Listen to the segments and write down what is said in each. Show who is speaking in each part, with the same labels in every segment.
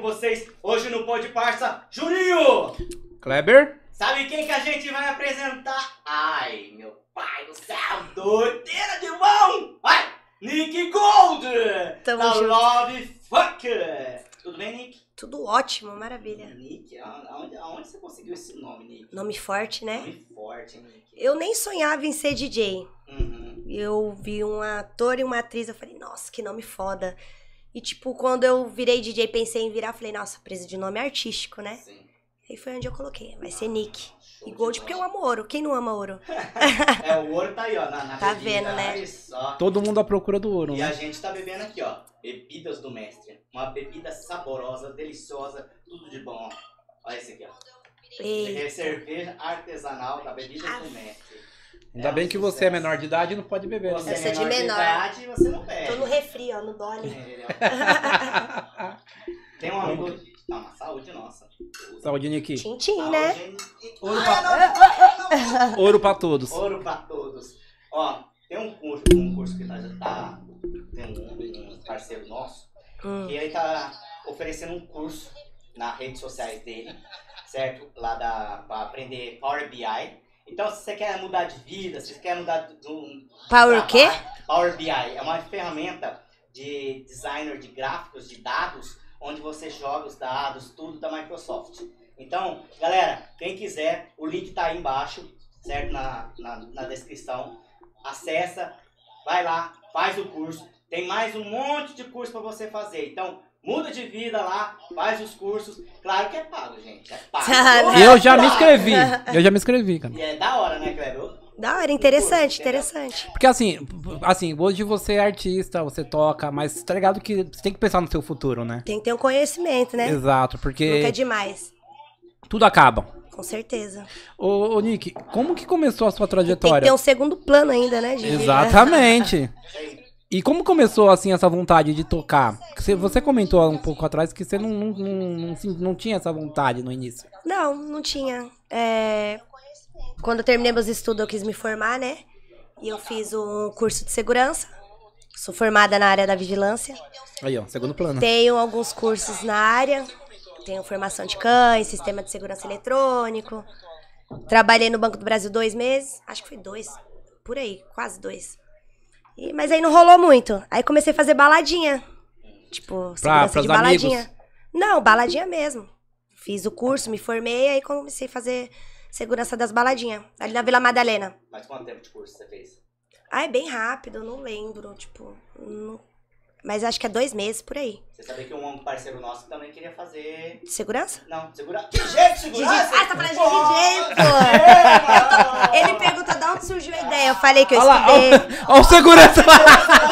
Speaker 1: vocês hoje no Pode Parça, Juninho!
Speaker 2: Kleber?
Speaker 1: Sabe quem que a gente vai apresentar? Ai, meu pai do céu, doideira de mão! Ai, Nick Gold!
Speaker 3: Tamo
Speaker 1: da
Speaker 3: junto.
Speaker 1: Love Fuck! Tudo bem, Nick?
Speaker 3: Tudo ótimo, maravilha.
Speaker 1: Nick, aonde, aonde você conseguiu esse nome, Nick?
Speaker 3: Nome forte, né?
Speaker 1: Nome forte, hein, Nick?
Speaker 3: Eu nem sonhava em ser DJ.
Speaker 1: Uhum.
Speaker 3: Eu vi um ator e uma atriz, eu falei, nossa, que nome foda. E tipo, quando eu virei DJ, pensei em virar, falei, nossa, preciso de nome artístico, né?
Speaker 1: Sim.
Speaker 3: Aí foi onde eu coloquei, vai ser Nick.
Speaker 1: Show
Speaker 3: E
Speaker 1: de
Speaker 3: Gold,
Speaker 1: bola.
Speaker 3: porque eu amo ouro. Quem não ama ouro?
Speaker 1: É, o ouro tá aí, ó, na, na
Speaker 3: Tá
Speaker 1: bebida.
Speaker 3: vendo, né?
Speaker 1: Olha só.
Speaker 2: Todo mundo à procura do ouro,
Speaker 1: E a
Speaker 2: né?
Speaker 1: gente tá bebendo aqui, ó. Bebidas do mestre. Uma bebida saborosa, deliciosa, tudo de bom, ó. Olha esse aqui, ó. Esse aqui
Speaker 3: Ei,
Speaker 1: é cerveja artesanal da Bebidas do Mestre.
Speaker 2: Ah. Ainda
Speaker 1: é um
Speaker 2: bem que você é
Speaker 1: sucesso.
Speaker 2: menor de idade e não pode beber.
Speaker 1: Você
Speaker 2: Né?
Speaker 3: Eu sou
Speaker 1: é
Speaker 3: de
Speaker 1: menor de
Speaker 3: menor.
Speaker 1: idade e você não bebe.
Speaker 3: tô no refri, ó, no Dolly.
Speaker 1: Entendeu? Tem um amigo. Tá, uma saúde nossa.
Speaker 2: Saúde, Niki.
Speaker 3: Tchim, tchim, né?
Speaker 1: Ouro,
Speaker 2: Ouro
Speaker 1: pra...
Speaker 2: Ouro pra todos.
Speaker 1: Ouro pra todos. Ó, tem um curso, um curso que tá, já tá. Tem um, um parceiro nosso.
Speaker 3: Hum.
Speaker 1: E ele tá oferecendo um curso nas redes sociais dele, certo? Lá da, pra aprender Power BI. Então, se você quer mudar de vida, se você quer mudar de um
Speaker 3: Power o quê?
Speaker 1: trabalho, Power BI é uma ferramenta de designer de gráficos, de dados, onde você joga os dados, tudo da Microsoft. Então, galera, quem quiser, o link tá aí embaixo, certo? Na, na, na descrição. Acessa, vai lá, faz o curso. Tem mais um monte de curso para você fazer. Então, muda de vida lá, faz os cursos. Claro que é pago, gente. É pago.
Speaker 3: Ah,
Speaker 2: Eu já me inscrevi. Eu já me inscrevi, cara.
Speaker 1: E é da hora, né, Kleber?
Speaker 3: Da hora, interessante, interessante.
Speaker 2: Porque assim, p- p- assim, hoje você é artista, você toca, mas tá ligado que você tem que pensar no seu futuro, né?
Speaker 3: Tem que ter um conhecimento, né?
Speaker 2: Exato,
Speaker 3: Nunca é
Speaker 2: porque
Speaker 3: demais,
Speaker 2: tudo acaba.
Speaker 3: com certeza.
Speaker 2: Ô, ô, Nick, como que começou a sua
Speaker 3: E Tem que
Speaker 2: trajetória?
Speaker 3: ter um segundo plano ainda, né, de vida.
Speaker 2: Exatamente. E como começou assim essa vontade de tocar? Você, você comentou há um pouco atrás que você não, não, não, não se- não tinha essa vontade no início.
Speaker 3: Não, não tinha. É, Quando eu terminei meus estudos, eu quis me formar, né? E eu fiz um curso de segurança. Sou formada na área da vigilância.
Speaker 2: Aí, ó, segundo plano.
Speaker 3: Tenho alguns cursos na área. Tenho formação de cães, sistema de segurança eletrônico. Trabalhei no Banco do Brasil dois meses. Acho que foi dois. Por aí, quase dois. E- mas aí não rolou muito. Aí comecei a fazer baladinha. Tipo, segurança
Speaker 2: pras
Speaker 3: de baladinha.
Speaker 2: amigos?
Speaker 3: Não, baladinha mesmo. Fiz o curso, me formei, aí comecei a fazer segurança das baladinhas. Ali na Vila Madalena.
Speaker 1: Mas quanto tempo de curso você fez?
Speaker 3: Ah, é bem rápido, eu não lembro. Tipo, não- mas acho que é dois meses por aí.
Speaker 1: Você sabia que um parceiro nosso também queria fazer
Speaker 3: De segurança?
Speaker 1: Não, segura. Que jeito,
Speaker 3: DJ.
Speaker 1: segura!
Speaker 3: Ah, tá falando de DJ, pô. Ele pergunta de onde surgiu a ideia. Eu falei que eu
Speaker 2: É, Olha lá,
Speaker 3: estudei.
Speaker 2: Ó, o segurança lá!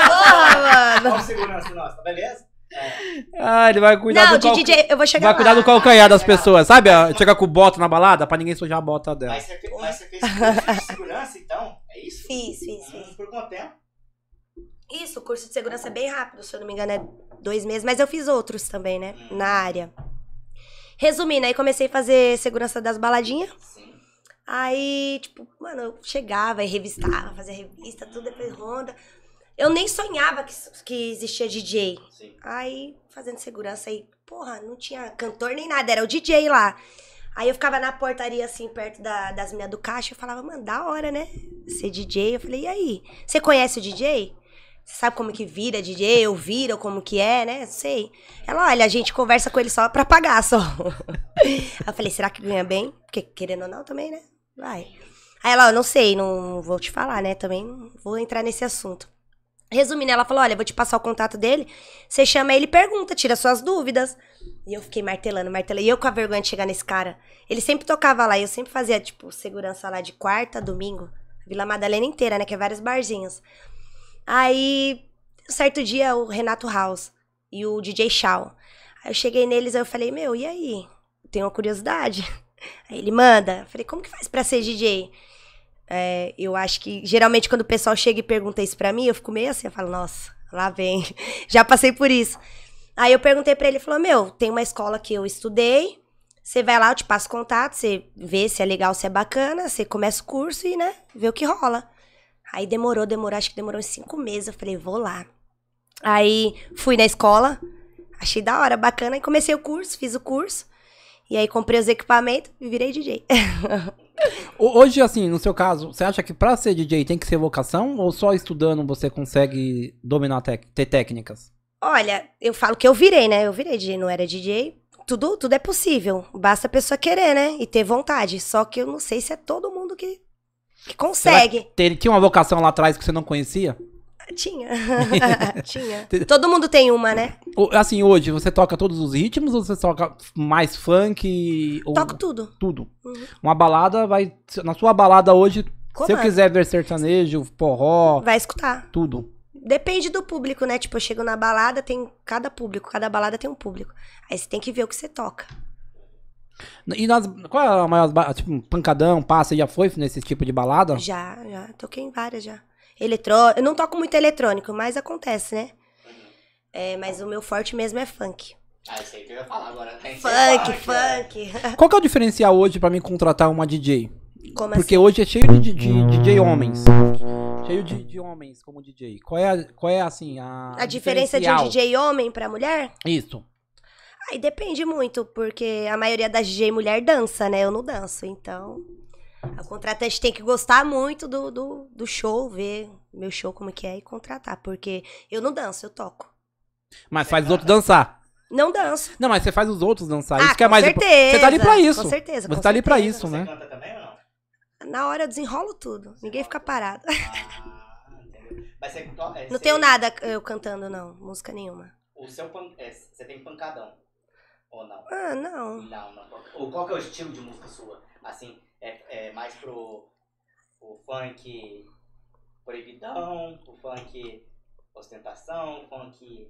Speaker 3: Boa, mano.
Speaker 1: Olha o segurança
Speaker 4: tá
Speaker 1: nossa, beleza? É.
Speaker 2: Ah, ele vai cuidar
Speaker 3: Não,
Speaker 2: do
Speaker 3: de
Speaker 2: calc-
Speaker 3: DJ, eu vou chegar
Speaker 2: Vai
Speaker 3: lá.
Speaker 2: cuidar do calcanhar das pessoas, sabe? Ó, Chegar com bota na balada pra ninguém sujar a bota dela.
Speaker 1: Mas, você fez, mas você fez curso de segurança, então? É isso?
Speaker 3: Fiz, fiz, fiz.
Speaker 1: Hum, Por quanto tempo?
Speaker 3: Isso, o curso de segurança é bem rápido, se eu não me engano, é dois meses, mas eu fiz outros também, né? Na área. Resumindo, aí comecei a fazer segurança das baladinhas.
Speaker 1: Sim.
Speaker 3: Aí, tipo, mano, eu chegava e revistava, fazia revista, tudo depois ronda. Eu nem sonhava que, que existia DJ.
Speaker 1: Sim.
Speaker 3: Aí, fazendo segurança aí, porra, não tinha cantor nem nada, era o DJ lá. Aí eu ficava na portaria, assim, perto da- das meninas do caixa, eu falava, mano, da hora, né? Ser DJ. Eu falei, e aí? Você conhece o DJ? Você sabe como que vira DJ, ou vira, ou como que é, né? Sei. Ela, olha, a gente conversa com ele só pra pagar, só. Aí eu falei, será que ganha bem? Porque querendo ou não, também, né? Vai. Aí ela, ó, não sei, não vou te falar, né? Também não vou entrar nesse assunto. Resumindo, ela falou: olha, vou te passar o contato dele. Você chama ele e pergunta, tira suas dúvidas. E eu fiquei martelando, martelando. E eu com a vergonha de chegar nesse cara. Ele sempre tocava lá, e eu sempre fazia, tipo, segurança lá de quarta, domingo. Vila Madalena inteira, né? Que é vários barzinhos. Aí, certo dia, o Renato House e o DJ Shaw. Aí eu cheguei neles, aí eu falei, meu, e aí? Tenho uma curiosidade. Aí ele manda. Eu falei, como que faz pra ser DJ? É, eu acho que geralmente quando o pessoal chega e pergunta isso pra mim, eu fico meio assim, eu falo, nossa, lá vem, já passei por isso. Aí eu perguntei pra ele, ele falou, meu, tem uma escola que eu estudei, você vai lá, eu te passo contato, você vê se é legal, se é bacana, você começa o curso e, né, vê o que rola. Aí demorou, demorou, acho que demorou uns cinco meses, eu falei, vou lá. Aí fui na escola, Achei da hora, bacana. E comecei o curso, fiz o curso. E aí comprei os equipamentos e virei DJ.
Speaker 2: Hoje, assim, no seu caso, você acha que pra ser DJ tem que ser vocação? Ou só estudando você consegue dominar, tec- ter técnicas?
Speaker 3: Olha, eu falo que eu virei, né? Eu virei DJ, não era DJ. Tudo, tudo é possível. Basta a pessoa querer, né? E ter vontade. Só que eu não sei se é todo mundo que, que consegue.
Speaker 2: Ter- tinha uma vocação lá atrás que você não conhecia?
Speaker 3: Tinha. Tinha. Todo mundo tem uma, né?
Speaker 2: Ou, Assim, hoje, você toca todos os ritmos ou você toca mais funk? Ou
Speaker 3: Toco tudo.
Speaker 2: tudo?
Speaker 3: Uhum.
Speaker 2: Uma balada vai... Na sua balada hoje, se eu
Speaker 3: Comando.
Speaker 2: quiser ver sertanejo, forró,
Speaker 3: Vai escutar.
Speaker 2: tudo.
Speaker 3: Depende do público, né? Tipo, eu chego na balada, tem cada público, cada balada tem um público. Aí você tem que ver o que você toca.
Speaker 2: E nas, qual é a maior... ba- Tipo, pancadão, passa, já foi nesse tipo de balada?
Speaker 3: Já, já. Toquei em várias já. Eletrônico. Eu não toco muito eletrônico, mas acontece, né? É, mas o meu forte mesmo é funk.
Speaker 4: Ah, isso aí que eu ia falar agora. Tem que ser
Speaker 3: Funk,
Speaker 4: né?
Speaker 3: funk.
Speaker 2: Qual que é o diferencial hoje pra mim contratar uma DJ?
Speaker 3: Como assim?
Speaker 2: Porque hoje é cheio de, de- de DJ homens. Cheio de, de homens como DJ. Qual é, a- qual é assim, a.
Speaker 3: assim? A diferença de um
Speaker 2: diferencial?
Speaker 3: DJ homem pra mulher?
Speaker 2: Isso.
Speaker 3: Aí depende muito, porque a maioria das DJ mulher dança, né? Eu não danço, então. A contratante tem que gostar muito do, do, do show, ver meu show como que é e contratar, porque eu não danço, eu toco.
Speaker 2: Mas faz os outros dançar.
Speaker 3: Não danço.
Speaker 2: Não, mas você faz os outros dançar. isso
Speaker 3: ah,
Speaker 2: que é
Speaker 3: com
Speaker 2: mais. impo-
Speaker 3: certeza.
Speaker 2: Você tá ali pra isso.
Speaker 3: Com certeza.
Speaker 2: Você
Speaker 3: com
Speaker 2: tá ali pra
Speaker 3: certeza.
Speaker 2: isso,
Speaker 4: Você
Speaker 2: né?
Speaker 4: canta também ou não?
Speaker 3: Na hora eu desenrolo tudo. Ninguém fica parado.
Speaker 4: Ah, entendeu. Mas você to- é,
Speaker 3: Não
Speaker 4: você-
Speaker 3: tenho nada eu cantando, não. Música nenhuma.
Speaker 4: O seu pan... é, você tem pancadão. Ou não?
Speaker 3: Ah, não.
Speaker 4: Não, não. Qual- Ou qual que é o estilo de música sua? Assim, é, é mais pro o funk proibidão, o funk ostentação, o funk.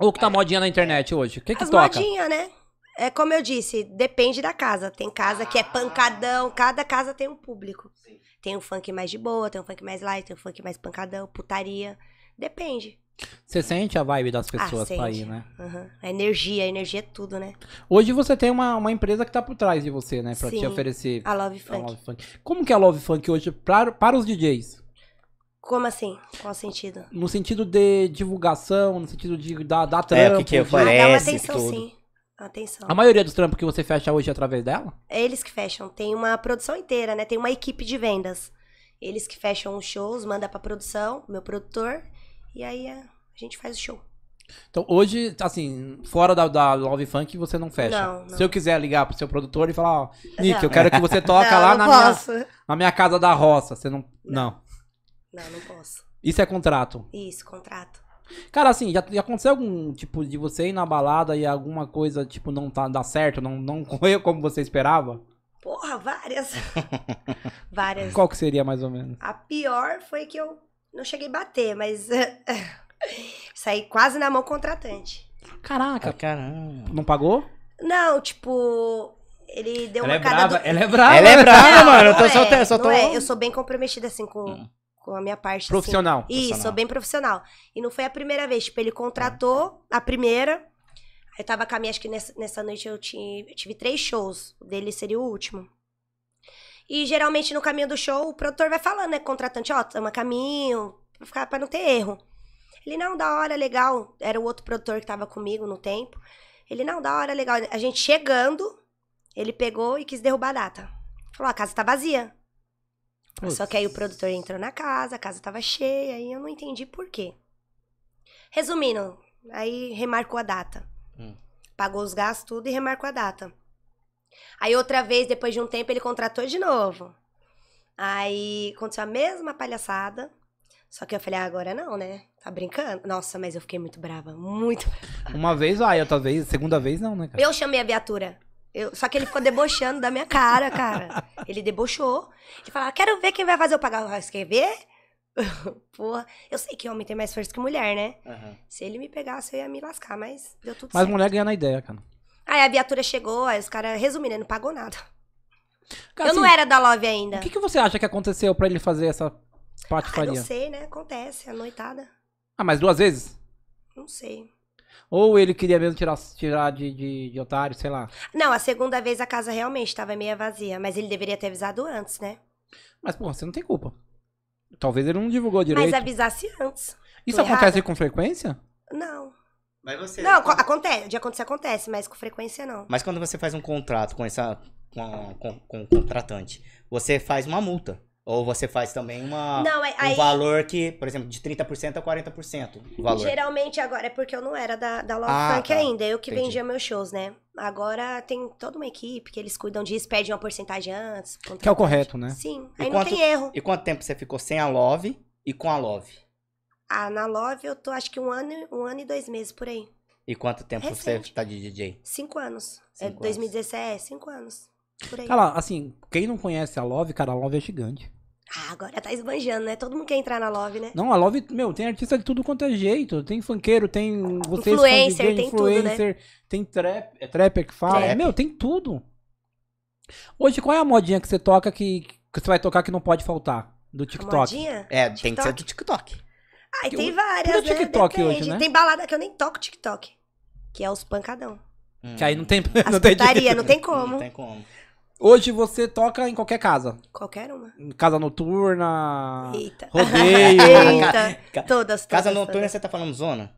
Speaker 2: Ou que tá modinha na internet hoje? O que que
Speaker 3: As
Speaker 2: toca?
Speaker 3: modinhas, né? É como eu disse, depende da casa. Tem casa que é pancadão, cada casa tem um público.
Speaker 4: Assim,
Speaker 3: Tem um funk mais de boa, tem um funk mais light, tem um funk mais pancadão, putaria. Depende.
Speaker 2: Você sente a vibe das pessoas
Speaker 3: Ah,
Speaker 2: pra
Speaker 3: sente.
Speaker 2: ir, né?
Speaker 3: Aham. A energia, a energia é tudo, né?
Speaker 2: Hoje você tem uma, uma empresa que tá por trás de você, né? Pra te
Speaker 3: Sim.
Speaker 2: oferecer.
Speaker 3: A Love
Speaker 2: a
Speaker 3: Funk.
Speaker 2: Love Funk. Como que é a Love Funk hoje pra- para os DJs?
Speaker 3: Como assim? Qual o sentido?
Speaker 2: No sentido de divulgação, no sentido de dar, dar
Speaker 1: É,
Speaker 2: trampo.
Speaker 1: o que que
Speaker 2: de-
Speaker 3: Ah, dá uma
Speaker 1: oferece
Speaker 3: atenção,
Speaker 1: tudo.
Speaker 3: sim. Atenção.
Speaker 2: A maioria dos trampos que você fecha hoje é através dela?
Speaker 3: É eles que fecham. Tem uma produção inteira, né? Tem uma equipe de vendas. Eles que fecham os shows, manda pra produção, meu produtor, e aí é, a gente faz o show.
Speaker 2: Então hoje, assim, fora da, da Love Funk, você não fecha.
Speaker 3: Não, não.
Speaker 2: Se eu quiser ligar pro seu produtor e falar, ó, Nick,
Speaker 3: Não.
Speaker 2: eu quero que você toca
Speaker 3: não,
Speaker 2: lá
Speaker 3: não
Speaker 2: na minha,
Speaker 3: posso.
Speaker 2: na minha casa da roça. Você não. Não.
Speaker 3: Não, não posso.
Speaker 2: Isso é contrato.
Speaker 3: Isso, contrato.
Speaker 2: Cara, assim, já, já aconteceu algum tipo de você ir na balada e alguma coisa, tipo, não tá, dá certo, não, não correu como você esperava?
Speaker 3: Porra, várias. várias.
Speaker 2: Qual que seria mais ou menos?
Speaker 3: A pior foi que eu não cheguei a bater, mas saí quase na mão contratante.
Speaker 2: Caraca,
Speaker 1: caramba.
Speaker 2: não pagou?
Speaker 3: Não, tipo, ele deu
Speaker 2: ela,
Speaker 3: uma
Speaker 2: é
Speaker 3: cada
Speaker 2: brava,
Speaker 3: do
Speaker 2: ela é brava,
Speaker 1: Ela é brava,
Speaker 3: Não,
Speaker 1: mano. Eu
Speaker 3: não
Speaker 1: tô
Speaker 3: é,
Speaker 1: só, te- só
Speaker 3: não
Speaker 1: tô.
Speaker 3: é. Eu sou bem comprometida, assim, com,
Speaker 1: Hum.
Speaker 3: com a minha parte. assim.
Speaker 2: Profissional.
Speaker 3: Isso, sou
Speaker 1: Profissional.
Speaker 3: bem profissional. E não foi a primeira vez. Tipo, ele contratou a primeira. Eu tava com a minha, acho que nessa, nessa noite eu, ti- eu tive três shows. O dele seria o último. E geralmente no caminho do show, o produtor vai falando, né? Contratante, ó, toma caminho, pra, ficar, pra não ter erro. Ele, não, da hora, legal. Era o outro produtor que tava comigo no tempo. Ele, não, da hora, legal. A gente chegando, ele pegou e quis derrubar a data. Falou, a casa tá vazia. Só que aí o produtor entrou na casa, a casa tava cheia, e eu não entendi por quê. Resumindo, aí remarcou a data.
Speaker 1: Hum.
Speaker 3: Pagou os gastos, tudo e remarcou a data. Aí outra vez, depois de um tempo, ele contratou de novo. Aí aconteceu a mesma palhaçada. Só que eu falei, ah, agora não, né? Tá brincando? Nossa, mas eu fiquei muito brava, muito
Speaker 2: Uma vez vai, outra vez, segunda vez não, né, cara?
Speaker 3: eu chamei a viatura. Eu- só que ele ficou debochando da minha cara, cara. Ele debochou. Ele falava, quero ver quem vai fazer eu pagar o resto. Quer ver? Porra, eu sei que homem tem mais força que mulher, né? Se ele me pegasse, eu ia me lascar, mas deu tudo
Speaker 2: Mas
Speaker 3: certo.
Speaker 2: mulher ganha na ideia, cara.
Speaker 3: Aí a viatura chegou, aí os caras, resumindo, ele não pagou nada.
Speaker 2: Cara,
Speaker 3: eu não
Speaker 2: assim,
Speaker 3: era da Love ainda.
Speaker 2: O que, que você acha que aconteceu pra ele fazer essa
Speaker 3: Ah, não
Speaker 2: patifaria?
Speaker 3: sei, né? Acontece, a noitada.
Speaker 2: Ah, mas duas vezes?
Speaker 3: Não sei.
Speaker 2: Ou ele queria mesmo tirar, tirar de, de, de otário, sei lá.
Speaker 3: Não, a segunda vez a casa realmente estava meia vazia, mas ele deveria ter avisado antes, né?
Speaker 2: Mas, pô, você não tem culpa. Talvez ele não divulgou direito.
Speaker 3: Mas avisasse antes.
Speaker 2: Isso
Speaker 3: tô
Speaker 2: acontece
Speaker 3: errada?
Speaker 2: com frequência?
Speaker 3: Não.
Speaker 1: Mas você.
Speaker 3: Não, co- acontece. De acontecer, acontece, mas com frequência não.
Speaker 1: Mas quando você faz um contrato com essa. Com, a- com, com o contratante, você faz uma multa. Ou você faz também
Speaker 2: Ah,
Speaker 1: uma.
Speaker 3: não, é-
Speaker 1: um
Speaker 3: aí.
Speaker 1: valor que, por exemplo, de 30% a 40%. O valor.
Speaker 3: Geralmente agora é porque eu não era da, da Love
Speaker 1: Ah,
Speaker 3: Funk
Speaker 1: tá.
Speaker 3: ainda, eu que
Speaker 1: Entendi.
Speaker 3: vendia meus shows, né? Agora tem toda uma equipe que eles cuidam disso, pedem uma porcentagem antes.
Speaker 2: Que é o
Speaker 3: contratante.
Speaker 2: correto, né?
Speaker 3: Sim,
Speaker 1: E
Speaker 3: aí
Speaker 1: quanto-
Speaker 3: não tem erro.
Speaker 1: E quanto tempo você ficou sem a Love e com a Love?
Speaker 3: Ah, na Love eu tô acho que um ano, e- um ano e dois meses por aí.
Speaker 1: E quanto tempo você
Speaker 3: Recente.
Speaker 1: tá de DJ?
Speaker 3: Cinco anos. é
Speaker 1: Cinco
Speaker 3: 2017, é, cinco anos. Por aí.
Speaker 2: Cara, assim, quem não conhece a Love, cara, a Love é gigante.
Speaker 3: Ah, agora tá esbanjando, né? Todo mundo quer entrar na Love, né?
Speaker 2: Não, a Love, meu, tem artista de tudo quanto é jeito. Tem funkeiro, tem vocês que são
Speaker 3: Influencer,
Speaker 2: DJ,
Speaker 3: tem tudo, né?
Speaker 2: tem trap, é trapper que fala.
Speaker 1: Trap.
Speaker 2: Meu, tem tudo. Hoje, qual é a modinha que você toca que, que você vai tocar que não pode faltar? Do
Speaker 3: A
Speaker 2: TikTok.
Speaker 3: modinha?
Speaker 1: É, tem que ser
Speaker 3: TikTok?
Speaker 1: do TikTok.
Speaker 3: Ai,
Speaker 2: Que
Speaker 3: tem
Speaker 2: o-
Speaker 3: várias,
Speaker 2: tudo é
Speaker 3: né?
Speaker 2: TikTok
Speaker 3: Depende.
Speaker 2: hoje, né?
Speaker 3: Tem balada que eu nem toco TikTok. Que é os pancadão.
Speaker 1: Hum,
Speaker 2: Que aí não tem,
Speaker 3: As
Speaker 2: não tem
Speaker 3: putaria, né?
Speaker 2: jeito.
Speaker 3: não tem
Speaker 1: Não
Speaker 3: como.
Speaker 1: tem como.
Speaker 2: Hoje você toca em qualquer casa.
Speaker 3: Qualquer uma.
Speaker 2: Em Casa noturna,
Speaker 3: Eita.
Speaker 2: rodeio.
Speaker 3: Eita.
Speaker 1: Ah. Ca-
Speaker 3: Todas, todas.
Speaker 1: Casa
Speaker 3: todas.
Speaker 1: noturna, você tá falando zona?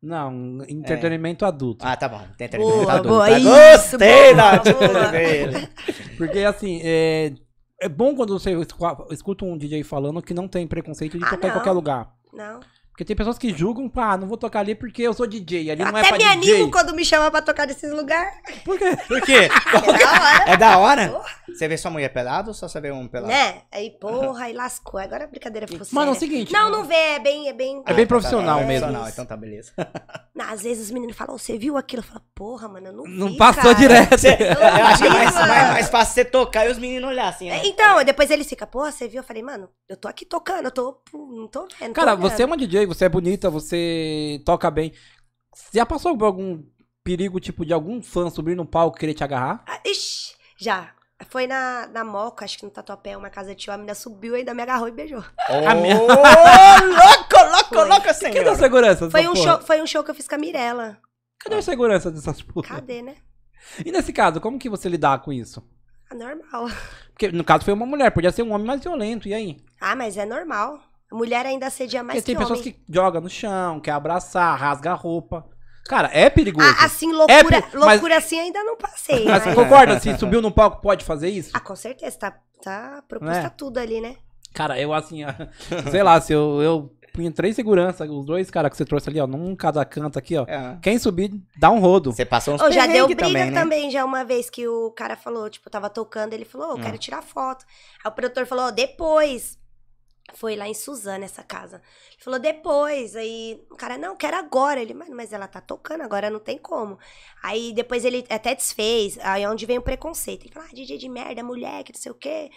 Speaker 2: não, entretenimento adulto.
Speaker 1: Ah, tá bom. Tem
Speaker 3: Boa,
Speaker 1: tá
Speaker 3: boa,
Speaker 1: Tá, né,
Speaker 3: isso,
Speaker 1: gostei
Speaker 3: boa,
Speaker 1: da
Speaker 3: boa.
Speaker 1: dele.
Speaker 2: Porque assim, é, é bom quando você escu- escuta um DJ falando que não tem preconceito de
Speaker 3: Ah,
Speaker 2: tocar em
Speaker 3: não.
Speaker 2: qualquer lugar.
Speaker 3: Não.
Speaker 2: Porque tem pessoas que julgam, pá, não vou tocar ali porque eu sou DJ, ali
Speaker 3: Eu
Speaker 2: não é
Speaker 3: até
Speaker 2: pra
Speaker 3: me
Speaker 2: DJ.
Speaker 3: animo quando me chama pra tocar nesses lugares.
Speaker 2: Por quê?
Speaker 1: Por quê?
Speaker 3: É da hora.
Speaker 1: É da hora? Você vê sua mulher pelada ou só você vê um pelado?
Speaker 3: Né? Aí, porra, aí lascou. Agora a brincadeira ficou
Speaker 2: Mano, é o
Speaker 3: séria.
Speaker 2: seguinte.
Speaker 3: né? Não, não vê, é bem, é bem.
Speaker 2: É bem
Speaker 1: então
Speaker 2: profissional
Speaker 1: tá,
Speaker 2: mesmo.
Speaker 1: Profissional, então tá beleza.
Speaker 3: Não, às vezes os meninos falam, "Ô, você viu aquilo? Eu falo, porra, mano, eu não vi.
Speaker 2: Não passou
Speaker 3: cara."
Speaker 2: direto.
Speaker 1: Você-
Speaker 3: Eu
Speaker 1: Eu acho que é mais,
Speaker 3: vi, mano.
Speaker 1: mais, mais fácil você tocar e os meninos olhar assim, né?
Speaker 3: É, Então, depois eles ficam, porra, você viu? Eu falei, mano, eu tô aqui tocando, eu tô. Não tô vendo.
Speaker 2: Cara,
Speaker 3: tô olhando."
Speaker 2: você é uma DJ, você é bonita, você toca bem. Você já passou por algum perigo, tipo, de algum fã subir no palco e querer te agarrar?
Speaker 3: Ah, ixi, já. Foi na, na Moca, acho que no Tatuapé, uma casa de tio, a menina subiu, ainda me agarrou e beijou.
Speaker 1: Ô,
Speaker 2: A minha-
Speaker 1: louco, louco,
Speaker 3: Foi.
Speaker 1: louco,
Speaker 2: Cadê a
Speaker 1: senhor.
Speaker 2: segurança dessa
Speaker 3: Foi um,
Speaker 2: porra?
Speaker 3: show, foi um show que eu fiz com a Mirella.
Speaker 2: Cadê a segurança dessas porra?
Speaker 3: Cadê, né?
Speaker 2: E nesse caso, como que você lidar com isso?
Speaker 3: Ah, normal.
Speaker 2: Porque no caso foi uma mulher, podia ser um homem mais violento, e aí?
Speaker 3: Ah, mas é normal. A mulher ainda assedia mais
Speaker 2: Porque
Speaker 3: que
Speaker 2: tem
Speaker 3: homem.
Speaker 2: pessoas que jogam no chão, quer abraçar, rasga a roupa. Cara, é perigoso.
Speaker 3: Ah, assim, loucura,
Speaker 2: É, mas-
Speaker 3: loucura assim ainda não passei.
Speaker 2: Mas você
Speaker 3: mas-
Speaker 2: concorda? Se subiu no palco, pode fazer isso?
Speaker 3: Ah, com certeza, tá, tá proposta
Speaker 2: Né?
Speaker 3: tudo ali, né?
Speaker 2: Cara, eu assim, sei lá, se eu, eu punha três segurança, os dois caras que você trouxe ali, ó, num cada canto aqui, ó.
Speaker 1: É.
Speaker 2: Quem subir, dá um rodo.
Speaker 1: Você passou uns
Speaker 3: Ô, já deu
Speaker 1: perrengue
Speaker 3: briga também,
Speaker 1: né?
Speaker 3: já uma vez que o cara falou, tipo, tava tocando, ele falou, ô, eu
Speaker 1: Hum.
Speaker 3: quero tirar foto. Aí o produtor falou, ó, depois. Foi lá em Suzana, essa casa. Ele falou, depois. Aí o cara, não, quero agora. Ele, mas, mas ela tá tocando agora, não tem como. Aí depois ele até desfez. Aí é onde vem o preconceito. Ele falou, ah, DJ de merda, mulher, que não sei o quê.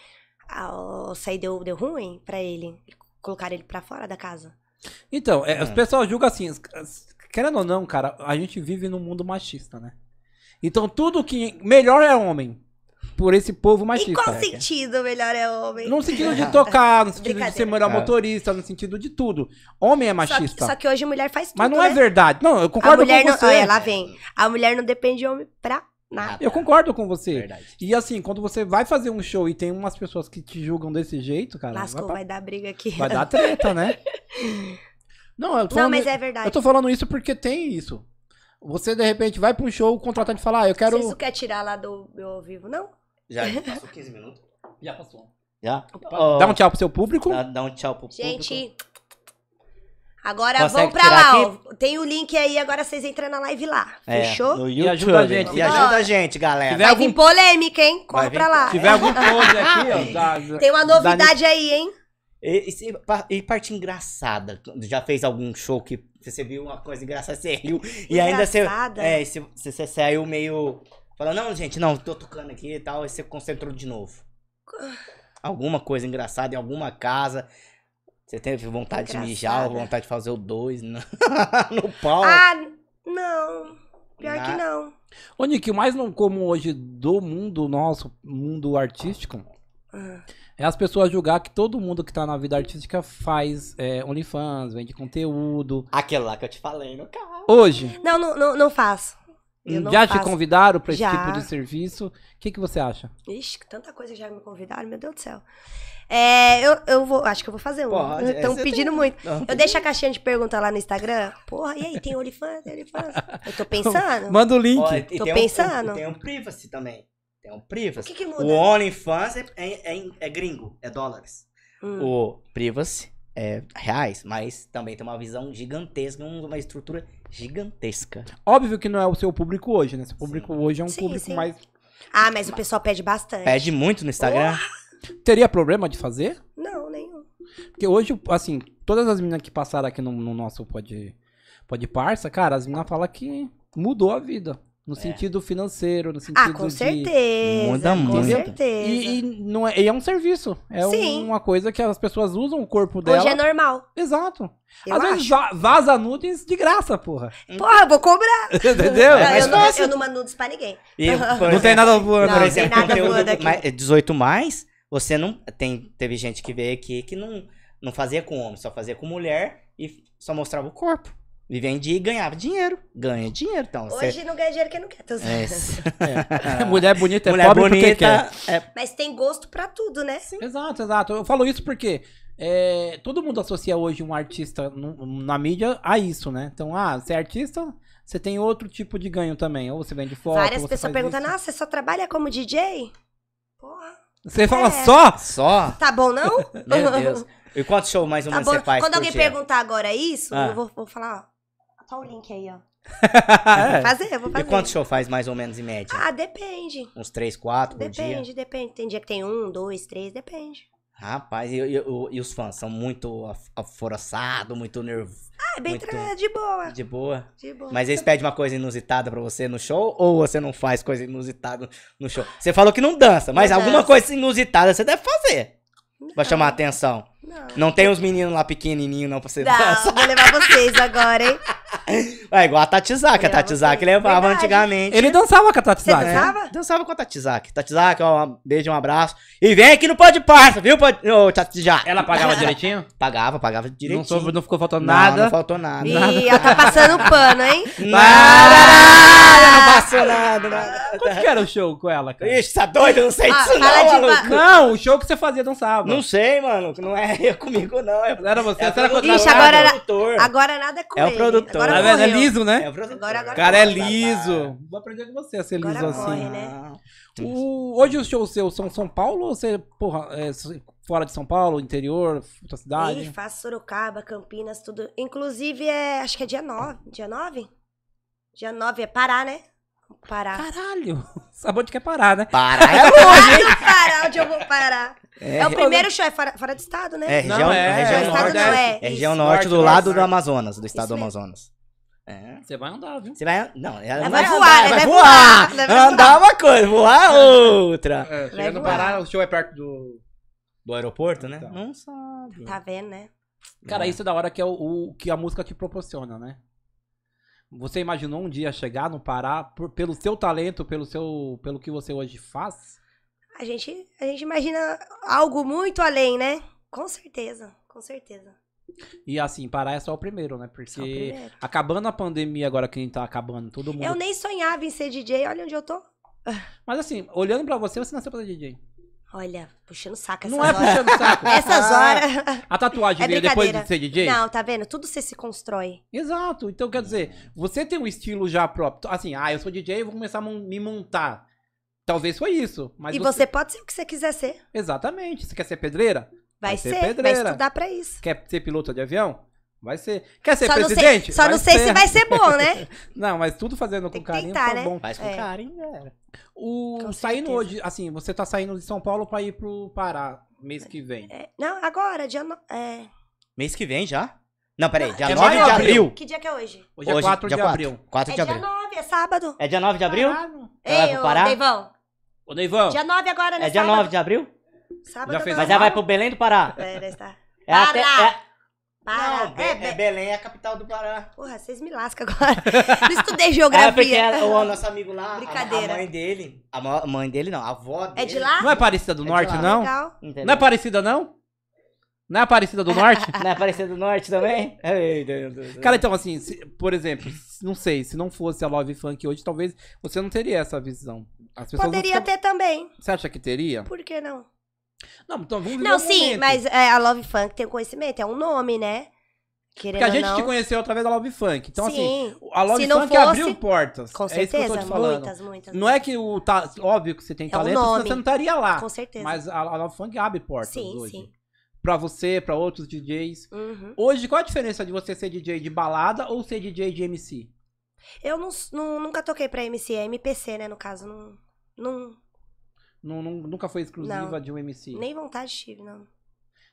Speaker 3: Ah, ó, isso aí deu, deu ruim pra ele. Colocaram ele pra fora da casa.
Speaker 2: Então, é,
Speaker 1: Hum.
Speaker 2: os pessoal julga assim, os- as- querendo ou não, cara, a gente vive num mundo machista, né? Então tudo que melhor é homem, por esse povo
Speaker 3: em
Speaker 2: machista. né,
Speaker 3: qual sentido o melhor é homem?
Speaker 2: No sentido de tocar, no sentido de
Speaker 3: Brincadeira.
Speaker 2: ser melhor
Speaker 1: É.
Speaker 2: motorista, no sentido de tudo. Homem é
Speaker 3: Só que-
Speaker 2: machista.
Speaker 3: Só que, hoje mulher faz tudo,
Speaker 2: Mas não
Speaker 3: né?
Speaker 2: é verdade. Não, eu
Speaker 3: A
Speaker 2: concordo
Speaker 3: mulher
Speaker 2: com
Speaker 3: não...
Speaker 2: você.
Speaker 3: Olha, lá vem. A mulher não depende de homem pra nada.
Speaker 2: Eu concordo com você.
Speaker 1: Ah, Verdade.
Speaker 2: E assim, quando você vai fazer um show e tem umas pessoas que te julgam desse jeito, cara,
Speaker 3: Lascou,
Speaker 2: vai,
Speaker 3: vai dar briga aqui.
Speaker 2: pra- vai dar treta, né? Não, eu tô,
Speaker 3: Não,
Speaker 2: falando,
Speaker 3: mas é
Speaker 2: eu
Speaker 3: verdade.
Speaker 2: tô falando isso porque tem isso. Você, de repente, vai pra um show, o contratante fala, ah, eu quero...
Speaker 3: Vocês não querem tirar lá do meu ao vivo, não?
Speaker 1: Já passou 15 minutos?
Speaker 2: Já passou.
Speaker 1: Já?
Speaker 2: Dá um tchau pro seu público.
Speaker 1: Dá, dá um tchau pro público.
Speaker 3: Gente... Agora
Speaker 1: Consegue
Speaker 3: vão pra
Speaker 1: tirar
Speaker 3: lá, ó. Tem o link aí, agora vocês entram na live lá.
Speaker 1: É,
Speaker 3: Fechou?
Speaker 1: No
Speaker 2: E
Speaker 1: YouTube.
Speaker 2: ajuda a gente. né?
Speaker 1: E ajuda a gente, galera.
Speaker 2: Tiver
Speaker 3: Vai
Speaker 2: algum-
Speaker 3: vir polêmica, hein?
Speaker 1: Vai
Speaker 3: Corre
Speaker 1: vir
Speaker 3: pra lá.
Speaker 2: Se tiver algum close aqui, ó... dá-
Speaker 3: Tem uma
Speaker 2: dá-
Speaker 3: novidade aí, hein?
Speaker 1: E, e se- pa- e parte engraçada? Já fez algum show que você viu uma coisa engraçada, você riu. E ainda você.
Speaker 3: Engraçada.
Speaker 1: É, e se- se você saiu meio. Falando, não, gente, não, tô tocando aqui e tal. E você concentrou de novo. Alguma coisa engraçada em alguma casa. Você teve vontade de mijar,
Speaker 3: Engraçada.
Speaker 1: vontade de fazer o dois no, no Ah, pau.
Speaker 3: Ah, não. Pior
Speaker 1: Na-
Speaker 2: Ah.
Speaker 3: que não.
Speaker 2: Ô, Nick, o mais não comum hoje do mundo nosso, mundo artístico,
Speaker 3: Ah.
Speaker 2: é as pessoas julgar que todo mundo que tá na vida artística faz é, OnlyFans, vende conteúdo.
Speaker 1: Aquele lá que eu te falei no carro.
Speaker 2: Hoje,
Speaker 3: Não, não, não, não faço.
Speaker 2: Hum,
Speaker 3: Eu não
Speaker 2: já te
Speaker 3: faço.
Speaker 2: convidaram pra esse
Speaker 3: Já.
Speaker 2: tipo de serviço? O que, que você acha?
Speaker 3: Ixi, que tanta coisa já me convidaram, meu Deus do céu. É, eu, eu vou, acho que eu vou fazer um.
Speaker 2: Pode, é,
Speaker 3: Estão
Speaker 2: você
Speaker 3: pedindo
Speaker 2: tem-
Speaker 3: muito.
Speaker 2: Não.
Speaker 3: Eu deixo a caixinha de pergunta lá no Instagram. Porra, e aí, tem OnlyFans? Tem OnlyFans? Eu tô pensando.
Speaker 2: Manda o link.
Speaker 1: Ó, e
Speaker 3: Tô
Speaker 1: tem um-
Speaker 3: pensando.
Speaker 1: e tem um privacy também. Tem um
Speaker 3: O
Speaker 1: privacy.
Speaker 3: que que
Speaker 1: O
Speaker 3: muda?
Speaker 1: OnlyFans é, é, é- é gringo, é dólares.
Speaker 3: Hum.
Speaker 1: O privacy é reais, mas também tem uma visão gigantesca, um- uma estrutura gigantesca.
Speaker 2: Óbvio que não é o seu público hoje, né? Seu público hoje é um
Speaker 3: Sim,
Speaker 2: público
Speaker 3: sim.
Speaker 2: mais.
Speaker 3: Ah, mas o pessoal pede bastante.
Speaker 1: Pede muito no Instagram.
Speaker 2: Teria problema de fazer?
Speaker 3: Não, nenhum.
Speaker 2: Porque hoje, assim, todas as meninas que passaram aqui no, no nosso pod, pod parça, cara, as meninas falam que mudou a vida. No sentido financeiro, no sentido
Speaker 3: É. Ah, com
Speaker 2: de...
Speaker 3: certeza.
Speaker 1: Muda
Speaker 3: Com
Speaker 1: muito.
Speaker 3: certeza.
Speaker 2: E, e não é, e é um serviço. É
Speaker 3: Sim.
Speaker 2: uma coisa que as pessoas usam o corpo dela.
Speaker 3: Hoje é normal.
Speaker 2: Exato.
Speaker 3: Eu
Speaker 2: Às
Speaker 3: acho.
Speaker 2: vezes va- vaza nudes de graça, porra.
Speaker 3: Porra, eu vou cobrar.
Speaker 2: Entendeu?
Speaker 1: É
Speaker 3: Ah,
Speaker 1: mais
Speaker 3: eu, não,
Speaker 1: fácil.
Speaker 3: eu não mando nudes pra ninguém.
Speaker 1: E, por
Speaker 2: Não tem nada voando.
Speaker 3: Não,
Speaker 1: por
Speaker 3: tem
Speaker 1: exemplo,
Speaker 3: nada
Speaker 1: conteúdo
Speaker 3: voando aqui.
Speaker 1: mais- 18 mais, você não tem teve gente que veio aqui que não não fazia com homem, só fazia com mulher e só mostrava o corpo. E vendia e ganhava dinheiro, ganha dinheiro, então você
Speaker 3: Hoje não ganha dinheiro quem não quer. tô zoando.
Speaker 1: É, s-
Speaker 2: É. Mulher bonita é
Speaker 1: mulher
Speaker 2: pobre porque quer.
Speaker 1: bonita, é,
Speaker 3: Mas tem gosto pra tudo, né?
Speaker 2: Exato, exato. Eu falo isso porque é, todo mundo associa hoje um artista no- na mídia a isso, né? Então, ah, você é artista, você tem outro tipo de ganho também. Ou você vende foto.
Speaker 3: Várias
Speaker 2: ou você
Speaker 3: pessoas
Speaker 2: faz
Speaker 3: perguntam,
Speaker 2: isso.
Speaker 3: nossa, você só trabalha como DJ? Porra,
Speaker 2: Você fala
Speaker 3: É.
Speaker 2: só?
Speaker 1: só,
Speaker 3: tá bom não?
Speaker 1: meu Deus. E quantos show mais ou
Speaker 3: Tá
Speaker 1: menos
Speaker 3: bom.
Speaker 1: você faz
Speaker 3: Quando
Speaker 1: por
Speaker 3: alguém
Speaker 1: dia?
Speaker 3: perguntar agora isso,
Speaker 1: Ah.
Speaker 3: eu vou, vou falar, ó, tá o link aí, ó. Vou
Speaker 2: É.
Speaker 3: fazer, eu vou
Speaker 1: E
Speaker 3: fazer.
Speaker 1: quantos show faz mais ou menos em média?
Speaker 3: Ah, depende.
Speaker 1: Uns 3, 4 por dia?
Speaker 3: Depende, depende. Tem dia que tem um, dois, três, depende.
Speaker 1: Rapaz, e, e- e- e os fãs são muito af- aforoçados, muito nervosos,
Speaker 3: Ah, é bem
Speaker 1: Muito.
Speaker 3: tra... de boa,
Speaker 1: de boa.
Speaker 3: de boa.
Speaker 1: Mas eles pedem uma coisa inusitada pra você no show ou você não faz coisa inusitada no show? Você falou que não dança, mas
Speaker 3: Não
Speaker 1: alguma
Speaker 3: danço.
Speaker 1: coisa inusitada você deve fazer pra chamar a atenção.
Speaker 3: Não, não.
Speaker 1: Não tem os meninos lá pequenininhos não pra você dançar.
Speaker 3: Não, vou levar vocês agora, hein?
Speaker 1: É igual a Tatizaki, a
Speaker 3: Legal,
Speaker 1: Tatizaki
Speaker 3: você-
Speaker 1: levava
Speaker 3: é Verdade.
Speaker 1: antigamente.
Speaker 2: Ele dançava com a Tati
Speaker 3: é?"
Speaker 2: é?
Speaker 3: Você
Speaker 2: Zaki.
Speaker 3: dançava?
Speaker 1: É? Dançava com a Tatizaki. Tatizaki, ó, um beijo, um abraço. E vem aqui no Pode Parça, viu, Pode- ô, Tatizaki?
Speaker 2: Ela pagava direitinho?
Speaker 1: Pagava, pagava direitinho.
Speaker 2: Não, soube, não ficou faltando
Speaker 1: Não,
Speaker 2: nada.
Speaker 1: Não faltou nada.
Speaker 3: Ih, ela tá passando pano, hein?
Speaker 1: Nada, não passou nada. nada.
Speaker 2: Quanto que era o show com ela, cara?
Speaker 1: Ixi, tá doido? Eu não sei
Speaker 3: Ah,
Speaker 1: disso
Speaker 3: fala
Speaker 1: não,
Speaker 3: de
Speaker 1: maluco.
Speaker 3: ba-
Speaker 2: Não, o show que você fazia dançava.
Speaker 1: Não sei, mano. Não é comigo, não. É,
Speaker 2: Não Era você,
Speaker 1: é
Speaker 2: você era
Speaker 1: produtor.
Speaker 2: contratada.
Speaker 3: Ixi, agora era-
Speaker 1: produtor.
Speaker 3: Agora nada com
Speaker 1: É o
Speaker 3: ele.
Speaker 1: produtor.
Speaker 3: Agora
Speaker 2: Tá vendo? É
Speaker 3: morreu.
Speaker 2: liso, né?
Speaker 1: É o produtor.
Speaker 3: Agora- agora
Speaker 2: O cara é liso. Vou aprender com você a ser
Speaker 3: Agora
Speaker 2: liso assim.
Speaker 3: corre, né?
Speaker 2: O- hoje os shows seus são São Paulo ou você, porra, é, se- fora de São Paulo, interior, outra cidade?
Speaker 3: Ih, faço Sorocaba, Campinas, tudo. Inclusive, é, acho que é dia 9. Dia 9? Dia 9 é Pará, né? Pará.
Speaker 2: Caralho, sabor de quer parar, né?
Speaker 1: Parar é
Speaker 3: Caralho, Pará, onde eu vou parar? É, o
Speaker 1: re-
Speaker 3: primeiro show, é fora, fora do estado, né?
Speaker 1: É,
Speaker 2: Não,
Speaker 1: região,
Speaker 2: é,
Speaker 1: região
Speaker 2: é
Speaker 1: norte.
Speaker 3: estado não,
Speaker 1: é
Speaker 3: é. isso.
Speaker 1: região norte do
Speaker 2: Norte,
Speaker 1: lado
Speaker 2: norte.
Speaker 1: do Amazonas, do estado do
Speaker 3: Isso mesmo.
Speaker 1: Amazonas. É.
Speaker 2: Você vai andar, viu?
Speaker 1: Você vai. Não, ela
Speaker 3: Ela
Speaker 1: não
Speaker 3: vai voar,
Speaker 1: andar,
Speaker 3: ela
Speaker 1: vai
Speaker 3: vai
Speaker 1: voar.
Speaker 3: voar, ela vai
Speaker 1: Andar uma coisa, voar outra.
Speaker 2: É,
Speaker 3: Vai
Speaker 2: chega no
Speaker 3: voar.
Speaker 2: Pará, o show é perto do...
Speaker 1: Do aeroporto, né?
Speaker 2: Então.
Speaker 1: Não sabe.
Speaker 3: Tá vendo, né?
Speaker 2: Cara,
Speaker 1: É.
Speaker 2: isso é da hora que é o, o que a música te proporciona, né? Você imaginou um dia chegar no Pará por- pelo seu talento, pelo seu, pelo que você hoje faz?
Speaker 3: A gente, a gente imagina algo muito além, né? Com certeza, com certeza.
Speaker 2: E assim, Pará é só o primeiro, né? Porque
Speaker 3: Só o primeiro.
Speaker 2: acabando a pandemia agora que a gente tá acabando, todo mundo
Speaker 3: Eu nem sonhava em ser DJ, olha onde eu tô.
Speaker 2: Mas assim, olhando pra você, você nasceu pra ser DJ.
Speaker 3: Olha, puxando saco essas
Speaker 2: Não é
Speaker 3: horas.
Speaker 2: puxando o saco. Ah,
Speaker 3: Essas horas.
Speaker 2: A tatuagem
Speaker 3: É
Speaker 2: veio depois de
Speaker 3: brincadeira.
Speaker 2: ser DJ?
Speaker 3: Não, tá vendo? Tudo você se constrói.
Speaker 2: Exato. Então, quer dizer, você tem um estilo já próprio. Assim, ah, eu sou DJ, eu vou começar a mon- me montar. Talvez foi isso. Mas
Speaker 3: e você pode ser o que você quiser ser.
Speaker 2: Exatamente. Você quer ser pedreira?
Speaker 3: Vai,
Speaker 2: Vai ser
Speaker 3: ser, vai
Speaker 2: pedreira.
Speaker 3: estudar pra isso.
Speaker 2: Quer ser piloto de avião? Vai ser. Quer ser
Speaker 3: só não
Speaker 2: presidente?
Speaker 3: sei, só não sei se vai ser bom, né?
Speaker 2: Não, mas tudo fazendo
Speaker 3: Tem
Speaker 2: com
Speaker 3: que
Speaker 2: carinho
Speaker 3: tentar,
Speaker 2: tá
Speaker 3: né?
Speaker 2: bom.
Speaker 1: Faz com
Speaker 3: É.
Speaker 1: carinho, galera.
Speaker 2: O...
Speaker 3: Com
Speaker 2: Saindo
Speaker 3: certeza.
Speaker 2: hoje, assim, você tá saindo de São Paulo pra ir pro Pará mês que vem.
Speaker 3: É, não, agora, dia no... é...
Speaker 1: Mês que vem já? Não, peraí, dia
Speaker 2: É
Speaker 1: 9 de
Speaker 2: nove de
Speaker 1: abril.
Speaker 3: Que dia que é hoje?
Speaker 2: Hoje, é 4 de abril.
Speaker 1: 4 de
Speaker 3: é dia Ah,
Speaker 1: abril.
Speaker 3: 9, é sábado.
Speaker 1: É dia 9 de abril?
Speaker 2: Caralho.
Speaker 1: Ela vai
Speaker 3: Ei,
Speaker 1: pro
Speaker 3: ô,
Speaker 1: Pará?
Speaker 3: Deivão.
Speaker 2: Ô, Neivão.
Speaker 3: Dia 9 agora, né?
Speaker 1: É dia
Speaker 3: sábado.
Speaker 1: 9 de abril?
Speaker 3: Sábado
Speaker 2: Já fez
Speaker 1: Mas
Speaker 2: a
Speaker 1: ela vai
Speaker 2: Pará?
Speaker 1: pro Belém do Pará.
Speaker 3: É, deve estar.
Speaker 1: É até,
Speaker 3: Pará.
Speaker 1: é,
Speaker 3: Para.
Speaker 1: Não, Be-
Speaker 3: é,
Speaker 1: é
Speaker 3: be-
Speaker 1: Belém é a capital do Pará.
Speaker 3: Porra, vocês me lascam agora. Não
Speaker 1: É
Speaker 3: estudei
Speaker 1: porque
Speaker 3: geografia.
Speaker 1: ela- o nosso amigo lá, a-
Speaker 3: Brincadeira.
Speaker 1: A, mãe dele, a mo- mãe dele não, a avó dele.
Speaker 3: É de lá? né?
Speaker 2: Não é Parecida do
Speaker 1: É de
Speaker 2: Norte,
Speaker 1: lá.
Speaker 2: não?
Speaker 3: Legal.
Speaker 1: Entendeu?
Speaker 2: Não é Parecida, não? Na Aparecida do Norte?
Speaker 1: Na Aparecida do Norte também? Ai, Deus do céu.
Speaker 2: Cara, então, assim, se- por exemplo, se- não sei, se não fosse a Love Funk hoje, talvez você não teria essa visão. As pessoas não
Speaker 3: Poderia
Speaker 2: ficam-
Speaker 3: ter também.
Speaker 2: Você acha que teria?
Speaker 3: Por que não?
Speaker 2: Não, então vamos viver
Speaker 3: Não,
Speaker 2: o
Speaker 3: sim,
Speaker 2: momento.
Speaker 3: mas é, a Love Funk tem conhecimento, é um nome, né? Querendo
Speaker 2: Porque a gente
Speaker 3: ou não.
Speaker 2: te conheceu através da Love Funk. Então, assim,
Speaker 3: sim,
Speaker 2: a Love
Speaker 3: Se não
Speaker 2: Funk
Speaker 3: fosse-
Speaker 2: abriu portas.
Speaker 3: com
Speaker 2: é isso que eu tô
Speaker 3: certeza,
Speaker 2: te falando.
Speaker 3: muitas, muitas.
Speaker 2: Não é que o. Tá, óbvio que você tem
Speaker 3: É o
Speaker 2: talento, senão
Speaker 3: nome.
Speaker 2: você não estaria lá.
Speaker 3: Com certeza.
Speaker 2: Mas a, a Love Funk abre portas
Speaker 3: Sim,
Speaker 2: hoje.
Speaker 3: sim.
Speaker 2: Pra você, pra outros DJs.
Speaker 3: Uhum.
Speaker 2: Hoje, qual a diferença de você ser DJ de balada ou ser DJ de MC?
Speaker 3: Eu não, não- nunca toquei pra MC, é MPC, né, no caso. Não, não,
Speaker 2: Nun- nun- nunca foi exclusiva
Speaker 3: Não.
Speaker 2: de um MC.
Speaker 3: nem vontade tive, não.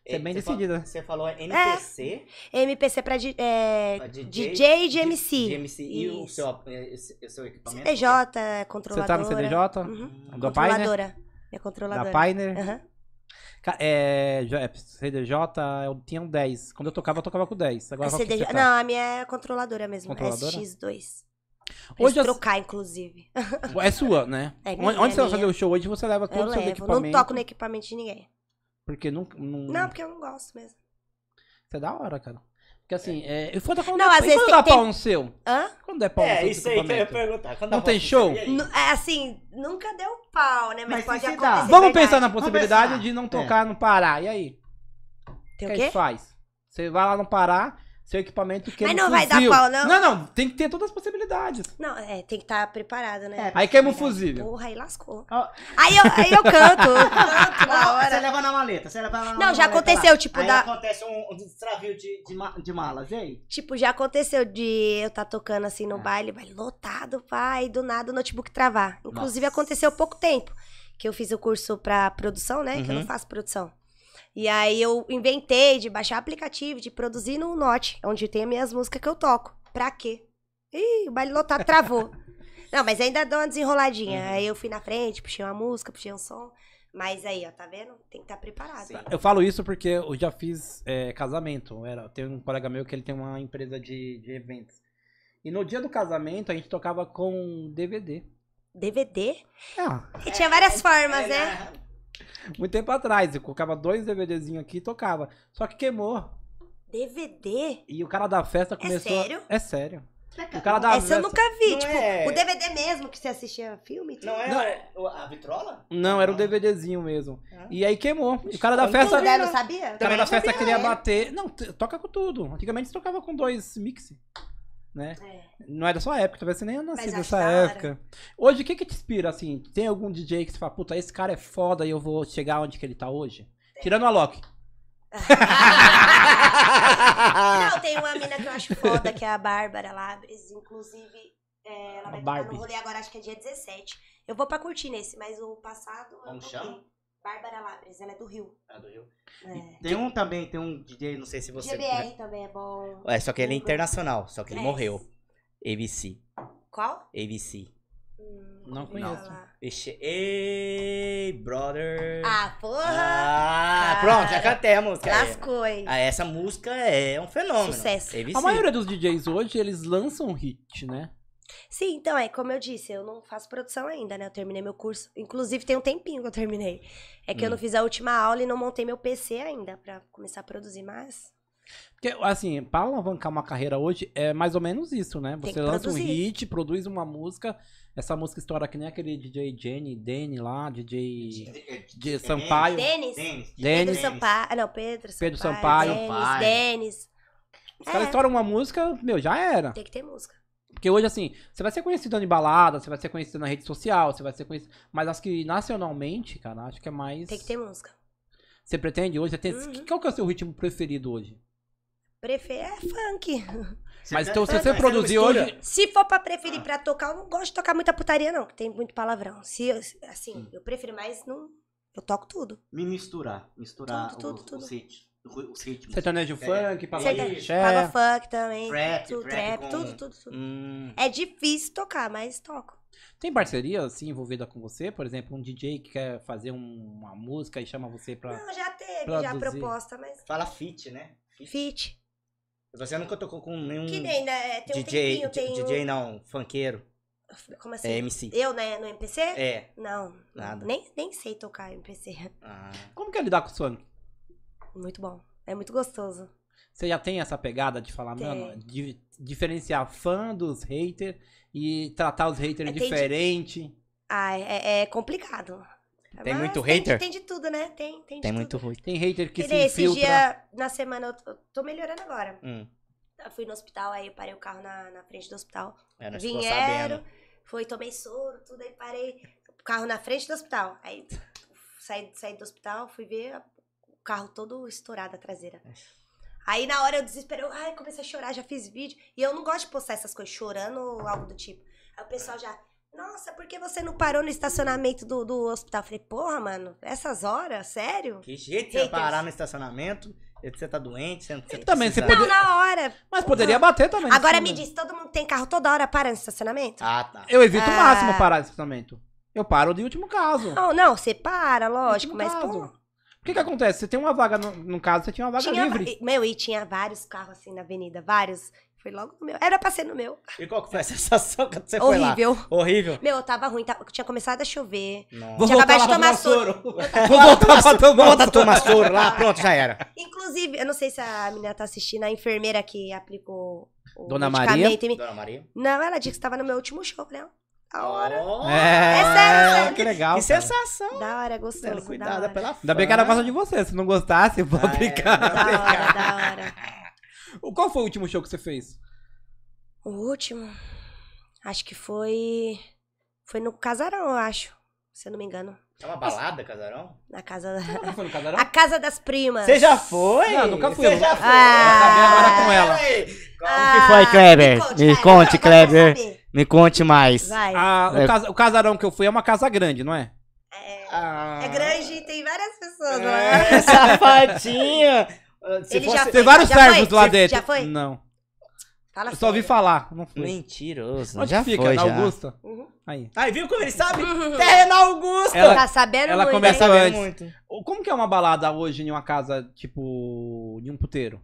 Speaker 2: Você é bem
Speaker 4: Você falou-
Speaker 2: decidida.
Speaker 4: Você falou
Speaker 3: É,
Speaker 4: NPC,
Speaker 3: MPC pra di- é,
Speaker 4: pra DJ,
Speaker 3: DJ de
Speaker 4: de
Speaker 3: MC.
Speaker 4: MC. E o
Speaker 3: Isso.
Speaker 4: seu, eh, esse- o seu equipamento?
Speaker 3: CDJ, é,
Speaker 2: Você
Speaker 3: controladora.
Speaker 2: tá no CDJ?
Speaker 3: Uhum.
Speaker 2: Da Pioneer?
Speaker 3: Controladora. Minha controladora.
Speaker 2: né? Da Pioneer?
Speaker 3: Aham.
Speaker 2: Ca- É, já- é, CDJ, eu tinha um 10. Quando eu tocava, eu tocava com 10. Agora
Speaker 3: É
Speaker 2: qual que
Speaker 3: CDJ.
Speaker 2: você tá?
Speaker 3: Não, a minha é controladora mesmo.
Speaker 2: Controladora?
Speaker 3: SX2. Pra
Speaker 2: Hoje
Speaker 3: Hoje
Speaker 2: as-
Speaker 3: trocar, inclusive.
Speaker 2: É sua, né?
Speaker 3: É
Speaker 2: Onde-
Speaker 3: minha,
Speaker 2: Onde você vai
Speaker 3: minha.
Speaker 2: fazer o show hoje, você leva todo
Speaker 3: Eu
Speaker 2: o seu
Speaker 3: levo. Não
Speaker 2: equipamento. Hum.
Speaker 3: toco no equipamento de ninguém.
Speaker 2: Porque nunca. Não,
Speaker 3: Não, porque eu não gosto mesmo.
Speaker 2: Isso é da hora, cara. Porque assim, é... eu foda quando
Speaker 3: Não,
Speaker 2: der-
Speaker 3: às
Speaker 2: e
Speaker 3: vezes
Speaker 2: quando
Speaker 3: tem-
Speaker 2: dá
Speaker 3: tem-
Speaker 2: pau no seu.
Speaker 3: Hã?
Speaker 2: Quando der pau no
Speaker 4: É,
Speaker 2: seu
Speaker 4: isso aí que eu ia
Speaker 2: equipamento?
Speaker 4: perguntar. Quando
Speaker 2: Não
Speaker 4: dá
Speaker 2: tem
Speaker 4: volta,
Speaker 2: show?
Speaker 4: e aí?
Speaker 3: Nu- é, Assim, nunca deu pau, né? Mas,
Speaker 4: Mas
Speaker 3: pode
Speaker 4: se se
Speaker 3: acontecer.
Speaker 4: dá.
Speaker 2: Vamos
Speaker 3: verdade.
Speaker 2: pensar na
Speaker 4: Vamos
Speaker 2: possibilidade
Speaker 4: pensar.
Speaker 2: de não tocar no Pará. E aí?
Speaker 3: É. Tem o
Speaker 2: que a gente
Speaker 3: quê?
Speaker 2: faz? Você vai lá no Pará, seu equipamento queima
Speaker 3: Mas
Speaker 2: o
Speaker 3: não vai dar
Speaker 2: fuzil.
Speaker 3: pau, não?
Speaker 2: Não, não, tem que ter todas as possibilidades.
Speaker 3: Não, é, tem que estar preparado, né?
Speaker 2: Aí queima o
Speaker 3: Verdade.
Speaker 2: fusível.
Speaker 3: Porra, aí lascou.
Speaker 4: É, Ó.
Speaker 3: Aí, eu, aí eu canto, eu canto na
Speaker 4: Ah, Você
Speaker 3: hora.
Speaker 4: leva na maleta, você leva na
Speaker 3: Não, já
Speaker 4: maleta lá.
Speaker 3: aconteceu, tipo,
Speaker 4: Aí
Speaker 3: da-
Speaker 4: acontece um, um destravio de, de, ma- de malas, e aí?
Speaker 3: Tipo, já aconteceu de eu estar tocando assim no
Speaker 4: Ah.
Speaker 3: baile, baile lotado, pai, do nada o notebook travar. Inclusive
Speaker 4: Nossa.
Speaker 3: aconteceu há pouco tempo que eu fiz o curso pra produção, né? Que eu
Speaker 2: Uhum.
Speaker 3: não faço produção. E aí eu inventei de baixar aplicativo, de produzir no Note, onde tem as minhas músicas que eu toco. Pra quê? Ih, o baile lotado travou. não, mas ainda dou uma desenroladinha.
Speaker 4: Uhum.
Speaker 3: Aí eu fui na frente, puxei uma música, puxei um som. Mas aí, ó, tá vendo? Tem que estar preparado.
Speaker 4: Sim.
Speaker 2: Eu falo isso porque eu já fiz é, casamento. Eu Era, tem um colega meu que ele tem uma empresa de, de eventos. E no dia do casamento a gente tocava com DVD.
Speaker 3: DVD?
Speaker 2: Ah,
Speaker 4: É,
Speaker 3: E tinha várias formas, né?
Speaker 2: muito tempo atrás. Eu colocava dois DVDzinhos aqui e tocava. Só que queimou.
Speaker 3: DVD?
Speaker 2: E o cara da festa começou. a-
Speaker 3: sério?
Speaker 2: É sério. O cara da
Speaker 3: Essa eu nunca vi,
Speaker 4: Não
Speaker 3: tipo,
Speaker 4: é-
Speaker 3: o DVD mesmo que você assistia filme. tudo.
Speaker 4: Não é,
Speaker 2: Não,
Speaker 4: o- a vitrola?
Speaker 2: Não,
Speaker 1: Ah.
Speaker 2: era um DVDzinho mesmo.
Speaker 4: Ah.
Speaker 2: E aí queimou. E o cara da
Speaker 4: Eu
Speaker 2: festa.
Speaker 3: Não, né? não
Speaker 2: O
Speaker 3: sabia?
Speaker 2: cara da
Speaker 4: não
Speaker 2: festa
Speaker 4: sabia,
Speaker 2: queria
Speaker 4: né?
Speaker 2: bater. Não, t- toca com tudo. Antigamente tocava com dois mix. Né? Não é da sua época, talvez você nem é nascido
Speaker 3: acho
Speaker 2: nessa
Speaker 3: da hora.
Speaker 2: época. Hoje, o que que te inspira, assim? Tem algum DJ que você fala, puta, esse cara é foda e eu vou chegar onde que ele tá hoje? Tirando a Loki.
Speaker 1: Ah.
Speaker 3: Não, tem uma mina que eu acho foda, que é a Bárbara Labres. Inclusive, é, ela vai estar
Speaker 2: Barbie.
Speaker 3: no rolê agora, acho que é dia 17. Eu vou pra curtir nesse, mas o passado. eu
Speaker 4: Como
Speaker 3: toquei.
Speaker 4: chama?
Speaker 3: Bárbara Labres, ela é do Rio. É.
Speaker 4: Tem um também, tem um DJ, não sei se você...
Speaker 3: GBR também é bom.
Speaker 4: É, só que ele é internacional, só que ele
Speaker 3: É.
Speaker 4: morreu. ABC,
Speaker 3: Qual?
Speaker 4: ABC.
Speaker 3: Hum,
Speaker 2: Não
Speaker 3: ouvi falar.
Speaker 2: conheço.
Speaker 4: Vixe, ei, brother.
Speaker 3: Ah, porra!
Speaker 4: Ah,
Speaker 3: cara.
Speaker 4: pronto, já cantei a música. aí.
Speaker 3: Lascou, hein?
Speaker 4: Ah, essa música é um fenômeno.
Speaker 3: Sucesso.
Speaker 4: ABC.
Speaker 2: A maioria dos DJs hoje, eles lançam hit, né?
Speaker 3: Sim, então é, como eu disse, eu não faço produção ainda, né? Eu terminei meu curso. Inclusive, tem um tempinho que eu terminei. É que eu não
Speaker 2: Hum.
Speaker 3: fiz a última aula e não montei meu PC ainda pra começar a produzir, mas.
Speaker 2: Porque, assim, pra alavancar uma carreira hoje, é mais ou menos isso, né?
Speaker 3: que
Speaker 2: Você lança um
Speaker 3: produzir.
Speaker 2: hit, produz uma música, essa música estoura que nem aquele DJ Jenny, Danny lá, DJ de Sampaio,
Speaker 3: Denis?
Speaker 4: Hum. Denis.
Speaker 3: Pedro
Speaker 2: Dennis.
Speaker 3: Sampaio. Ah, não, Pedro Sampaio.
Speaker 2: Pedro
Speaker 4: Sampaio.
Speaker 3: Denis,
Speaker 4: Sampaio.
Speaker 3: Denis.
Speaker 2: Os caras
Speaker 3: É.
Speaker 2: estouram uma música, meu, já era.
Speaker 3: Tem que ter música.
Speaker 2: Porque hoje, assim, você vai ser conhecido em balada, você vai ser conhecido na rede social, você vai ser conhecido. Mas acho que nacionalmente, cara, acho que é mais.
Speaker 3: Tem que ter música.
Speaker 2: Você pretende hoje? Você tem...
Speaker 3: Uhum.
Speaker 2: Qual que é o seu ritmo preferido hoje?
Speaker 3: Prefer é funk.
Speaker 2: Mas então, se
Speaker 4: Mas
Speaker 2: você
Speaker 4: tá- não
Speaker 2: produzir
Speaker 4: mistura.
Speaker 2: hoje.
Speaker 3: Se for pra
Speaker 4: Ah.
Speaker 3: preferir pra tocar, eu não gosto de tocar muita putaria, não, que tem muito palavrão. Se eu, assim,
Speaker 4: Hum.
Speaker 3: eu prefiro mais não. Eu toco tudo.
Speaker 4: Me misturar. Misturar
Speaker 3: Tudo, tudo,
Speaker 4: os,
Speaker 3: tudo.
Speaker 4: os rit- os ritmos.
Speaker 2: Sertanejo tá funk, pagode
Speaker 4: Sertanejo.
Speaker 3: Pava
Speaker 2: axé.
Speaker 3: funk também.
Speaker 4: Trap,
Speaker 3: tudo,
Speaker 4: trap
Speaker 3: trap,
Speaker 4: com-
Speaker 3: tudo, tudo, tudo.
Speaker 4: Hum.
Speaker 3: É difícil tocar, mas toco.
Speaker 2: Tem parceria, assim, envolvida com você? Por exemplo, um DJ que quer fazer um- uma música e chama você pra.
Speaker 3: Não, já teve, já
Speaker 2: produzir.
Speaker 3: a proposta, mas.
Speaker 4: Fala fit, né?
Speaker 3: Fit.
Speaker 4: Você nunca tocou com nenhum
Speaker 1: Hum.
Speaker 3: Que nem, né? Tem um
Speaker 4: DJ,
Speaker 3: tempinho, tem.
Speaker 4: DJ não, funkeiro,
Speaker 3: um- Como assim?
Speaker 4: é MC.
Speaker 3: Eu, né? No MPC?
Speaker 4: É.
Speaker 3: Não.
Speaker 4: Nada.
Speaker 3: Nem, nem sei tocar MPC.
Speaker 4: Ah.
Speaker 2: Como que é lidar com o funk?
Speaker 3: Muito bom. É muito gostoso.
Speaker 2: Você já tem essa pegada de falar,
Speaker 3: Tem.
Speaker 2: mano, di- diferenciar fã dos haters e tratar os haters
Speaker 3: É, tem de-
Speaker 2: diferente.
Speaker 3: Ah, é, é complicado.
Speaker 1: Tem
Speaker 3: Mas
Speaker 1: muito
Speaker 3: tem de-
Speaker 1: hater?
Speaker 3: Tem de tudo, né? Tem, tem
Speaker 1: Tem
Speaker 3: de tudo.
Speaker 1: muito ruim.
Speaker 2: Tem hater que
Speaker 3: Que
Speaker 2: se
Speaker 3: nem esse
Speaker 2: infiltra.
Speaker 3: dia, na semana, eu tô- eu tô melhorando agora.
Speaker 1: Hum,
Speaker 3: Eu fui no hospital, aí eu parei o carro na, na frente do hospital.
Speaker 1: eu não estou
Speaker 3: Vieram,
Speaker 1: sabendo.
Speaker 3: foi, tomei soro, tudo, aí parei o carro na frente do hospital. Aí saí, saí do hospital, fui ver a- o carro todo estourado a traseira. Aí na hora eu desesperei, eu, ai, comecei a chorar, já fiz vídeo. E eu não gosto de postar essas coisas, chorando ou algo do tipo. Aí o pessoal já, nossa, por que você não parou no estacionamento do, do hospital? Eu falei, porra, mano, essas horas, sério?
Speaker 4: Que jeito
Speaker 3: você vai Haters. parar
Speaker 4: no estacionamento? Você tá doente? Você,
Speaker 2: tá Também, você precisando.
Speaker 3: Não,
Speaker 2: Poder-
Speaker 3: na hora.
Speaker 2: Mas poderia bater também.
Speaker 3: Uhum.
Speaker 2: né?
Speaker 3: Agora
Speaker 2: nesse
Speaker 3: me
Speaker 2: momento.
Speaker 3: diz, todo mundo tem carro toda hora para no estacionamento?
Speaker 4: Ah, tá.
Speaker 2: Eu evito o
Speaker 3: Ah.
Speaker 2: máximo parar esse estacionamento. Eu paro de último caso.
Speaker 3: Não, não, você para, lógico,
Speaker 2: Último
Speaker 3: mas pô,
Speaker 2: caso. O que que acontece? Você tem uma vaga, no, no caso, você tinha uma vaga
Speaker 3: tinha,
Speaker 2: livre.
Speaker 3: va- Meu, e tinha vários carros assim na avenida, vários. Foi logo no meu. Era pra ser no meu.
Speaker 4: E qual que foi a sensação quando você
Speaker 3: Horrível.
Speaker 4: foi lá? Horrível.
Speaker 3: Meu, eu tava ruim, tava- tinha começado a chover.
Speaker 4: Não.
Speaker 2: Vou
Speaker 3: Tinha
Speaker 2: voltar
Speaker 3: acabado
Speaker 2: lá
Speaker 1: um
Speaker 2: pra tomar
Speaker 3: de tomar
Speaker 2: um
Speaker 3: soro.
Speaker 2: soro.
Speaker 1: Vou voltar pra tomar, vou voltar a tomar soro lá, pronto, já era.
Speaker 3: Inclusive, eu não sei se a menina tá assistindo, a enfermeira que aplicou o
Speaker 2: Dona
Speaker 3: medicamento em mim.
Speaker 4: Dona Maria?
Speaker 3: Não, ela disse que estava no meu último show, falei, ó, da hora.
Speaker 2: É,
Speaker 3: sério, sério. né? é
Speaker 2: que legal.
Speaker 4: Que
Speaker 2: cara.
Speaker 4: sensação.
Speaker 3: Da hora,
Speaker 4: Sendo
Speaker 3: gostoso, da
Speaker 4: cuidada
Speaker 3: hora.
Speaker 4: é pela
Speaker 2: Ainda bem que ela
Speaker 3: né?
Speaker 2: gosta de você. Se não gostasse, eu vou
Speaker 4: Ah, é.
Speaker 2: aplicar.
Speaker 3: Da hora, da hora.
Speaker 2: O- Qual foi o último show que você fez?
Speaker 3: O último, acho que foi... Foi no casarão, eu acho, se eu não me engano.
Speaker 4: É uma balada, casarão?
Speaker 3: Na casa... da-
Speaker 2: Não foi no casarão?
Speaker 3: A casa das primas.
Speaker 1: Você já foi?
Speaker 2: Não, nunca fui.
Speaker 4: Você já foi.
Speaker 3: Ah.
Speaker 2: Agora com ela.
Speaker 3: Ah,
Speaker 1: que foi, Kleber? Me conte,
Speaker 3: eu quero
Speaker 1: Kleber.
Speaker 3: saber.
Speaker 1: Me conte mais.
Speaker 3: Vai.
Speaker 2: Ah, o,
Speaker 1: É.
Speaker 2: casa- o casarão que eu fui é uma casa grande, não é?
Speaker 4: Ah.
Speaker 3: É grande e tem várias pessoas, não é?
Speaker 1: É, safadinha. Se
Speaker 3: Ele
Speaker 1: fosse-
Speaker 3: já
Speaker 2: Tem vários
Speaker 3: já
Speaker 2: servos
Speaker 3: foi?
Speaker 2: lá
Speaker 3: Você
Speaker 2: dentro.
Speaker 3: Já foi?
Speaker 2: Não.
Speaker 3: Fala
Speaker 2: Eu só ouvi falar. Não fui.
Speaker 1: Mentiroso.
Speaker 2: Onde
Speaker 1: já
Speaker 2: fica?
Speaker 1: foi,
Speaker 2: na
Speaker 1: já. Hum.
Speaker 2: Augusta?
Speaker 3: Uhum.
Speaker 2: Aí.
Speaker 4: Aí, viu como ele sabe?
Speaker 3: falar.
Speaker 4: Terra na Augusta.
Speaker 2: Ela-
Speaker 3: tá sabendo
Speaker 2: ela
Speaker 3: muito,
Speaker 2: começa
Speaker 3: hein?
Speaker 2: a-
Speaker 1: Sabe
Speaker 2: Antes.
Speaker 1: muito.
Speaker 2: O- Como que é uma balada hoje em uma casa, tipo, de um puteiro?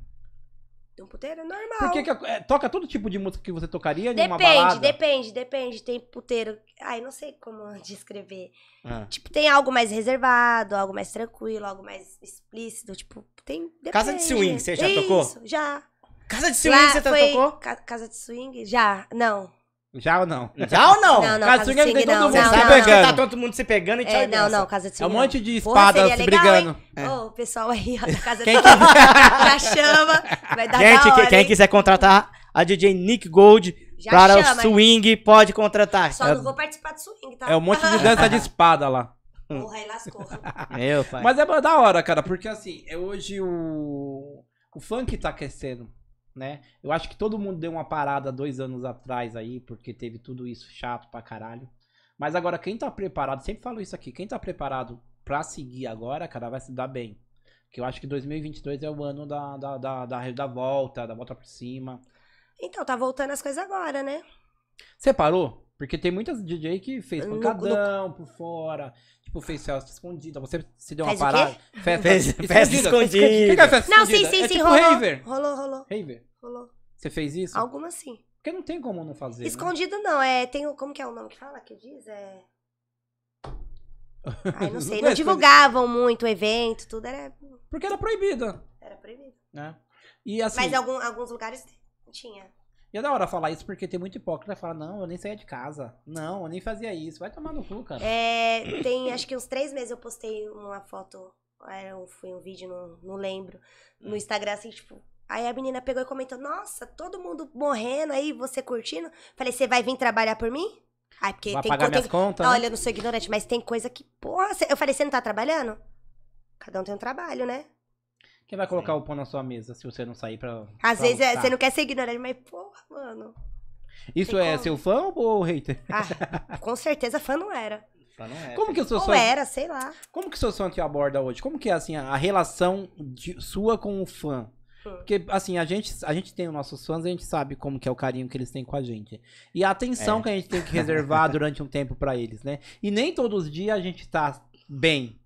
Speaker 3: De um puteiro é normal.
Speaker 2: Por que que a- é, toca todo tipo de música que você tocaria em uma
Speaker 3: Depende,
Speaker 2: balada?
Speaker 3: depende, depende. Tem puteiro... Ai, não sei como descrever.
Speaker 1: Ah.
Speaker 3: Tipo, tem algo mais reservado, algo mais tranquilo, algo mais explícito. Tipo, tem...
Speaker 1: Casa de
Speaker 3: depende.
Speaker 1: swing, você já
Speaker 3: Isso,
Speaker 1: tocou?
Speaker 3: já.
Speaker 1: Casa de
Speaker 3: Lá
Speaker 1: ciúme você tá-
Speaker 3: foi
Speaker 1: tocou?
Speaker 3: ca- Casa de swing? Já. Não.
Speaker 2: Já Ah, ou não?
Speaker 1: Já ou não?
Speaker 3: Não, não,
Speaker 2: Casa
Speaker 3: casa,
Speaker 2: de swing é
Speaker 3: de swing
Speaker 2: tem todo
Speaker 3: não,
Speaker 2: mundo
Speaker 3: não,
Speaker 2: se
Speaker 3: não,
Speaker 1: Sabe onde
Speaker 2: pegando.
Speaker 3: não.
Speaker 1: tá todo mundo se pegando e tchau
Speaker 3: É,
Speaker 1: e
Speaker 3: não,
Speaker 1: benção.
Speaker 3: não, casa de
Speaker 2: É
Speaker 3: swing
Speaker 2: um
Speaker 3: não.
Speaker 2: monte de
Speaker 3: Porra,
Speaker 2: espada
Speaker 3: seria
Speaker 2: se
Speaker 3: legal,
Speaker 2: brigando.
Speaker 1: É.
Speaker 3: Ô, o pessoal aí, ó, da casa
Speaker 2: Quem
Speaker 3: da já chama, vai dar
Speaker 1: Gente,
Speaker 3: Tá da hora,
Speaker 1: que- quem
Speaker 3: hein?
Speaker 1: quiser contratar a DJ Nick Gold
Speaker 3: já
Speaker 1: para
Speaker 3: chama,
Speaker 1: o
Speaker 3: hein?
Speaker 1: swing, pode contratar.
Speaker 3: Só não vou participar do swing, tá?
Speaker 2: É um monte de dança de espada lá.
Speaker 3: Porra, aí lascou.
Speaker 1: Meu pai.
Speaker 2: Mas é da hora, cara, porque assim, é hoje o. O funk tá aquecendo, né? Eu acho que todo mundo deu uma parada dois anos atrás aí, porque teve tudo isso chato pra caralho. Mas agora, quem tá preparado, sempre falo isso aqui, quem tá preparado pra seguir agora, cara, vai se dar bem. Que eu acho que 2022 é o ano da, da, da, da, da volta, da volta por cima.
Speaker 3: Então, tá voltando as coisas agora, né?
Speaker 2: Você parou? Porque tem muitas DJ que fez
Speaker 3: No-
Speaker 2: pancadão por fora, tipo, fez festa escondida. Você se deu uma
Speaker 3: Fez o quê?
Speaker 2: parada. Festa,
Speaker 1: Fez- festa escondida.
Speaker 2: O que que é festa
Speaker 3: Não, sim,
Speaker 2: escondida?
Speaker 3: sim,
Speaker 2: é
Speaker 3: sim,
Speaker 2: tipo
Speaker 3: rolou.
Speaker 2: Raver.
Speaker 3: Rolou, rolou,
Speaker 2: Raver.
Speaker 3: rolou.
Speaker 2: Você fez isso?
Speaker 3: Algumas sim.
Speaker 2: Porque não tem como não fazer. né?
Speaker 3: Escondido não, é... Tem o... Como que é o nome que fala, que diz? É...
Speaker 2: Não é
Speaker 3: Ai, não sei. Não
Speaker 2: escondido.
Speaker 3: divulgavam muito o evento, tudo era,
Speaker 2: Porque era proibida.
Speaker 3: era proibido.
Speaker 2: Né? E assim,
Speaker 3: Mas algum, alguns lugares tinha.
Speaker 2: e é da hora falar isso porque tem muito hipócrita que fala: não, eu nem saía de casa. Não, eu nem fazia isso. Vai tomar no cu, cara.
Speaker 3: É, tem acho que uns três meses eu postei uma foto, era um- foi um vídeo, não, não lembro,
Speaker 2: Hum.
Speaker 3: no Instagram, assim, tipo. Aí a menina pegou e comentou: Nossa, todo mundo morrendo aí, você curtindo. Falei: Você vai vir trabalhar por mim? Ai, porque
Speaker 2: Vai
Speaker 3: tem
Speaker 2: pagar
Speaker 3: coisa.
Speaker 2: minhas contas? né?
Speaker 3: Olha, eu não sou ignorante, mas tem coisa que, porra. cê- Eu falei: Você não tá trabalhando? Cada um tem um trabalho, né?
Speaker 2: Quem vai colocar o pão na sua mesa se você não sair pra.
Speaker 3: Às
Speaker 2: pra
Speaker 3: vezes é,
Speaker 2: almoçar?
Speaker 3: você não quer ser ignorante, mas, porra, mano.
Speaker 2: Isso
Speaker 3: tem
Speaker 2: é
Speaker 3: como.
Speaker 2: seu fã ou hater?
Speaker 3: Ah, com certeza fã não era.
Speaker 1: é.
Speaker 2: Como que eu sou
Speaker 3: É. Ou
Speaker 2: fã?
Speaker 3: era, sei lá.
Speaker 2: Como que o seu sonho te aborda hoje? Como que é assim a relação de- sua com o fã?
Speaker 3: Hum.
Speaker 2: Porque assim, a gente, a gente tem os nossos fãs, a gente sabe como que é o carinho que eles têm com a gente. E a atenção
Speaker 1: É.
Speaker 2: que a gente tem que reservar durante um tempo pra eles, né? E nem todos os dias a gente tá bem.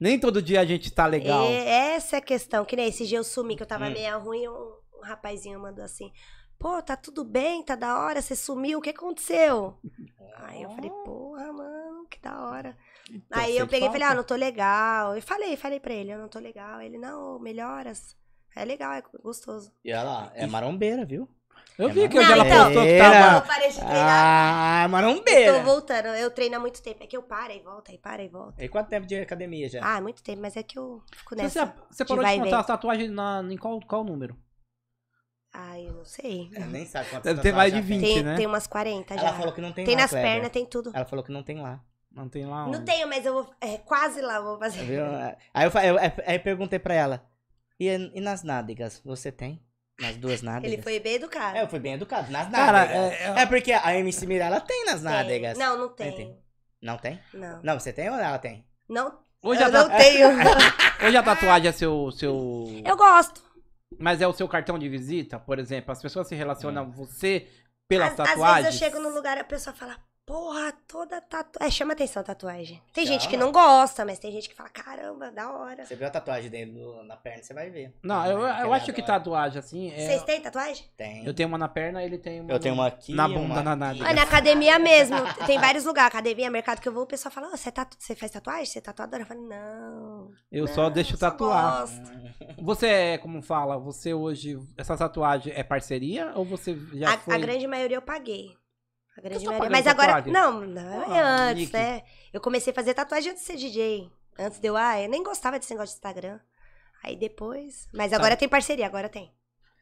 Speaker 2: Nem todo dia a gente tá legal.
Speaker 3: E essa é a questão, que nem esse dia eu sumi, que eu tava
Speaker 1: Hum.
Speaker 3: meio ruim, um, um rapazinho mandou assim, pô, tá tudo bem, tá da hora, você sumiu, o que aconteceu? Aí eu falei, porra, mano, que da hora.
Speaker 2: Então,
Speaker 3: Aí eu
Speaker 2: sente
Speaker 3: peguei e falei, ah,
Speaker 2: falta?
Speaker 3: não tô legal. Eu falei, falei pra ele, eu não tô legal. Ele, não, melhoras. É legal, é gostoso.
Speaker 1: E ela é marombeira, viu?
Speaker 2: Eu
Speaker 1: É
Speaker 2: vi que
Speaker 1: uma
Speaker 2: hoje ela
Speaker 3: merda.
Speaker 2: postou que
Speaker 1: Era-
Speaker 2: tava.
Speaker 3: Eu parei de treinar.
Speaker 1: Ah,
Speaker 3: Tô
Speaker 1: marombeira.
Speaker 3: voltando, eu treino há muito tempo. É que eu paro e volta, e para e volta.
Speaker 1: E quanto tempo de academia já?
Speaker 3: Ah, é muito tempo, mas é que eu fico
Speaker 2: Você,
Speaker 3: nessa.
Speaker 2: você parou
Speaker 3: vai
Speaker 2: de
Speaker 3: e
Speaker 2: contar
Speaker 3: vem.
Speaker 2: as tatuagens na, em qual, qual número?
Speaker 3: Ai, eu não sei.
Speaker 1: É, nem sabe quanto
Speaker 2: Deve ter mais de 20,
Speaker 3: Tem,
Speaker 2: né?
Speaker 3: tem umas 40 Tá já.
Speaker 1: Ela falou que não tem,
Speaker 3: tem
Speaker 1: lá,
Speaker 3: nas
Speaker 1: Kleber.
Speaker 3: pernas, tem tudo.
Speaker 1: Ela falou que não tem lá.
Speaker 2: Não tem lá.
Speaker 3: Não
Speaker 2: um-
Speaker 3: tenho, mas eu vou. É quase lá, eu vou fazer.
Speaker 1: Viu? Aí eu, fa- eu- aí eu perguntei pra ela. E, e nas nádegas, você tem? Nas duas nádegas?
Speaker 3: Ele foi bem educado.
Speaker 1: É, eu fui bem educado. Nas
Speaker 2: Cara,
Speaker 1: nádegas.
Speaker 2: é-
Speaker 1: é... porque a MC Mirella tem nas
Speaker 3: Tem.
Speaker 1: nádegas.
Speaker 3: Não, não
Speaker 1: Tem,
Speaker 3: tem.
Speaker 1: tem. Não tem?
Speaker 3: Não.
Speaker 1: Não, você tem ou ela tem?
Speaker 3: Não,
Speaker 2: Hoje, a
Speaker 3: eu não
Speaker 2: ta-
Speaker 3: tenho.
Speaker 2: hoje a tatuagem é seu. seu...
Speaker 3: eu gosto.
Speaker 2: Mas é o seu cartão de visita, por exemplo. As pessoas se
Speaker 1: É.
Speaker 2: relacionam a você pelas
Speaker 3: Às, às
Speaker 2: tatuagens.
Speaker 3: vezes eu chego num lugar e a pessoa fala, porra, toda tatuagem. É, chama atenção a tatuagem. Tem gente que
Speaker 1: Chama.
Speaker 3: não gosta, mas tem gente que fala, caramba, da hora.
Speaker 1: Você viu a tatuagem dele no- na perna, você vai ver.
Speaker 2: Não, eu, eu acho que
Speaker 1: tá
Speaker 2: tatuagem, assim. é-
Speaker 3: Vocês têm tatuagem?
Speaker 1: Tem.
Speaker 2: Eu tenho uma na perna, ele tem uma.
Speaker 1: Eu tenho uma aqui.
Speaker 2: Na bunda,
Speaker 1: uma
Speaker 2: na
Speaker 1: aqui.
Speaker 2: nádega.
Speaker 3: Ah, na academia mesmo. Tem vários lugares. Academia, mercado que eu vou, o pessoal fala, "Ô, você tatu... você faz tatuagem? Você é tatuadora? Eu falo, não.
Speaker 2: Eu
Speaker 3: não,
Speaker 2: só deixo tatuar.
Speaker 3: gosto."
Speaker 2: Você é, como fala, você hoje. Essa tatuagem é parceria ou você já
Speaker 3: a, a
Speaker 2: foi.
Speaker 3: grande maioria eu paguei. A grande
Speaker 2: você tá
Speaker 3: maioria.
Speaker 2: pagando
Speaker 3: Mas agora.
Speaker 2: tatuagem?
Speaker 3: Não, não é
Speaker 2: Ah,
Speaker 3: antes,
Speaker 2: Nick.
Speaker 3: né? Eu comecei a fazer tatuagem antes de ser DJ. Antes de eu. Ah, eu nem gostava desse negócio de Instagram. Aí depois. Mas
Speaker 2: Tá.
Speaker 3: agora tem parceria, agora tem.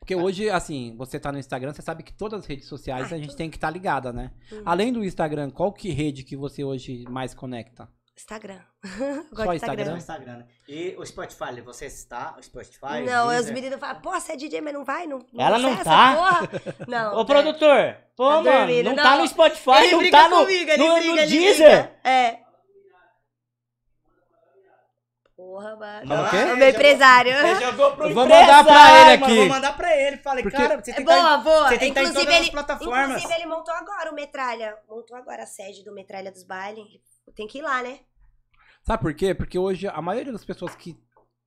Speaker 2: Porque hoje, assim, você tá no Instagram, você sabe que todas as redes sociais
Speaker 3: Ah,
Speaker 2: a gente
Speaker 3: tudo.
Speaker 2: tem que estar ligada, né?
Speaker 3: Hum.
Speaker 2: Além do Instagram, qual que rede que você hoje mais conecta?
Speaker 3: Instagram.
Speaker 2: Só
Speaker 3: Agora
Speaker 2: Instagram?
Speaker 4: Só o Instagram. né? E o Spotify, você está? O Spotify? Deezer?
Speaker 3: Não,
Speaker 1: né?
Speaker 3: os meninos falam, pô, você é DJ, mas não vai? Não,
Speaker 1: Ela não
Speaker 3: acessa,
Speaker 1: tá?
Speaker 3: Porra. Não.
Speaker 1: Ô, produtor! Pô,
Speaker 3: Tá
Speaker 1: mano,
Speaker 3: dormindo,
Speaker 1: não,
Speaker 3: não.
Speaker 1: tá no Spotify,
Speaker 3: Ele
Speaker 1: não
Speaker 3: briga
Speaker 1: tá no,
Speaker 3: comigo, ele
Speaker 1: no, no
Speaker 3: briga, ele
Speaker 1: Deezer.
Speaker 3: briga. É. Porra, mano.
Speaker 1: Não,
Speaker 4: Ah,
Speaker 1: o quê?
Speaker 4: é,
Speaker 3: O meu
Speaker 4: já-
Speaker 3: empresário.
Speaker 1: Você jogou pro
Speaker 2: Eu vou mandar pra
Speaker 1: empresário,
Speaker 2: ele
Speaker 1: mano,
Speaker 2: aqui.
Speaker 1: Vou mandar pra ele. Falei,
Speaker 2: Porque-
Speaker 1: cara, você
Speaker 3: É
Speaker 1: tem que
Speaker 3: boa, boa.
Speaker 1: você tem que tá em
Speaker 3: inclusive,
Speaker 1: todas as
Speaker 3: ele,
Speaker 1: plataformas.
Speaker 3: inclusive, ele montou agora o Metralha. Montou agora a sede do Metralha dos Baile. Tem que ir lá, né?
Speaker 2: Sabe por quê? Porque hoje a maioria das pessoas que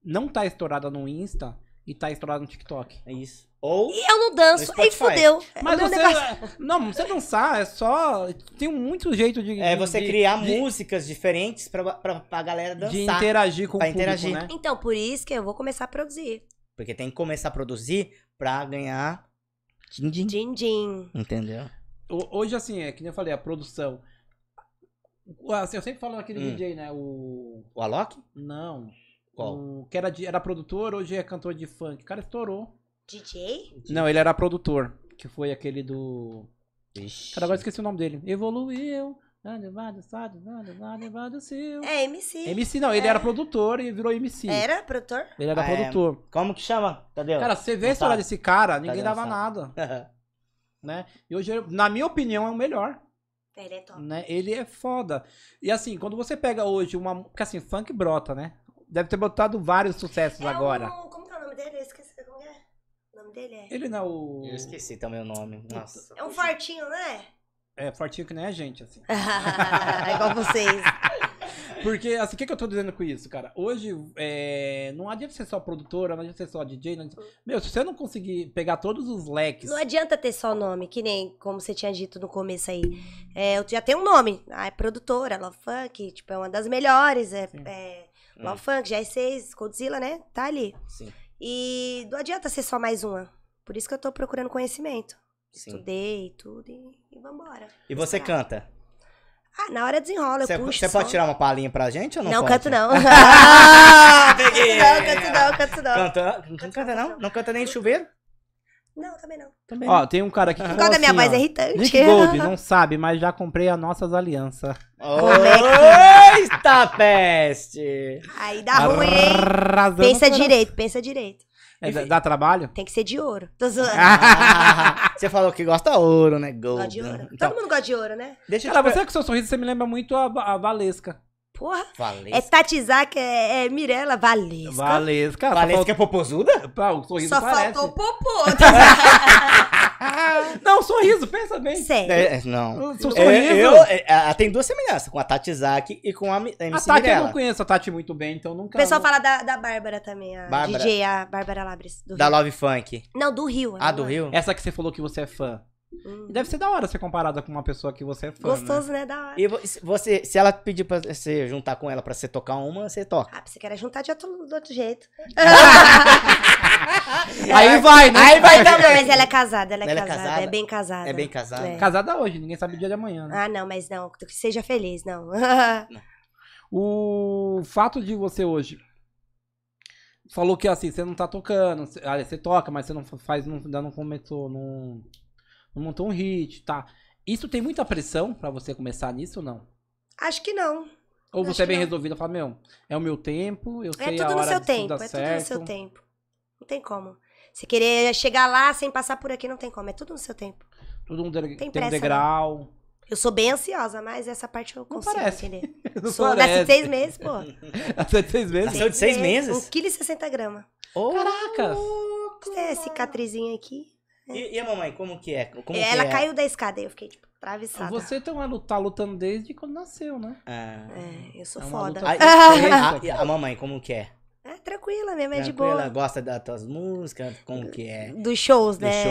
Speaker 2: não tá estourada no Insta e tá estourada no TikTok.
Speaker 1: É Isso. Ou
Speaker 3: E eu não danço.
Speaker 1: No
Speaker 3: Aí
Speaker 1: Spotify.
Speaker 3: fudeu.
Speaker 2: Mas
Speaker 3: É, O meu
Speaker 2: você.
Speaker 3: negócio-
Speaker 2: Não, você dançar é só. Tem um muito jeito de.
Speaker 1: é
Speaker 2: de-
Speaker 1: você
Speaker 2: de-
Speaker 1: criar
Speaker 2: de-
Speaker 1: músicas diferentes pra, pra, pra galera dançar.
Speaker 2: De interagir com
Speaker 1: pra
Speaker 2: o público,
Speaker 1: interagir.
Speaker 2: né?
Speaker 3: Então, por isso que eu vou começar a produzir.
Speaker 1: Porque tem que começar a produzir pra ganhar. Din, din, din.
Speaker 3: Din Din.
Speaker 1: Entendeu?
Speaker 2: Ho- Hoje, assim, é que nem eu falei, a produção. O- assim, Eu sempre falo aquele
Speaker 1: Hum.
Speaker 2: DJ, né? O.
Speaker 1: O Alok?
Speaker 2: Não.
Speaker 1: Qual?
Speaker 2: O que era, de- era produtor, hoje é cantor de funk. O cara estourou.
Speaker 3: DJ?
Speaker 2: Não, ele era produtor. Que foi aquele do.
Speaker 1: Ixi.
Speaker 2: Cara, agora esqueci o nome dele. Evoluiu. Ande, vado, sado, vado, vado, vado, seu.
Speaker 3: É, MC.
Speaker 2: MC não, ele era produtor e virou MC.
Speaker 3: Era produtor?
Speaker 2: Ele era
Speaker 1: Ah, é.
Speaker 2: produtor.
Speaker 1: Como que chama, Tadeu?
Speaker 2: Cara, você vê a
Speaker 1: Não
Speaker 2: história
Speaker 1: sabe. Tá
Speaker 2: desse cara,
Speaker 1: Cadê?
Speaker 2: ninguém
Speaker 1: Não
Speaker 2: dava nada,
Speaker 1: Cara,
Speaker 2: né? E hoje, na minha opinião, é o melhor,
Speaker 3: Ele é top.
Speaker 2: né? Ele é foda. E assim, quando você pega hoje uma... Porque assim, funk brota, né? Deve ter botado vários sucessos
Speaker 3: É
Speaker 2: agora.
Speaker 3: o- Como que é o nome dele? Eu esqueci como é. O nome dele é...
Speaker 2: Ele não é o...
Speaker 1: Eu esqueci também o nome. Nossa.
Speaker 3: É um fortinho, né?
Speaker 2: É fortinho que nem a gente, assim.
Speaker 3: É Igual vocês.
Speaker 2: Porque, assim, o que, que eu tô dizendo com isso, cara? Hoje, é, não adianta ser só produtora, não adianta ser só DJ. não adianta- Meu, se você não conseguir pegar todos os leques...
Speaker 3: Não é adianta ter só nome, que nem como você tinha dito no começo aí. É, eu já tenho um nome. Ah, é produtora, Love Funk, tipo, é uma das melhores. É,
Speaker 2: Sim.
Speaker 3: é
Speaker 1: Hum.
Speaker 3: Love Funk, GR6, Godzilla, né? Tá ali.
Speaker 1: Sim,
Speaker 3: E não adianta ser só mais uma. Por isso que eu tô procurando conhecimento.
Speaker 1: sim.
Speaker 3: Estudei tudo e, e vambora.
Speaker 1: E você canta?
Speaker 3: Ah, na hora desenrola, eu
Speaker 1: Você
Speaker 3: puxo.
Speaker 1: você
Speaker 3: som.
Speaker 1: é pode tirar uma palhinha pra gente ou não?
Speaker 3: Não, não
Speaker 1: pode?
Speaker 3: canto não.
Speaker 1: Ah, peguei!
Speaker 3: não, canto não, canto não.
Speaker 1: Canta, não canta não? Não canta nem em chuveiro?
Speaker 3: Não, também não.
Speaker 1: Também.
Speaker 2: Ó, tem um cara aqui que
Speaker 3: Por
Speaker 2: falou
Speaker 3: causa da minha
Speaker 2: assim,
Speaker 3: voz
Speaker 2: ó,
Speaker 3: é irritante.
Speaker 2: Nick Gold, né? não sabe, mas já comprei as nossas alianças.
Speaker 1: Eita peste!
Speaker 3: Aí dá Tá ruim, hein?
Speaker 2: Arrasando
Speaker 3: Pensa
Speaker 2: no coração.
Speaker 3: direito, pensa direito.
Speaker 2: É, dá, dá trabalho?
Speaker 3: Tem que ser de ouro. Tô zoando.
Speaker 1: Ah, você falou que gosta ouro, né? Gold.
Speaker 3: gosta de ouro.
Speaker 1: Então,
Speaker 3: Todo mundo gosta de ouro, né?
Speaker 1: deixa eu
Speaker 2: Cara,
Speaker 1: te per-
Speaker 2: você com seu sorriso, você me lembra muito a, Va- a Valesca.
Speaker 3: Porra.
Speaker 1: Valesca.
Speaker 3: É Tatizak, é, é Mirella Valesca.
Speaker 2: Valesca.
Speaker 1: Valesca é popozuda?
Speaker 2: Só, faltou, o sorriso
Speaker 3: Só
Speaker 2: parece.
Speaker 3: faltou popô. tá
Speaker 1: É,
Speaker 2: Não, sorriso, pensa bem.
Speaker 3: Sério.
Speaker 1: É, é, não.
Speaker 2: O seu
Speaker 1: É,
Speaker 2: sorriso.
Speaker 1: eu, é, ela tem duas semelhanças, com a Tati Zaki e com a Mi-
Speaker 2: A
Speaker 1: MC
Speaker 3: é
Speaker 2: Tati eu não
Speaker 1: Mirella.
Speaker 2: conheço a Tati muito bem, então nunca.
Speaker 3: O pessoal fala da, da Bárbara também, a
Speaker 1: Bárbara.
Speaker 3: DJ, a Bárbara Labres. Do
Speaker 1: Da
Speaker 3: Rio.
Speaker 1: Love Funk.
Speaker 3: Não, do Rio.
Speaker 1: Ah, do
Speaker 3: né?
Speaker 1: Rio? Então,
Speaker 2: Essa que você falou que você é fã.
Speaker 3: Hum.
Speaker 2: E deve ser da hora ser comparada com uma pessoa que você é fã. Né?
Speaker 3: Gostoso, né? Da hora.
Speaker 1: E vo- se você, se ela pedir pra você juntar com ela pra você tocar uma, você toca.
Speaker 3: Ah, você quer juntar de outro, do outro jeito. é.
Speaker 1: Aí vai, né? Aí vai
Speaker 3: não,
Speaker 1: também.
Speaker 3: mas ela é casada, ela é,
Speaker 1: Ela é
Speaker 3: casada,
Speaker 1: casada?
Speaker 3: é bem casada.
Speaker 1: É bem casada.
Speaker 3: É.
Speaker 2: Casada hoje, ninguém sabe o dia de amanhã, né?
Speaker 1: É.
Speaker 3: Ah, não, mas não, que seja feliz, não.
Speaker 2: O fato de você hoje. Falou que assim, você não tá tocando. você- ah, Você toca, mas você não faz. Não, ainda não começou. Não, não montou um hit, tá? Isso tem muita pressão pra você começar nisso ou não?
Speaker 3: Aach que não.
Speaker 2: Ou
Speaker 3: Acho
Speaker 2: você é
Speaker 3: que
Speaker 2: bem
Speaker 3: não.
Speaker 2: resolvida fala, meu, é o meu tempo, eu
Speaker 3: É
Speaker 2: sei a
Speaker 3: tudo no
Speaker 2: hora disso dar
Speaker 3: seu tempo, é tudo no seu
Speaker 2: certo.
Speaker 3: tempo. Não tem como. Você querer chegar lá sem passar por aqui, não tem como. É tudo no seu tempo.
Speaker 2: Tudo um, de- tem um
Speaker 3: pressa, né?
Speaker 2: degrau.
Speaker 3: Eu sou bem ansiosa, mas essa parte eu consigo
Speaker 2: parece.
Speaker 3: entender.
Speaker 2: Não
Speaker 3: sou, nasci
Speaker 2: parece.
Speaker 3: de seis meses, Assim. pô.
Speaker 2: Nasceu de seis meses?
Speaker 1: Nasceu de seis meses?
Speaker 3: 1,60 kg.
Speaker 1: Ô,
Speaker 2: Caracas!
Speaker 3: É, cicatrizinha aqui.
Speaker 1: E, e a mamãe, como que é? Como
Speaker 3: Ela
Speaker 1: que é?
Speaker 3: caiu da escada e eu fiquei, tipo, atravessada.
Speaker 2: Você tá, tá lutando desde quando nasceu, né?
Speaker 1: Ah.
Speaker 3: É, eu sou
Speaker 2: É uma
Speaker 3: foda.
Speaker 2: luta-
Speaker 1: Aí, a- e a, mamãe, como que é?
Speaker 3: É, tranquila, minha mãe é de
Speaker 1: Tranquila?
Speaker 3: boa.
Speaker 1: gosta das tuas músicas? Como que é?
Speaker 3: Dos shows,
Speaker 1: Dos
Speaker 3: né?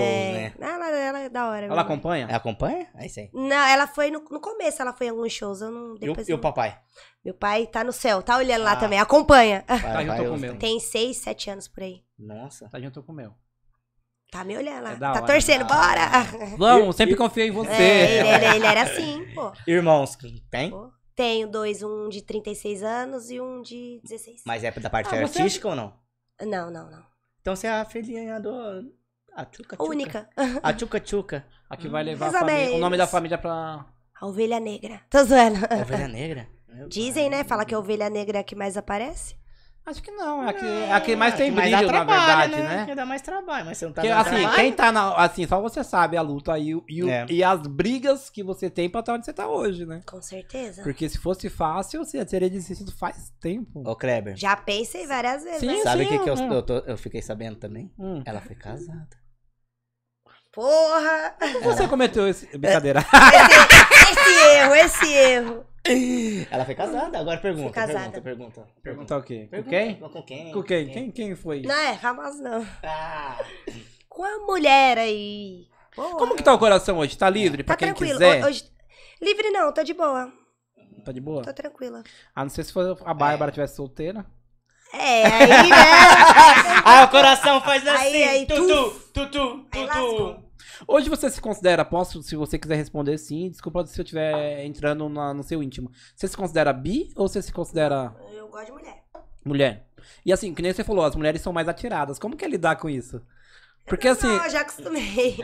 Speaker 1: shows,
Speaker 3: Ela, ela é da hora.
Speaker 2: Ela
Speaker 3: minha mãe.
Speaker 2: acompanha?
Speaker 1: Ela acompanha? É Aí sim.
Speaker 3: Não, ela foi no, no começo, ela foi em alguns shows. Eu não.
Speaker 1: E o,
Speaker 3: Depois
Speaker 1: e o
Speaker 3: não-
Speaker 1: papai?
Speaker 3: Meu pai tá no céu, tá olhando lá
Speaker 1: Ah.
Speaker 3: também, acompanha.
Speaker 1: Pai-
Speaker 2: junto
Speaker 1: pai
Speaker 2: com o
Speaker 1: ouve
Speaker 2: meu.
Speaker 1: também.
Speaker 3: Tem seis, sete anos por aí.
Speaker 1: Nossa.
Speaker 2: Tá junto com o meu.
Speaker 3: Tá me olhando lá.
Speaker 2: É da
Speaker 3: tá
Speaker 2: hora, da
Speaker 3: torcendo, bora!
Speaker 2: Vamos, sempre confiei em você.
Speaker 3: É, ele, era, ele era assim, pô.
Speaker 1: Irmãos, tem?
Speaker 3: Tenho dois, um de 36 anos e um de 16.
Speaker 1: Mas é da parte
Speaker 2: Ah, você-
Speaker 1: artística ou não?
Speaker 3: Não, não, não.
Speaker 1: Então você é a filhinha do... A tchuca
Speaker 2: tipo
Speaker 1: tchuca.
Speaker 3: Única. Ah,
Speaker 1: A tchuca tchuca.
Speaker 2: Aqui vai levar a
Speaker 3: Mais ou
Speaker 2: família- o
Speaker 3: menos.
Speaker 2: nome da família pra.
Speaker 3: A ovelha negra. Tô zoando.
Speaker 1: Ovelha negra? Meu
Speaker 3: Dizem,
Speaker 1: pai.
Speaker 3: né? Fala que a ovelha negra é a que mais aparece.
Speaker 2: Acho que não, é a que, é a que mais tem
Speaker 1: que
Speaker 2: brilho,
Speaker 1: dá
Speaker 2: na
Speaker 1: trabalho,
Speaker 2: verdade,
Speaker 1: né?
Speaker 2: né?
Speaker 1: Que dá mais trabalho, mas você não tá
Speaker 2: Porque,
Speaker 1: dando
Speaker 2: assim,
Speaker 1: trabalho.
Speaker 2: quem tá na. Assim, só você sabe a luta e, o- e, o-
Speaker 1: É.
Speaker 2: e as brigas que você tem pra estar onde você tá hoje, né?
Speaker 3: Com certeza.
Speaker 2: Porque se fosse fácil, você teria desistido faz tempo.
Speaker 1: Ô, Kleber,
Speaker 3: Já pensei várias vezes.
Speaker 2: Sim.
Speaker 3: né?
Speaker 1: sabe o que,
Speaker 2: sim,
Speaker 1: que eu,
Speaker 2: eu-
Speaker 1: eu tô- eu fiquei sabendo também?
Speaker 2: Hum.
Speaker 1: Ela foi casada.
Speaker 3: Porra!
Speaker 2: Você cometeu esse. Brincadeira.
Speaker 3: Esse, esse erro, esse erro.
Speaker 1: Ela foi casada? Agora pergunta,
Speaker 3: Fui casada.
Speaker 1: pergunta, pergunta.
Speaker 2: Perguntar o quê? Com
Speaker 1: Pergunta.
Speaker 2: quem?
Speaker 1: Com quem?
Speaker 2: Com quem? Quem, quem foi?
Speaker 3: Não é, Ramos não.
Speaker 1: Ah,
Speaker 3: Tá. Com a mulher aí. Porra.
Speaker 2: Como que tá o coração hoje? Tá livre pra
Speaker 3: Tá
Speaker 2: quem
Speaker 3: tranquilo.
Speaker 2: quiser?
Speaker 3: Ho- Hoje... Livre não, tô de boa.
Speaker 2: Tá de boa?
Speaker 3: Tô tranquila.
Speaker 2: A não ser se for a Bárbara tivesse solteira.
Speaker 3: É, aí, né?
Speaker 1: Aí o coração faz assim.
Speaker 3: Aí, aí,
Speaker 1: tutu, tutu,
Speaker 3: Aí
Speaker 1: tutu.
Speaker 3: lascou.
Speaker 2: Hoje você se considera, posso, se você quiser responder sim, desculpa se eu estiver entrando na- no seu íntimo. Você se considera bi ou você se considera
Speaker 3: Eu gosto de mulher.
Speaker 2: mulher? E assim, que nem você falou, as mulheres são mais atiradas. Como que é lidar com isso? Porque assim,
Speaker 3: Não, é eu já acostumei.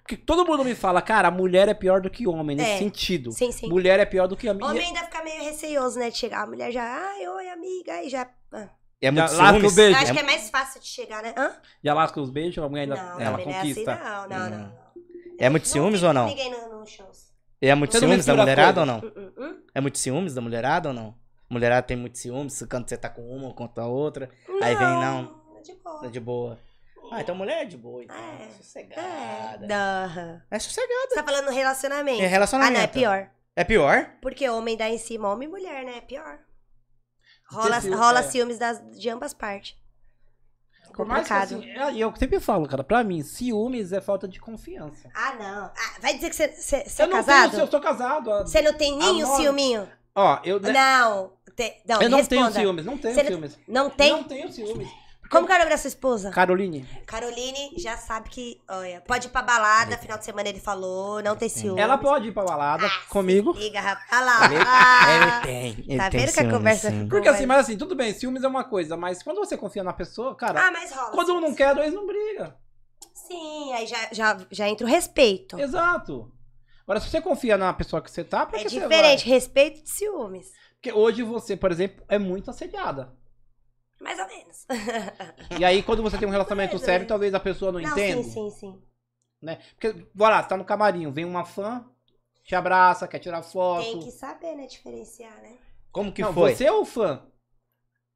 Speaker 2: porque todo mundo me fala, cara, mulher é pior do que homem, nesse
Speaker 3: É.
Speaker 2: sentido.
Speaker 3: sim, sim.
Speaker 2: Mulher é pior do que homem.
Speaker 3: Homem ainda fica meio receioso, né? De chegar. A mulher já, ai, oi, amiga. E já. Ah.
Speaker 1: É muito
Speaker 2: Já lasca o
Speaker 1: ciúmes?
Speaker 2: beijo.
Speaker 3: Eu acho que é mais fácil de chegar, né? Hã?
Speaker 2: E ela com os beijos, a mulher ainda
Speaker 3: não,
Speaker 2: ela
Speaker 3: também não é assim,
Speaker 2: conquista.
Speaker 3: não. Não, não. não.
Speaker 1: Uhum. É muito
Speaker 3: Não
Speaker 1: ciúmes
Speaker 3: tem
Speaker 1: ou não?
Speaker 3: Ninguém no, no shows.
Speaker 1: É muito
Speaker 2: Você não
Speaker 1: ciúmes da
Speaker 2: mistura as
Speaker 1: mulherada ou não?
Speaker 3: Hum, hum, hum.
Speaker 1: É muito ciúmes da mulherada ou não? Mulherada tem muito ciúmes quando você tá com uma ou contra a outra. Aí vem,
Speaker 3: É De boa.
Speaker 1: É de boa. Ah, então mulher é de boa. Então.
Speaker 3: É. É,
Speaker 1: Sossegada.
Speaker 3: da...
Speaker 1: É sossegada.
Speaker 3: Você tá falando relacionamento.
Speaker 1: É
Speaker 3: Ah,
Speaker 1: relacionamento.
Speaker 3: não, é pior.
Speaker 1: É pior?
Speaker 3: Porque homem dá em cima, homem e mulher, né? É pior. Rola,
Speaker 2: ciúme,
Speaker 3: rola
Speaker 2: é.
Speaker 3: ciúmes das, de ambas partes.
Speaker 2: Por mais que,
Speaker 3: Complicado.
Speaker 2: assim, é- e eu sempre falo, cara, pra mim, ciúmes é falta de confiança.
Speaker 3: Ah, não. Ah, vai dizer que você- você você
Speaker 2: eu
Speaker 3: é
Speaker 2: não
Speaker 3: casado?
Speaker 2: Tenho, eu sou casado. ó.
Speaker 3: Você não tem nenhum
Speaker 2: Amor.
Speaker 3: ciúminho?
Speaker 2: Ó, eu, né,
Speaker 3: Não. Te- Não,
Speaker 2: eu não
Speaker 3: responda.
Speaker 2: tenho ciúmes, não tenho
Speaker 3: Você não-
Speaker 2: ciúmes.
Speaker 3: Não tem?
Speaker 2: Não tenho ciúmes.
Speaker 3: Como que é o nome da sua esposa?
Speaker 2: Caroline,
Speaker 3: Caroline já sabe que, olha, pode ir pra balada, final de semana ele falou, não tem ciúmes.
Speaker 2: ela pode ir pra balada
Speaker 3: Ah,
Speaker 2: comigo.
Speaker 3: se Liga, rapaz. Ah lá.
Speaker 1: Ele-
Speaker 2: é
Speaker 3: ah.
Speaker 1: tem. Ele
Speaker 3: tá
Speaker 1: tem
Speaker 3: vendo que a
Speaker 1: ciúmes,
Speaker 3: conversa
Speaker 1: sim.
Speaker 2: Porque assim, mas assim, tudo bem, ciúmes é uma coisa, mas quando você confia na pessoa, cara,
Speaker 3: Ah, mas rola.
Speaker 2: quando um não quer, dois não briga.
Speaker 3: Sim, aí já, já, já entra o respeito.
Speaker 2: Exato. Agora, se você confia na pessoa que você tá, pra
Speaker 3: É
Speaker 2: que você
Speaker 3: diferente,
Speaker 2: vai?
Speaker 3: respeito de ciúmes.
Speaker 2: Porque hoje você, por exemplo, é muito assediada.
Speaker 3: Mais ou menos.
Speaker 2: E aí, quando você tem um relacionamento
Speaker 3: Mais ou
Speaker 2: sério,
Speaker 3: menos.
Speaker 2: talvez a pessoa não, entenda.
Speaker 3: é. sim, sim, sim.
Speaker 2: né? Porque, bora lá, você tá no camarim, vem uma fã, te abraça, quer tirar foto.
Speaker 3: Tem que saber, né, diferenciar, né?
Speaker 1: Como que
Speaker 2: não,
Speaker 1: foi?
Speaker 2: você é o fã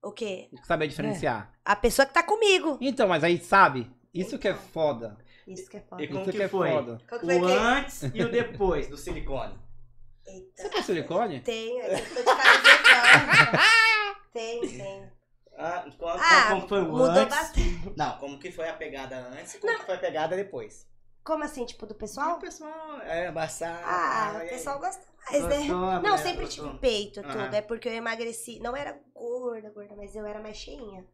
Speaker 3: O quê?
Speaker 2: que sabe diferenciar.
Speaker 3: A pessoa que tá comigo.
Speaker 2: Então, mas aí sabe, isso que é foda.
Speaker 3: Isso que é foda.
Speaker 4: E como
Speaker 2: isso
Speaker 4: que foi?
Speaker 2: é foda.
Speaker 3: Qual que foi
Speaker 4: O
Speaker 3: que...
Speaker 4: antes e o depois do silicone.
Speaker 2: Você
Speaker 3: Eita.
Speaker 2: tem silicone?
Speaker 3: Tem, aí eu tô de camiseta. Tem, tem.
Speaker 4: Ah, como,
Speaker 3: Ah,
Speaker 4: como foi o
Speaker 3: mudou
Speaker 4: antes?
Speaker 3: bastante.
Speaker 4: Não, como que foi a pegada antes e como que foi a pegada depois?
Speaker 3: Como assim, tipo, do
Speaker 1: E o
Speaker 3: pessoal?
Speaker 1: pessoal é abraçar.
Speaker 3: Ah, o
Speaker 1: é-
Speaker 3: pessoal gosta mais, né?
Speaker 1: Gostou,
Speaker 3: Não,
Speaker 1: né?
Speaker 3: sempre
Speaker 1: Gostou.
Speaker 3: tive peito,
Speaker 1: Aham.
Speaker 3: tudo. É porque eu emagreci. Não era gorda, gorda, mas eu era mais cheinha.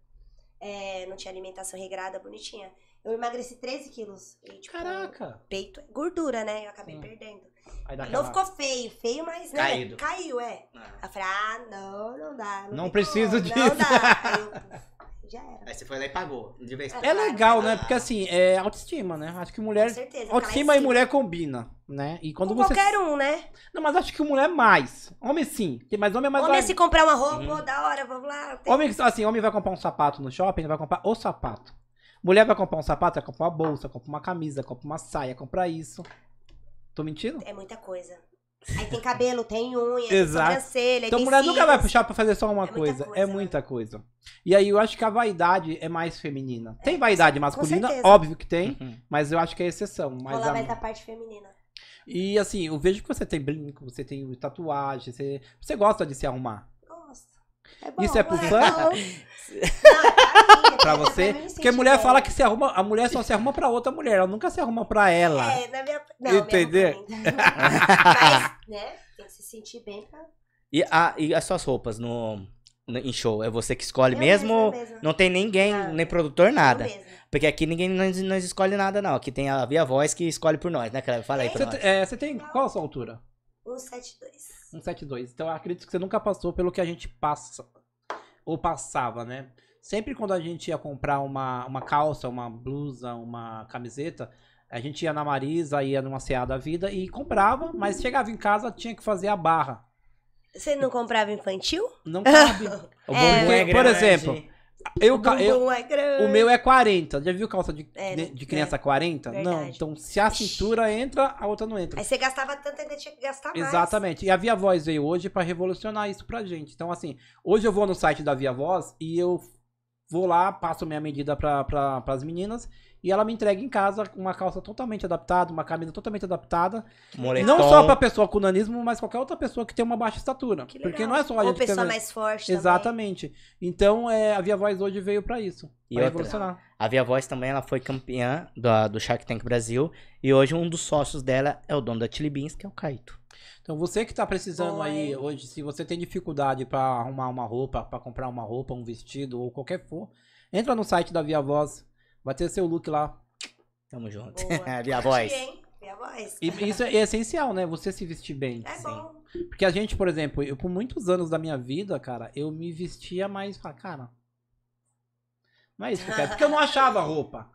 Speaker 3: É, não tinha alimentação regrada, bonitinha. Eu emagreci 13 quilos. E, tipo,
Speaker 2: Caraca!
Speaker 3: Peito é gordura, né? Eu acabei
Speaker 2: Sim. Tá
Speaker 3: perdendo.
Speaker 2: Aí dá
Speaker 3: Não
Speaker 2: aquela...
Speaker 3: ficou feio, feio, mas né?
Speaker 1: Caído.
Speaker 3: Caiu, é.
Speaker 1: Ah,
Speaker 3: Aí eu falei, ah, não, não dá. Não,
Speaker 2: Não
Speaker 3: tem
Speaker 2: preciso
Speaker 3: como,
Speaker 2: disso.
Speaker 3: Não dá. Aí eu, já era.
Speaker 1: Aí você foi lá e pagou. De vez em
Speaker 2: É legal, né? Porque assim, é autoestima, né? Acho que mulher.
Speaker 3: Com certeza. ficar lá em
Speaker 2: Autoestima e
Speaker 3: cima.
Speaker 2: mulher combina, né? E quando
Speaker 3: Com
Speaker 2: você.
Speaker 3: qualquer um, né?
Speaker 2: Não, mas acho que mulher é mais. Homem sim. Tem mais homem é mais
Speaker 3: Homem,
Speaker 2: vag-
Speaker 3: se comprar uma roupa,
Speaker 1: Uhum.
Speaker 3: ô, da hora, vamos lá. tem-
Speaker 2: Homem, assim, homem vai comprar um sapato no shopping, ele vai comprar o sapato. Mulher vai comprar um sapato, vai comprar uma bolsa, compra uma camisa, compra uma saia, compra isso. Tô mentindo?
Speaker 3: É muita coisa. Aí tem cabelo, tem unha,
Speaker 2: Exato.
Speaker 3: tem sobrancelha,
Speaker 2: Então
Speaker 3: tem
Speaker 2: mulher nunca vai
Speaker 3: cílios.
Speaker 2: puxar pra fazer só uma
Speaker 3: É muita
Speaker 2: coisa. É
Speaker 3: coisa, né?
Speaker 2: muita coisa. E aí eu acho que a vaidade é mais feminina. Tem vaidade masculina,
Speaker 3: certeza.
Speaker 2: óbvio que tem,
Speaker 1: Uhum.
Speaker 2: mas eu acho que é exceção. Mas
Speaker 3: Rolar
Speaker 2: a-
Speaker 3: mais da parte feminina.
Speaker 2: E assim, eu vejo que você tem brinco, você tem tatuagem, você, você gosta de se arrumar.
Speaker 3: Nossa. É bom,
Speaker 2: Isso é pro
Speaker 3: não
Speaker 2: fã?
Speaker 3: bom.
Speaker 2: Pra
Speaker 3: Não, é pra mim, eu
Speaker 2: você.
Speaker 3: também me
Speaker 2: Porque
Speaker 3: senti
Speaker 2: mulher
Speaker 3: bem.
Speaker 2: fala que se arruma. A mulher só se arruma pra outra mulher, ela nunca se arruma pra ela.
Speaker 3: É, na minha. Não, minha
Speaker 2: Entendeu?
Speaker 3: roupa linda. Mas, né? Tem que se sentir bem pra.
Speaker 1: E, a, e as suas roupas no, no- em show? É você que escolhe
Speaker 3: Eu
Speaker 1: mesmo?
Speaker 3: mesma.
Speaker 1: Não tem ninguém,
Speaker 3: Nada.
Speaker 1: nem produtor,
Speaker 3: Eu
Speaker 1: nada.
Speaker 3: mesma.
Speaker 1: Porque aqui ninguém nós, nós escolhe nada, não. Aqui tem a Via Voz que escolhe por nós, né, Cleber? Fala aí pra
Speaker 3: Então
Speaker 2: Você,
Speaker 1: nós.
Speaker 2: te- é, você tem qual a sua altura?
Speaker 3: 172.
Speaker 2: 172. Então eu acredito que você nunca passou pelo que a gente passa. Ou passava, né? Sempre quando a gente ia comprar uma, uma calça, uma blusa, uma camiseta, a gente ia na Marisa, ia numa Ceá da Vida e comprava, mas chegava em casa, tinha que fazer a barra.
Speaker 3: Você não comprava infantil?
Speaker 2: Não cabe.
Speaker 1: O
Speaker 3: É.
Speaker 1: bumbum
Speaker 2: Por exemplo, Eu, ca- eu-
Speaker 3: Bumbum é grande.
Speaker 2: o meu é 40. Já viu calça de,
Speaker 3: É,
Speaker 2: de,
Speaker 3: né?
Speaker 2: de criança 40? Não.
Speaker 3: Verdade.
Speaker 2: Então, se a cintura entra, a outra não entra.
Speaker 3: Aí você gastava tanto, ainda tinha que gastar mais.
Speaker 2: Exatamente. E a Via Voz veio hoje pra revolucionar isso pra gente. Então, assim, hoje eu vou no site da Via Voz e eu vou lá, passo minha medida pra, pra, pras meninas e ela me entrega em casa uma calça totalmente adaptada, uma camisa totalmente adaptada.
Speaker 1: moletom.
Speaker 2: Não só pra pessoa com nanismo, mas qualquer outra pessoa que tem uma baixa estatura.
Speaker 3: Que legal.
Speaker 2: Porque não é só a
Speaker 3: Ou
Speaker 2: gente que tem
Speaker 3: pessoa
Speaker 2: nanismo.
Speaker 3: mais forte. também.
Speaker 2: Exatamente. Então, é, a Via Voz hoje veio pra isso.
Speaker 1: E
Speaker 2: pra
Speaker 1: outra.
Speaker 2: revolucionar.
Speaker 1: A Via Voz também ela foi campeã do, do Shark Tank Brasil. E hoje um dos sócios dela é o dono da Chili Beans, que é o Caíto.
Speaker 2: Então, você que tá precisando
Speaker 3: Oi.
Speaker 2: aí hoje, se você tem dificuldade pra arrumar uma roupa, pra comprar uma roupa, um vestido ou qualquer for, entra no site da Via Voz, vai ter seu look lá.
Speaker 1: Tamo junto.
Speaker 3: Boa.
Speaker 1: Via Voz.
Speaker 3: Curti, hein? Via voz.
Speaker 2: E isso é essencial, né? Você se vestir bem.
Speaker 3: É bom.
Speaker 2: Porque a gente, por exemplo, eu por muitos anos da minha vida, cara, eu me vestia mais, falava, cara, não é isso que eu quero. Porque eu não achava roupa.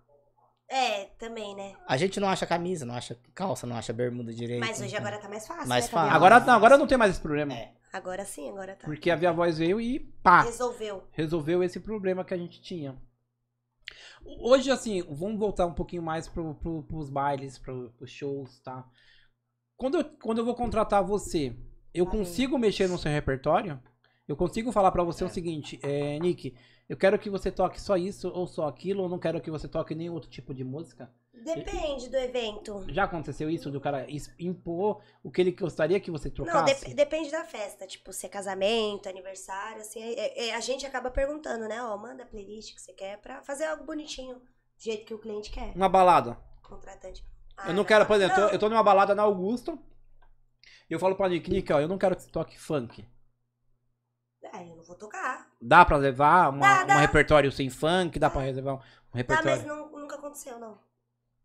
Speaker 3: É, também, né?
Speaker 1: A gente não acha camisa, não acha calça, não acha bermuda direito.
Speaker 3: Mas hoje
Speaker 1: então.
Speaker 3: agora tá mais fácil.
Speaker 1: Mais
Speaker 3: né, Camila?
Speaker 1: fácil.
Speaker 2: Agora, não, agora não tem mais esse problema.
Speaker 1: É.
Speaker 3: Agora sim, agora tá.
Speaker 2: Porque a Via Voz veio e pá.
Speaker 3: Resolveu.
Speaker 2: resolveu esse problema que a gente tinha. Hoje, assim, vamos voltar um pouquinho mais pro, pro, pros bailes, pro, pros shows, tá? Quando eu, quando eu vou contratar você, eu
Speaker 3: Valeu.
Speaker 2: consigo mexer no seu repertório? Eu consigo falar pra você
Speaker 1: É.
Speaker 2: o seguinte, é, Nick, eu quero que você toque só isso ou só aquilo, ou não quero que você toque nenhum outro tipo de música?
Speaker 3: Depende do evento.
Speaker 2: Já aconteceu isso do cara is- impor o que ele gostaria que você
Speaker 3: Não,
Speaker 2: trocasse?
Speaker 3: dep- depende da festa. Tipo, se é casamento, aniversário, assim. é- é- a gente acaba perguntando, né? Ó, manda a playlist que você quer pra fazer algo bonitinho. Do jeito que o cliente quer,
Speaker 2: Uma balada.
Speaker 3: contratante.
Speaker 2: Eu não quero, por exemplo, eu tô-
Speaker 3: fazer.
Speaker 2: eu tô numa balada na Augusta. E eu falo pra Nick, Nick, ó, eu não quero que você toque funk.
Speaker 3: É, eu não vou tocar.
Speaker 2: Dá pra levar uma,
Speaker 3: Dá, dá.
Speaker 2: um repertório sem funk? Dá pra reservar um, um
Speaker 3: Tá, mas
Speaker 2: repertório? Ah.
Speaker 3: não- nunca aconteceu, não.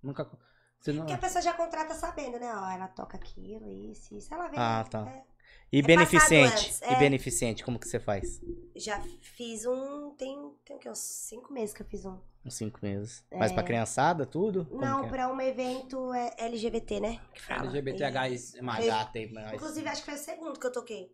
Speaker 2: Nunca. Você não... é
Speaker 3: Porque é a pessoa já contrata sabendo, né? Ó, ela toca aquilo, isso, isso. Ela vem.
Speaker 1: Ah,
Speaker 3: né?
Speaker 1: tá.
Speaker 3: É.
Speaker 1: E
Speaker 3: É
Speaker 1: beneficente.
Speaker 3: passado antes,
Speaker 1: E
Speaker 3: é.
Speaker 1: beneficente, como que você faz?
Speaker 3: Já fiz um. Tem, tem o quê? Uns cinco meses que eu fiz um.
Speaker 1: Uns cinco meses.
Speaker 3: É.
Speaker 1: Faz pra criançada, tudo? Como
Speaker 3: não,
Speaker 1: que é?
Speaker 3: pra um evento é LGBT, né? Que fala.
Speaker 2: LGBTH é
Speaker 1: mais
Speaker 2: mais.
Speaker 1: gata aí, mas-
Speaker 3: Inclusive, acho que foi o segundo que eu toquei.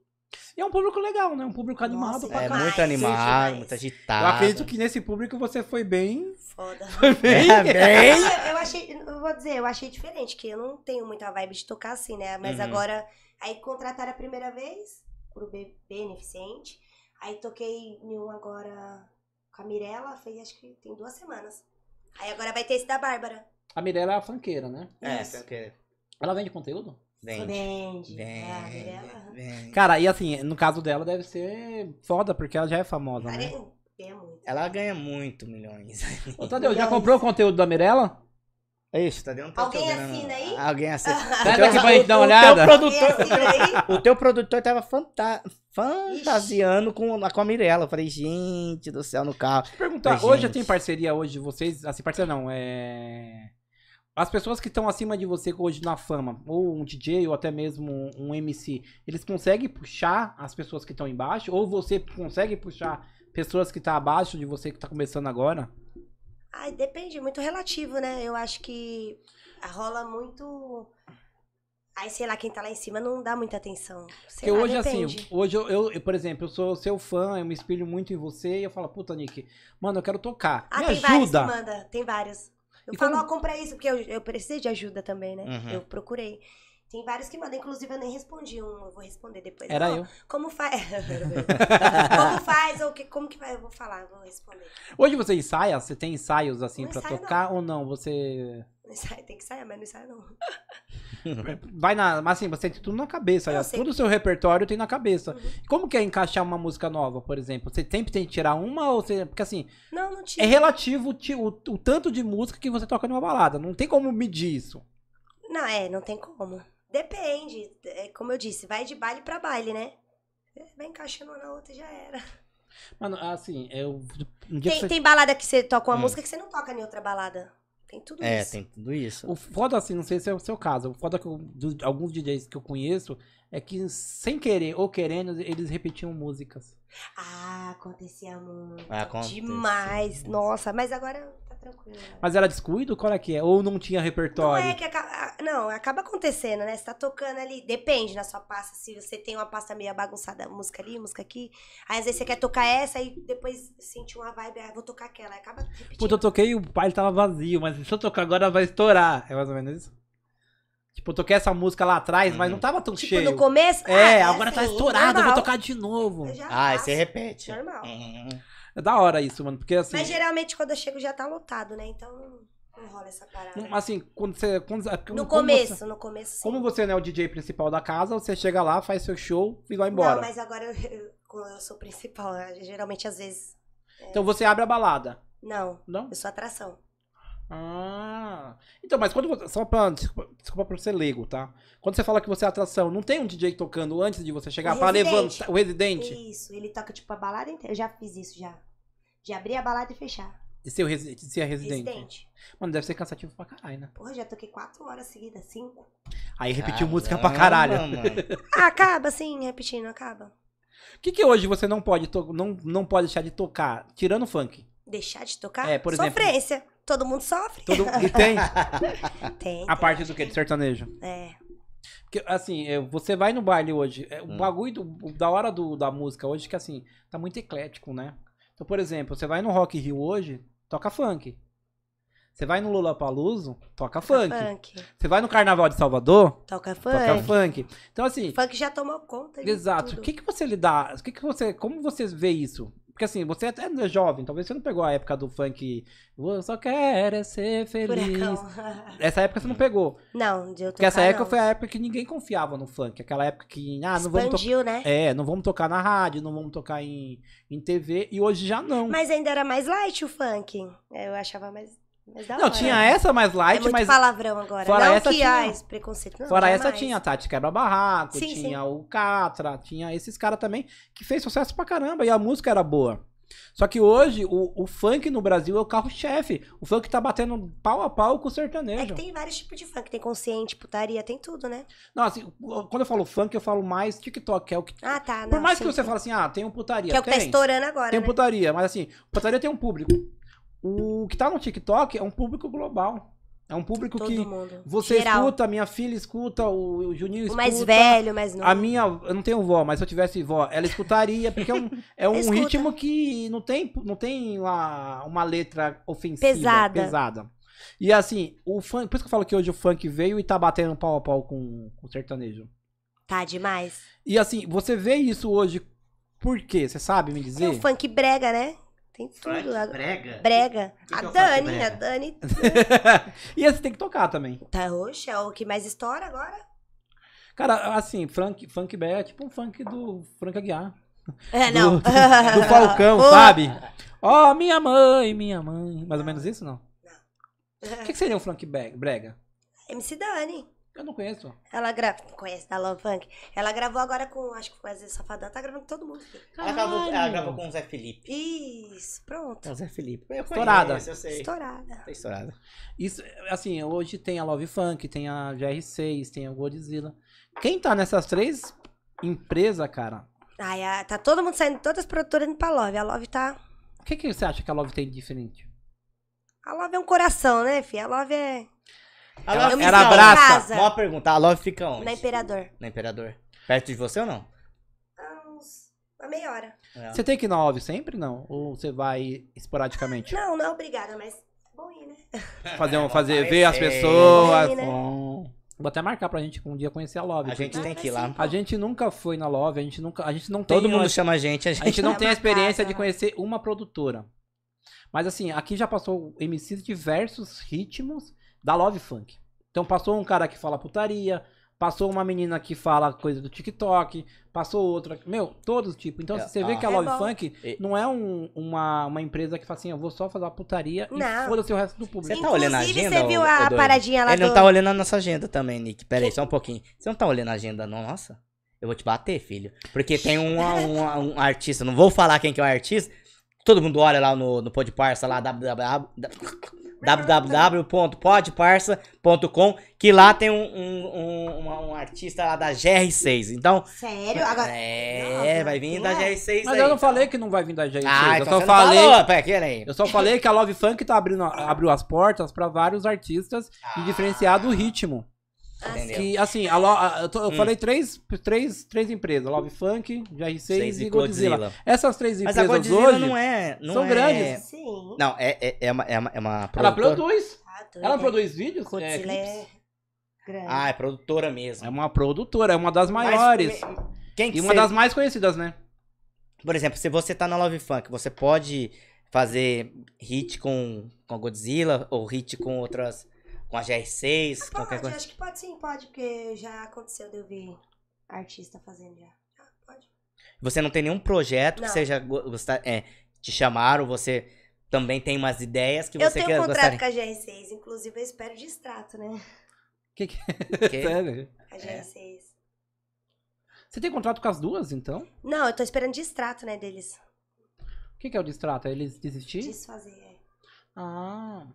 Speaker 2: E é um público legal, né? Um público animado
Speaker 3: Nossa,
Speaker 2: pra
Speaker 1: É
Speaker 3: demais,
Speaker 1: muito
Speaker 2: cacete.
Speaker 1: animado,
Speaker 3: demais.
Speaker 1: muito
Speaker 3: Eu
Speaker 2: Eu
Speaker 1: agitado.
Speaker 2: acredito que nesse público você foi bem.
Speaker 3: Foda.
Speaker 2: Foi bem.
Speaker 1: É, bem.
Speaker 3: eu achei, eu vou dizer, eu achei diferente, que eu não tenho muita vibe de tocar assim, né? Mas
Speaker 1: Uhum.
Speaker 3: agora, aí contrataram a primeira vez, pro be- beneficente. Aí toquei em um agora com a Mirella, fez acho que tem duas semanas. Aí agora vai ter esse da Bárbara.
Speaker 2: A Mirella é a funkeira, né?
Speaker 1: É,
Speaker 3: Isso.
Speaker 1: porque
Speaker 2: Ela vende conteúdo?
Speaker 1: vende.
Speaker 3: Vende. É, a
Speaker 1: Vende,
Speaker 3: Mirella.
Speaker 1: vende.
Speaker 2: Cara, e assim, no caso dela deve ser foda, porque ela já é famosa, né?
Speaker 3: Cara, é muito.
Speaker 1: Ela ganha muito milhões.
Speaker 2: Ô, Tadeu, já comprou o conteúdo da Mirella?
Speaker 1: Ixi, tá dentro.
Speaker 3: Alguém assina aí?
Speaker 1: Alguém assina.
Speaker 2: Sai daqui pra gente dar uma
Speaker 1: o Teu
Speaker 2: olhada.
Speaker 1: produtor,
Speaker 3: Alguém assina
Speaker 1: o teu produtor tava fanta- fantasiando com, a- com a Mirella. Eu falei, gente do céu, no carro.
Speaker 2: Deixa eu perguntar,
Speaker 1: Ai,
Speaker 2: hoje
Speaker 1: gente.
Speaker 2: tem parceria hoje de vocês? Assim, parceria não, é. As pessoas que estão acima de você hoje na fama, ou um DJ, ou até mesmo um MC, eles conseguem puxar as pessoas que estão embaixo? Ou você consegue puxar pessoas que estão abaixo de você que tá começando agora?
Speaker 3: Ai, depende, é muito relativo, né? Eu acho que rola muito. Aí, sei lá, quem tá lá em cima não dá muita atenção. Sei
Speaker 2: Porque
Speaker 3: lá,
Speaker 2: hoje,
Speaker 3: depende.
Speaker 2: assim, hoje eu, eu- eu, por exemplo, eu sou seu fã, eu me espelho muito em você e eu falo, puta, Nick, mano, eu quero tocar.
Speaker 3: Ah,
Speaker 2: me
Speaker 3: tem vários que
Speaker 2: ajuda.
Speaker 3: manda, tem vários. Eu
Speaker 2: E
Speaker 3: falo,
Speaker 2: como-
Speaker 3: ó, compra isso, porque eu, eu precisei de ajuda também, né?
Speaker 1: Uhum.
Speaker 3: Eu procurei. Tem vários que mandam, inclusive eu nem respondi um, eu vou responder depois.
Speaker 2: Era
Speaker 3: Ó,
Speaker 2: eu.
Speaker 3: Como faz? como faz? Ou que, como que vai? Eu vou falar, eu vou responder.
Speaker 2: Hoje você ensaia? Você tem ensaios assim
Speaker 3: Não
Speaker 2: pra
Speaker 3: ensaio,
Speaker 2: tocar ou não? Você
Speaker 3: Não ensaia, tem que sair, mas não ensaia não.
Speaker 2: vai na, mas assim, você tem tudo na cabeça,
Speaker 3: Eu
Speaker 2: aliás,
Speaker 3: sei.
Speaker 2: todo o seu repertório tem na cabeça.
Speaker 3: Uhum.
Speaker 2: Como que é encaixar uma música nova, por exemplo? Você sempre tem que tirar uma ou você, porque assim,
Speaker 3: Não, não
Speaker 2: é
Speaker 3: tira.
Speaker 2: relativo ti- o, o tanto de música que você toca numa balada, não tem como medir isso.
Speaker 3: Não, é, não tem como. Depende, é, como eu disse, vai de baile pra baile, né? É, Vai encaixando uma na outra e já era.
Speaker 2: Mano, assim, eu um dia que
Speaker 3: Tem,
Speaker 2: você-
Speaker 3: tem balada que você toca uma
Speaker 1: Hum.
Speaker 3: música que você não toca em outra balada. Tem tudo
Speaker 1: É,
Speaker 3: isso.
Speaker 1: tem tudo isso.
Speaker 2: O foda, assim, não sei se é o seu caso, o foda que eu- dos- alguns DJs que eu conheço é que, sem querer ou querendo, eles repetiam músicas.
Speaker 3: Ah, acontecia muito.
Speaker 1: Acontece.
Speaker 3: Demais. Nossa, mas agora tá tranquilo. né?
Speaker 2: Mas era descuido? Qual é que é? Ou não tinha
Speaker 3: Não
Speaker 2: repertório?
Speaker 3: é que acaba, não, acaba acontecendo, né? Você tá tocando ali, depende na sua pasta, se você tem uma pasta meio bagunçada, música ali, música aqui, aí às vezes você quer tocar essa aí depois sente uma vibe, ah, vou tocar aquela, aí acaba repetindo.
Speaker 2: Puta, Tipo, eu toquei e o baile tava vazio, mas se eu tocar agora vai estourar. É mais ou menos isso? Tipo, eu toquei essa música lá atrás, mas
Speaker 1: Uhum.
Speaker 2: não tava tão
Speaker 3: tipo,
Speaker 2: cheio.
Speaker 3: no começo, ah,
Speaker 2: É, agora tá
Speaker 3: assim,
Speaker 2: estourado, eu vou
Speaker 3: normal.
Speaker 2: tocar de novo.
Speaker 3: Eu já
Speaker 1: Ah, e
Speaker 3: faço.
Speaker 1: você repete.
Speaker 3: Normal.
Speaker 1: Hum.
Speaker 2: É da hora isso, mano, porque assim...
Speaker 3: Mas geralmente quando eu chego já tá lotado, né? Então não rola essa parada.
Speaker 2: não- Assim, quando você... Quando, porque
Speaker 3: no
Speaker 2: como
Speaker 3: começo,
Speaker 2: você-
Speaker 3: no começo sim.
Speaker 2: Como você não é o DJ principal da casa, você chega lá, faz seu show e vai embora.
Speaker 3: Não, mas agora eu, eu, como eu sou principal, né? geralmente às vezes
Speaker 2: Então você abre a balada,
Speaker 3: não,
Speaker 2: não?
Speaker 3: eu sou atração.
Speaker 2: Ah. Então, mas quando você. Só pra, desculpa, desculpa pra ser leigo, tá? Quando você fala que você é atração, não tem um DJ tocando antes de você chegar
Speaker 3: O
Speaker 2: pra
Speaker 3: residente.
Speaker 2: levantar o residente?
Speaker 3: Isso, ele toca tipo a balada inteira. Eu já fiz isso já. De abrir a balada e fechar.
Speaker 2: De ser, o resi- de ser a residente.
Speaker 3: Residente.
Speaker 2: Mano, deve ser cansativo pra caralho, né?
Speaker 3: Porra, já toquei quatro horas seguidas, cinco.
Speaker 2: Aí repetiu
Speaker 1: Caramba,
Speaker 2: música pra caralho.
Speaker 1: Ah, mano.
Speaker 3: Ah, acaba assim, repetindo, acaba.
Speaker 2: O que, que hoje você não pode, to- não, não pode deixar de tocar? Tirando funk.
Speaker 3: Deixar de tocar?
Speaker 2: É, por exemplo-
Speaker 3: Sofrência. Todo mundo sofre.
Speaker 2: Todo... E tem
Speaker 3: Tem.
Speaker 2: a
Speaker 3: tem.
Speaker 2: parte do que? Do sertanejo.
Speaker 3: É.
Speaker 2: Porque, assim, é, você vai no baile hoje, é, o
Speaker 1: Hum.
Speaker 2: bagulho do- o da hora do- da música hoje que, assim, tá muito eclético, né? Então, por exemplo, você vai no Rock in Rio hoje, toca funk. Você vai no Lollapalooza, toca funk.
Speaker 3: Funk.
Speaker 2: Você vai no Carnaval de Salvador,
Speaker 3: Toca funk.
Speaker 2: toca
Speaker 3: Toca funk.
Speaker 2: funk. Então, assim,
Speaker 3: já tomou conta de
Speaker 2: exato. O
Speaker 3: tudo.
Speaker 2: que, que você lidar, o que, que você, como você vê isso? Porque, assim, você até é jovem, talvez você não pegou a época do funk, eu só quero é ser feliz.
Speaker 3: Furacão. é.
Speaker 2: Essa época você não pegou.
Speaker 3: Não, de eu
Speaker 2: Porque essa
Speaker 3: tocar,
Speaker 2: época
Speaker 3: não.
Speaker 2: foi a época que ninguém confiava no funk. Aquela época que, ah, não vamos, to
Speaker 3: Expandiu, né?
Speaker 2: é, não vamos tocar na rádio, não vamos tocar em, em TV. E hoje já não.
Speaker 3: Mas ainda era mais light o funk. Eu achava mais, mais da
Speaker 2: não,
Speaker 3: hora.
Speaker 2: tinha essa mais
Speaker 3: É
Speaker 2: light,
Speaker 3: muito
Speaker 2: mas
Speaker 3: palavrão agora.
Speaker 2: fora
Speaker 3: não
Speaker 2: essa
Speaker 3: que
Speaker 2: tinha.
Speaker 3: ah, esse preconceito. Não,
Speaker 2: fora essa
Speaker 3: jamais.
Speaker 2: tinha a Tati Quebra-Barraco,
Speaker 3: Sim,
Speaker 2: tinha o Catra, tinha esses caras também que fez sucesso pra caramba e a música era boa. Só que hoje o, o funk no Brasil é o carro-chefe. O funk tá batendo pau a pau com o
Speaker 3: É
Speaker 2: sertanejo.
Speaker 3: que tem vários tipos de funk. Tem consciente, putaria, tem tudo, né?
Speaker 2: Não, assim, quando eu falo funk, eu falo mais TikTok, que é o que.
Speaker 3: Ah, tá.
Speaker 2: Por
Speaker 3: não,
Speaker 2: mais
Speaker 3: sim,
Speaker 2: que você
Speaker 3: sim.
Speaker 2: fale assim, ah, tem um putaria.
Speaker 3: Que é o que tá
Speaker 2: tem.
Speaker 3: estourando agora,
Speaker 2: Tem
Speaker 3: né?
Speaker 2: putaria, mas assim, putaria tem um público. O que tá no TikTok é um público global. É um público
Speaker 3: Todo
Speaker 2: que
Speaker 3: mundo.
Speaker 2: você
Speaker 3: Geral.
Speaker 2: escuta, minha filha escuta, o o Juninho
Speaker 3: O
Speaker 2: escuta.
Speaker 3: mais velho, o mais novo.
Speaker 2: A minha, eu não tenho vó, mas se eu tivesse vó, ela escutaria, porque é um, é um
Speaker 3: Escuta.
Speaker 2: ritmo que não tem, não tem uma, uma letra ofensiva,
Speaker 3: Pesada.
Speaker 2: pesada. E assim, o funk, por isso que eu falo que hoje o funk veio e tá batendo pau a pau com, com o sertanejo.
Speaker 3: Tá demais.
Speaker 2: E assim, você vê isso hoje, por quê? Você sabe me dizer?
Speaker 3: Tem o funk brega, né? Tem
Speaker 4: Funk,
Speaker 3: tudo. A-
Speaker 4: brega.
Speaker 3: Brega.
Speaker 4: que
Speaker 3: a
Speaker 4: é o funk
Speaker 3: Dani,
Speaker 4: brega?
Speaker 3: a Dani.
Speaker 2: e esse tem que tocar também.
Speaker 3: Tá roxa, é o que mais estoura agora.
Speaker 2: Cara, assim, funk, funk Bé é tipo um funk do Frank Aguiar.
Speaker 3: É, não.
Speaker 2: Do, do Falcão,
Speaker 3: Porra.
Speaker 2: sabe? Ó, minha mãe, minha mãe. Mais ou menos isso, não? O que, que seria o Frank Be- Brega?
Speaker 3: MC Dani.
Speaker 2: Eu não conheço.
Speaker 3: Ela grava. Conhece da Love Funk? Ela gravou agora com. Acho que com o Wesley Safadão. Tá gravando com todo mundo aqui.
Speaker 4: Ela gravou, ela gravou com o Zé Felipe.
Speaker 3: Isso, pronto.
Speaker 1: É o Zé Felipe. Eu
Speaker 2: Estourada.
Speaker 1: conheço, Eu sei.
Speaker 3: Estourada.
Speaker 1: Tá estourada.
Speaker 2: Isso, assim, hoje tem a Love Funk, tem a GR6, tem a Godzilla. Quem tá nessas três empresas, cara?
Speaker 3: Ai, a- tá todo mundo saindo, todas as produtoras indo pra Love. A Love tá.
Speaker 2: O que, que você acha que a Love tem de diferente?
Speaker 3: A Love é um coração, né, filha? A Love é.
Speaker 1: A
Speaker 2: Ela-
Speaker 1: Love
Speaker 3: me
Speaker 1: fica
Speaker 2: ela
Speaker 3: sinto em
Speaker 1: onde?
Speaker 2: abraça.
Speaker 3: casa,
Speaker 1: Uma pergunta. A Love fica onde?
Speaker 3: Na Imperador.
Speaker 1: Na Imperador. Perto de você ou não?
Speaker 3: Há uns. Uma meia hora.
Speaker 1: Não.
Speaker 2: Você tem que ir na Love sempre, não? Ou você vai esporadicamente?
Speaker 3: Não, não é obrigada, mas é bom ir, né?
Speaker 2: Fazer, um,
Speaker 1: Vou
Speaker 2: fazer ver as
Speaker 1: aparecer.
Speaker 2: pessoas.
Speaker 3: Vai, né?
Speaker 2: Bom, Vou até marcar pra gente um dia conhecer a Love.
Speaker 1: A gente
Speaker 2: porque
Speaker 1: tem que ir
Speaker 3: Ah,
Speaker 1: lá.
Speaker 2: a gente nunca foi na Love, a gente nunca. A gente não tem.
Speaker 1: Todo
Speaker 2: a-
Speaker 1: mundo chama a gente. A
Speaker 2: A
Speaker 1: gente
Speaker 2: gente não
Speaker 3: É
Speaker 2: tem a
Speaker 3: uma
Speaker 2: experiência
Speaker 3: casa,
Speaker 2: de
Speaker 3: né?
Speaker 2: conhecer uma produtora. Mas assim, aqui já passou MCs de diversos ritmos da Love Funk. Então passou um cara que fala putaria, passou uma menina que fala coisa do TikTok, passou outra. Meu, todos tipo. Então
Speaker 1: É,
Speaker 2: assim, você vê
Speaker 1: ah.
Speaker 2: que a
Speaker 3: É
Speaker 2: Love
Speaker 3: bom.
Speaker 2: Funk
Speaker 1: E-
Speaker 2: não é um- uma, uma empresa que fala assim, eu vou só fazer uma putaria e
Speaker 3: Não.
Speaker 2: foda-se o resto do público.
Speaker 1: Você tá olhando a
Speaker 3: Inclusive,
Speaker 1: agenda,
Speaker 3: você viu
Speaker 1: ô- ô
Speaker 3: a
Speaker 1: doido?
Speaker 3: paradinha lá
Speaker 1: Ele não
Speaker 3: do-
Speaker 1: tá olhando a nossa agenda também, Nick. Pera aí, só um pouquinho. Você não tá olhando a agenda, não, nossa? Eu vou te bater, filho. Porque tem um, um, um artista, não vou falar quem que é o artista. Todo mundo olha lá no, no Podparsa, lá www, www.podparsa.com, que lá tem um, um, um, uma- um artista lá da GR6. Então,
Speaker 3: Sério? Agora.
Speaker 1: é,
Speaker 3: Não,
Speaker 1: vai vir
Speaker 3: não
Speaker 1: da
Speaker 3: é.
Speaker 1: GR6
Speaker 2: Mas
Speaker 1: aí.
Speaker 2: eu não falei
Speaker 3: então.
Speaker 2: que não vai vir da gente.
Speaker 1: Ah,
Speaker 2: eu
Speaker 1: então
Speaker 2: só
Speaker 1: você
Speaker 2: falei.
Speaker 1: não falou. Pera, pera aí.
Speaker 2: Eu só falei que a Love Funk tá abrindo, abriu as portas pra vários artistas
Speaker 1: Ah.
Speaker 2: e diferenciar do ritmo.
Speaker 3: ah,
Speaker 1: Entendeu?
Speaker 2: Que, assim, a Lo- a- eu, tô- eu
Speaker 1: Hum.
Speaker 2: falei três, três, três empresas, Love Funk, GR6
Speaker 1: Seis
Speaker 2: e Godzilla. Essas três
Speaker 1: Mas
Speaker 2: empresas
Speaker 1: a Godzilla
Speaker 2: hoje,
Speaker 1: não é. Não
Speaker 2: são
Speaker 1: é-
Speaker 2: grandes.
Speaker 3: Sim.
Speaker 1: Não, é, é, é uma, é uma, é uma
Speaker 2: ela
Speaker 1: produtora.
Speaker 2: produz. né?
Speaker 3: Tá doido.
Speaker 2: Ela produz vídeos? é,
Speaker 3: Godzilla
Speaker 2: clipes.
Speaker 3: é grande.
Speaker 1: Ah, é produtora
Speaker 2: é
Speaker 1: mesmo.
Speaker 2: uma produtora, é uma das
Speaker 1: Mas,
Speaker 2: maiores.
Speaker 1: me- Quem que
Speaker 2: e uma
Speaker 1: você-
Speaker 2: das mais conhecidas, né?
Speaker 1: Por exemplo, se você tá na Love Funk, você pode fazer hit com, com a Godzilla ou hit com outras. com a GR6, qualquer
Speaker 3: Pode,
Speaker 1: coisa.
Speaker 3: acho que pode sim, pode, porque já aconteceu de eu ver artista fazendo já. Ah, pode.
Speaker 1: Você não tem nenhum projeto
Speaker 3: Não.
Speaker 1: que seja. go- gostar- É, te chamaram, você também tem umas ideias que
Speaker 3: Eu
Speaker 1: você
Speaker 3: tenho
Speaker 1: quer
Speaker 3: um
Speaker 1: gostar.
Speaker 3: contrato com a GR6, inclusive eu espero de extrato, né?
Speaker 2: Que que-
Speaker 1: Porque...
Speaker 2: Sério?
Speaker 3: A GR6.
Speaker 2: Você tem contrato com as duas, então?
Speaker 3: Não, eu tô esperando de extrato, né, deles.
Speaker 2: O que, que é o distrato? É Eles desistir?
Speaker 3: Desfazer, é.
Speaker 2: Ah.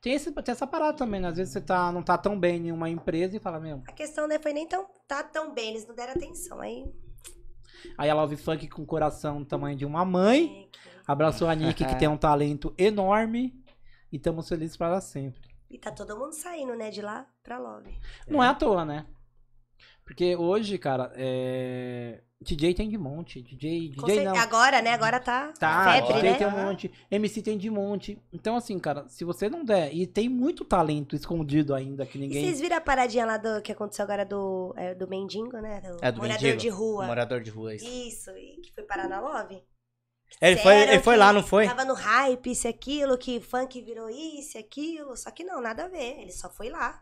Speaker 2: Tem, esse, tem essa parada também, né? Às vezes você tá, não tá tão bem em uma empresa e fala, meu.
Speaker 3: A questão, né, foi nem tão, tá tão bem, eles não deram atenção, aí...
Speaker 2: Aí a Love Funk com o coração do tamanho de uma mãe.
Speaker 3: é que-
Speaker 2: Abraçou a Nick, que tem um talento enorme. E estamos felizes para sempre.
Speaker 3: E tá todo mundo saindo, né, de lá pra Love.
Speaker 2: Não é à toa, né? Porque hoje, cara, é... DJ tem de monte. DJ,
Speaker 3: Com
Speaker 2: DJ
Speaker 3: cer-
Speaker 2: não.
Speaker 3: Agora, né, agora tá
Speaker 2: Tá,
Speaker 1: Febre,
Speaker 2: DJ
Speaker 3: né?
Speaker 2: tem um monte. MC tem de monte. Então, assim, cara, se você não der... E tem muito talento escondido ainda que
Speaker 3: E
Speaker 2: ninguém...
Speaker 3: vocês viram a paradinha lá do que aconteceu agora do, é, do mendigo, né? Do,
Speaker 1: É, do
Speaker 3: morador
Speaker 1: mendigo.
Speaker 3: de rua.
Speaker 1: Morador de rua, isso.
Speaker 3: Isso, e que foi parar na Love.
Speaker 1: Ele foi,
Speaker 3: Disseram
Speaker 1: ele foi
Speaker 3: que tá-
Speaker 1: lá, não foi?
Speaker 3: Tava no hype, isso e aquilo, que funk virou isso e aquilo. Só que não, nada a ver. Ele só foi lá.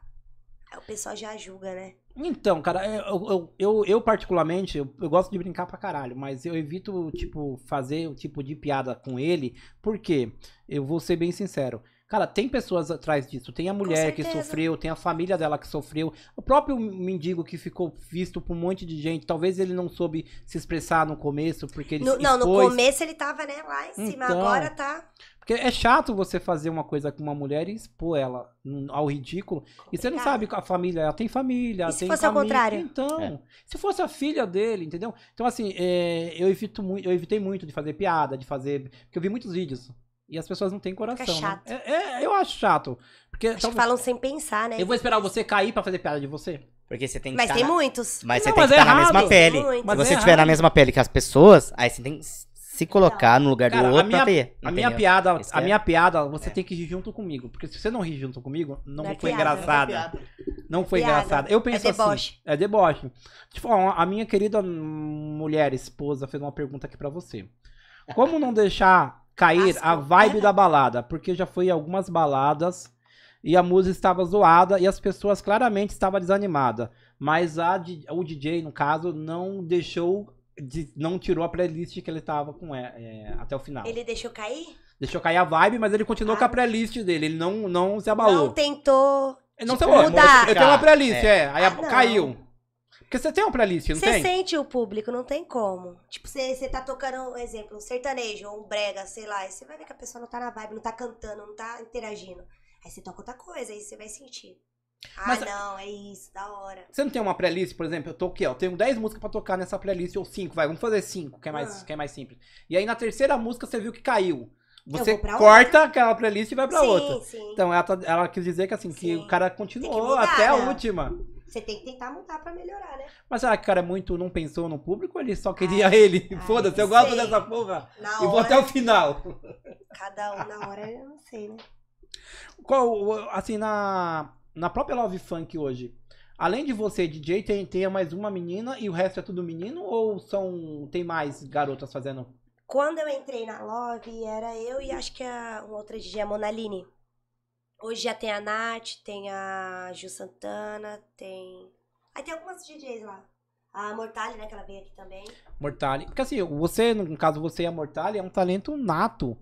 Speaker 3: Aí o pessoal já julga, né?
Speaker 2: Então, cara, eu, eu, eu, eu particularmente, eu, eu gosto de brincar pra caralho, mas eu evito, tipo, fazer o tipo de piada com ele, porque eu vou ser bem sincero. Cara, tem pessoas atrás disso. Tem a mulher que
Speaker 3: certeza.
Speaker 2: sofreu, tem a família dela que sofreu. O próprio mendigo que ficou visto por um monte de gente. Talvez ele não soube se expressar no começo, porque ele
Speaker 3: No-
Speaker 2: se
Speaker 3: não, no
Speaker 2: expôs.
Speaker 3: começo ele tava, né, lá em cima.
Speaker 2: Então.
Speaker 3: Agora tá.
Speaker 2: Porque é chato você fazer uma coisa com uma mulher e expor ela hum, ao ridículo. E você não
Speaker 3: complicado.
Speaker 2: sabe a família, ela tem família, ela
Speaker 3: se
Speaker 2: tem
Speaker 3: fosse ao
Speaker 2: família.
Speaker 3: contrário?
Speaker 2: Então,
Speaker 1: É.
Speaker 2: se fosse a filha dele, entendeu? Então, assim, é, eu, evito muito, eu evitei muito de fazer piada, de fazer. Porque eu vi muitos vídeos. E as pessoas não têm coração. né?
Speaker 3: chato.
Speaker 2: É, é, eu acho chato. Porque
Speaker 3: Acho
Speaker 1: então
Speaker 3: que
Speaker 2: talvez-
Speaker 3: falam sem pensar, né?
Speaker 2: eu vou esperar você cair pra fazer piada de você.
Speaker 1: Porque você tem que
Speaker 3: Mas
Speaker 1: tá
Speaker 3: tem
Speaker 1: na-
Speaker 3: muitos.
Speaker 1: Mas você
Speaker 2: Não,
Speaker 1: tem
Speaker 2: mas
Speaker 1: que
Speaker 2: é
Speaker 1: estar na
Speaker 2: errado.
Speaker 1: mesma pele.
Speaker 3: Muito.
Speaker 2: Mas
Speaker 1: Se você
Speaker 2: é
Speaker 1: estiver
Speaker 2: errado.
Speaker 1: na mesma pele que as pessoas, aí você tem que se colocar no lugar
Speaker 2: Cara,
Speaker 1: do
Speaker 2: a
Speaker 1: outro
Speaker 2: minha-
Speaker 1: pra ver.
Speaker 2: A minha
Speaker 1: entendeu?
Speaker 2: piada,
Speaker 1: Isso
Speaker 2: a
Speaker 1: é-
Speaker 2: minha piada, você
Speaker 1: é.
Speaker 2: tem que rir junto comigo. Porque se você não rir junto comigo, não,
Speaker 3: Não é
Speaker 2: foi
Speaker 3: piada.
Speaker 2: engraçada. Não foi
Speaker 3: Piada.
Speaker 2: engraçada. Eu penso
Speaker 3: É
Speaker 2: assim.
Speaker 3: deboche.
Speaker 2: É deboche. Tipo, ó, a minha querida mulher, esposa, fez uma pergunta aqui pra você. Como não deixar cair a
Speaker 3: Asco.
Speaker 2: vibe da balada? Porque já foi algumas baladas e a música estava zoada e as pessoas claramente estavam desanimadas. Mas a, di- o DJ, no caso, não deixou de- não tirou a playlist que ele tava com é, é, até o final.
Speaker 3: Ele deixou cair?
Speaker 2: Deixou cair a vibe, mas ele continuou
Speaker 3: Ah.
Speaker 2: com a playlist dele. Ele não, não se
Speaker 3: Não
Speaker 2: abalou.
Speaker 3: tentou.
Speaker 2: Ele não se
Speaker 1: Tipo,
Speaker 2: abalou.
Speaker 3: mudar.
Speaker 2: Então, Eu tenho uma playlist, é. Aí a-
Speaker 3: Ah, não.
Speaker 2: caiu. Porque você tem uma playlist, não
Speaker 3: Você
Speaker 2: tem?
Speaker 3: sente o público, não tem como. Tipo, você você tá tocando, um exemplo, um sertanejo ou um brega, sei lá, e você vai ver que a pessoa não tá na vibe, não tá cantando, não tá interagindo. Aí você toca outra coisa, aí você vai sentir. Ah,
Speaker 2: Mas-
Speaker 3: não, é isso, da hora.
Speaker 2: Você não tem uma playlist, por exemplo, eu tô aqui, ó, eu tenho 10 músicas pra tocar nessa playlist, ou 5, vai, vamos fazer 5, que, é mais
Speaker 3: Ah.
Speaker 2: que é mais simples. E aí na terceira música você viu que caiu. Você
Speaker 3: vou pra
Speaker 2: corta aquela playlist e vai pra
Speaker 3: sim,
Speaker 2: outra.
Speaker 3: sim.
Speaker 2: Então ela, tá- ela quis dizer que assim, que
Speaker 3: Sim.
Speaker 2: o cara
Speaker 3: Tem
Speaker 2: continuou
Speaker 3: que mudar,
Speaker 2: até a
Speaker 3: né?
Speaker 2: última.
Speaker 3: Você tem que tentar mudar pra melhorar, né?
Speaker 2: Mas será que o cara muito não pensou no público ou ele só queria
Speaker 3: Ai,
Speaker 2: ele?
Speaker 3: Ah. ai,
Speaker 2: Foda-se, eu
Speaker 3: não
Speaker 2: gosto
Speaker 3: sei. é.
Speaker 2: dessa porra.
Speaker 3: Na
Speaker 2: E vou
Speaker 3: hora,
Speaker 2: até o final.
Speaker 3: cada um na hora, eu não sei, né?
Speaker 2: Qual, assim, na, na própria Love Funk hoje, além de você, DJ, tem, tem mais uma menina e o resto é tudo menino? Ou são tem mais garotas fazendo?
Speaker 3: Quando eu entrei na Love, era eu e acho que a, uma outra DJ, a Monaline. Hoje já tem a Nath, tem a Ju Santana, tem. Aí tem algumas DJs lá. A Mortale, né, que ela veio aqui também.
Speaker 2: Mortale. Porque assim, você, no caso, você e a Mortale é um talento nato.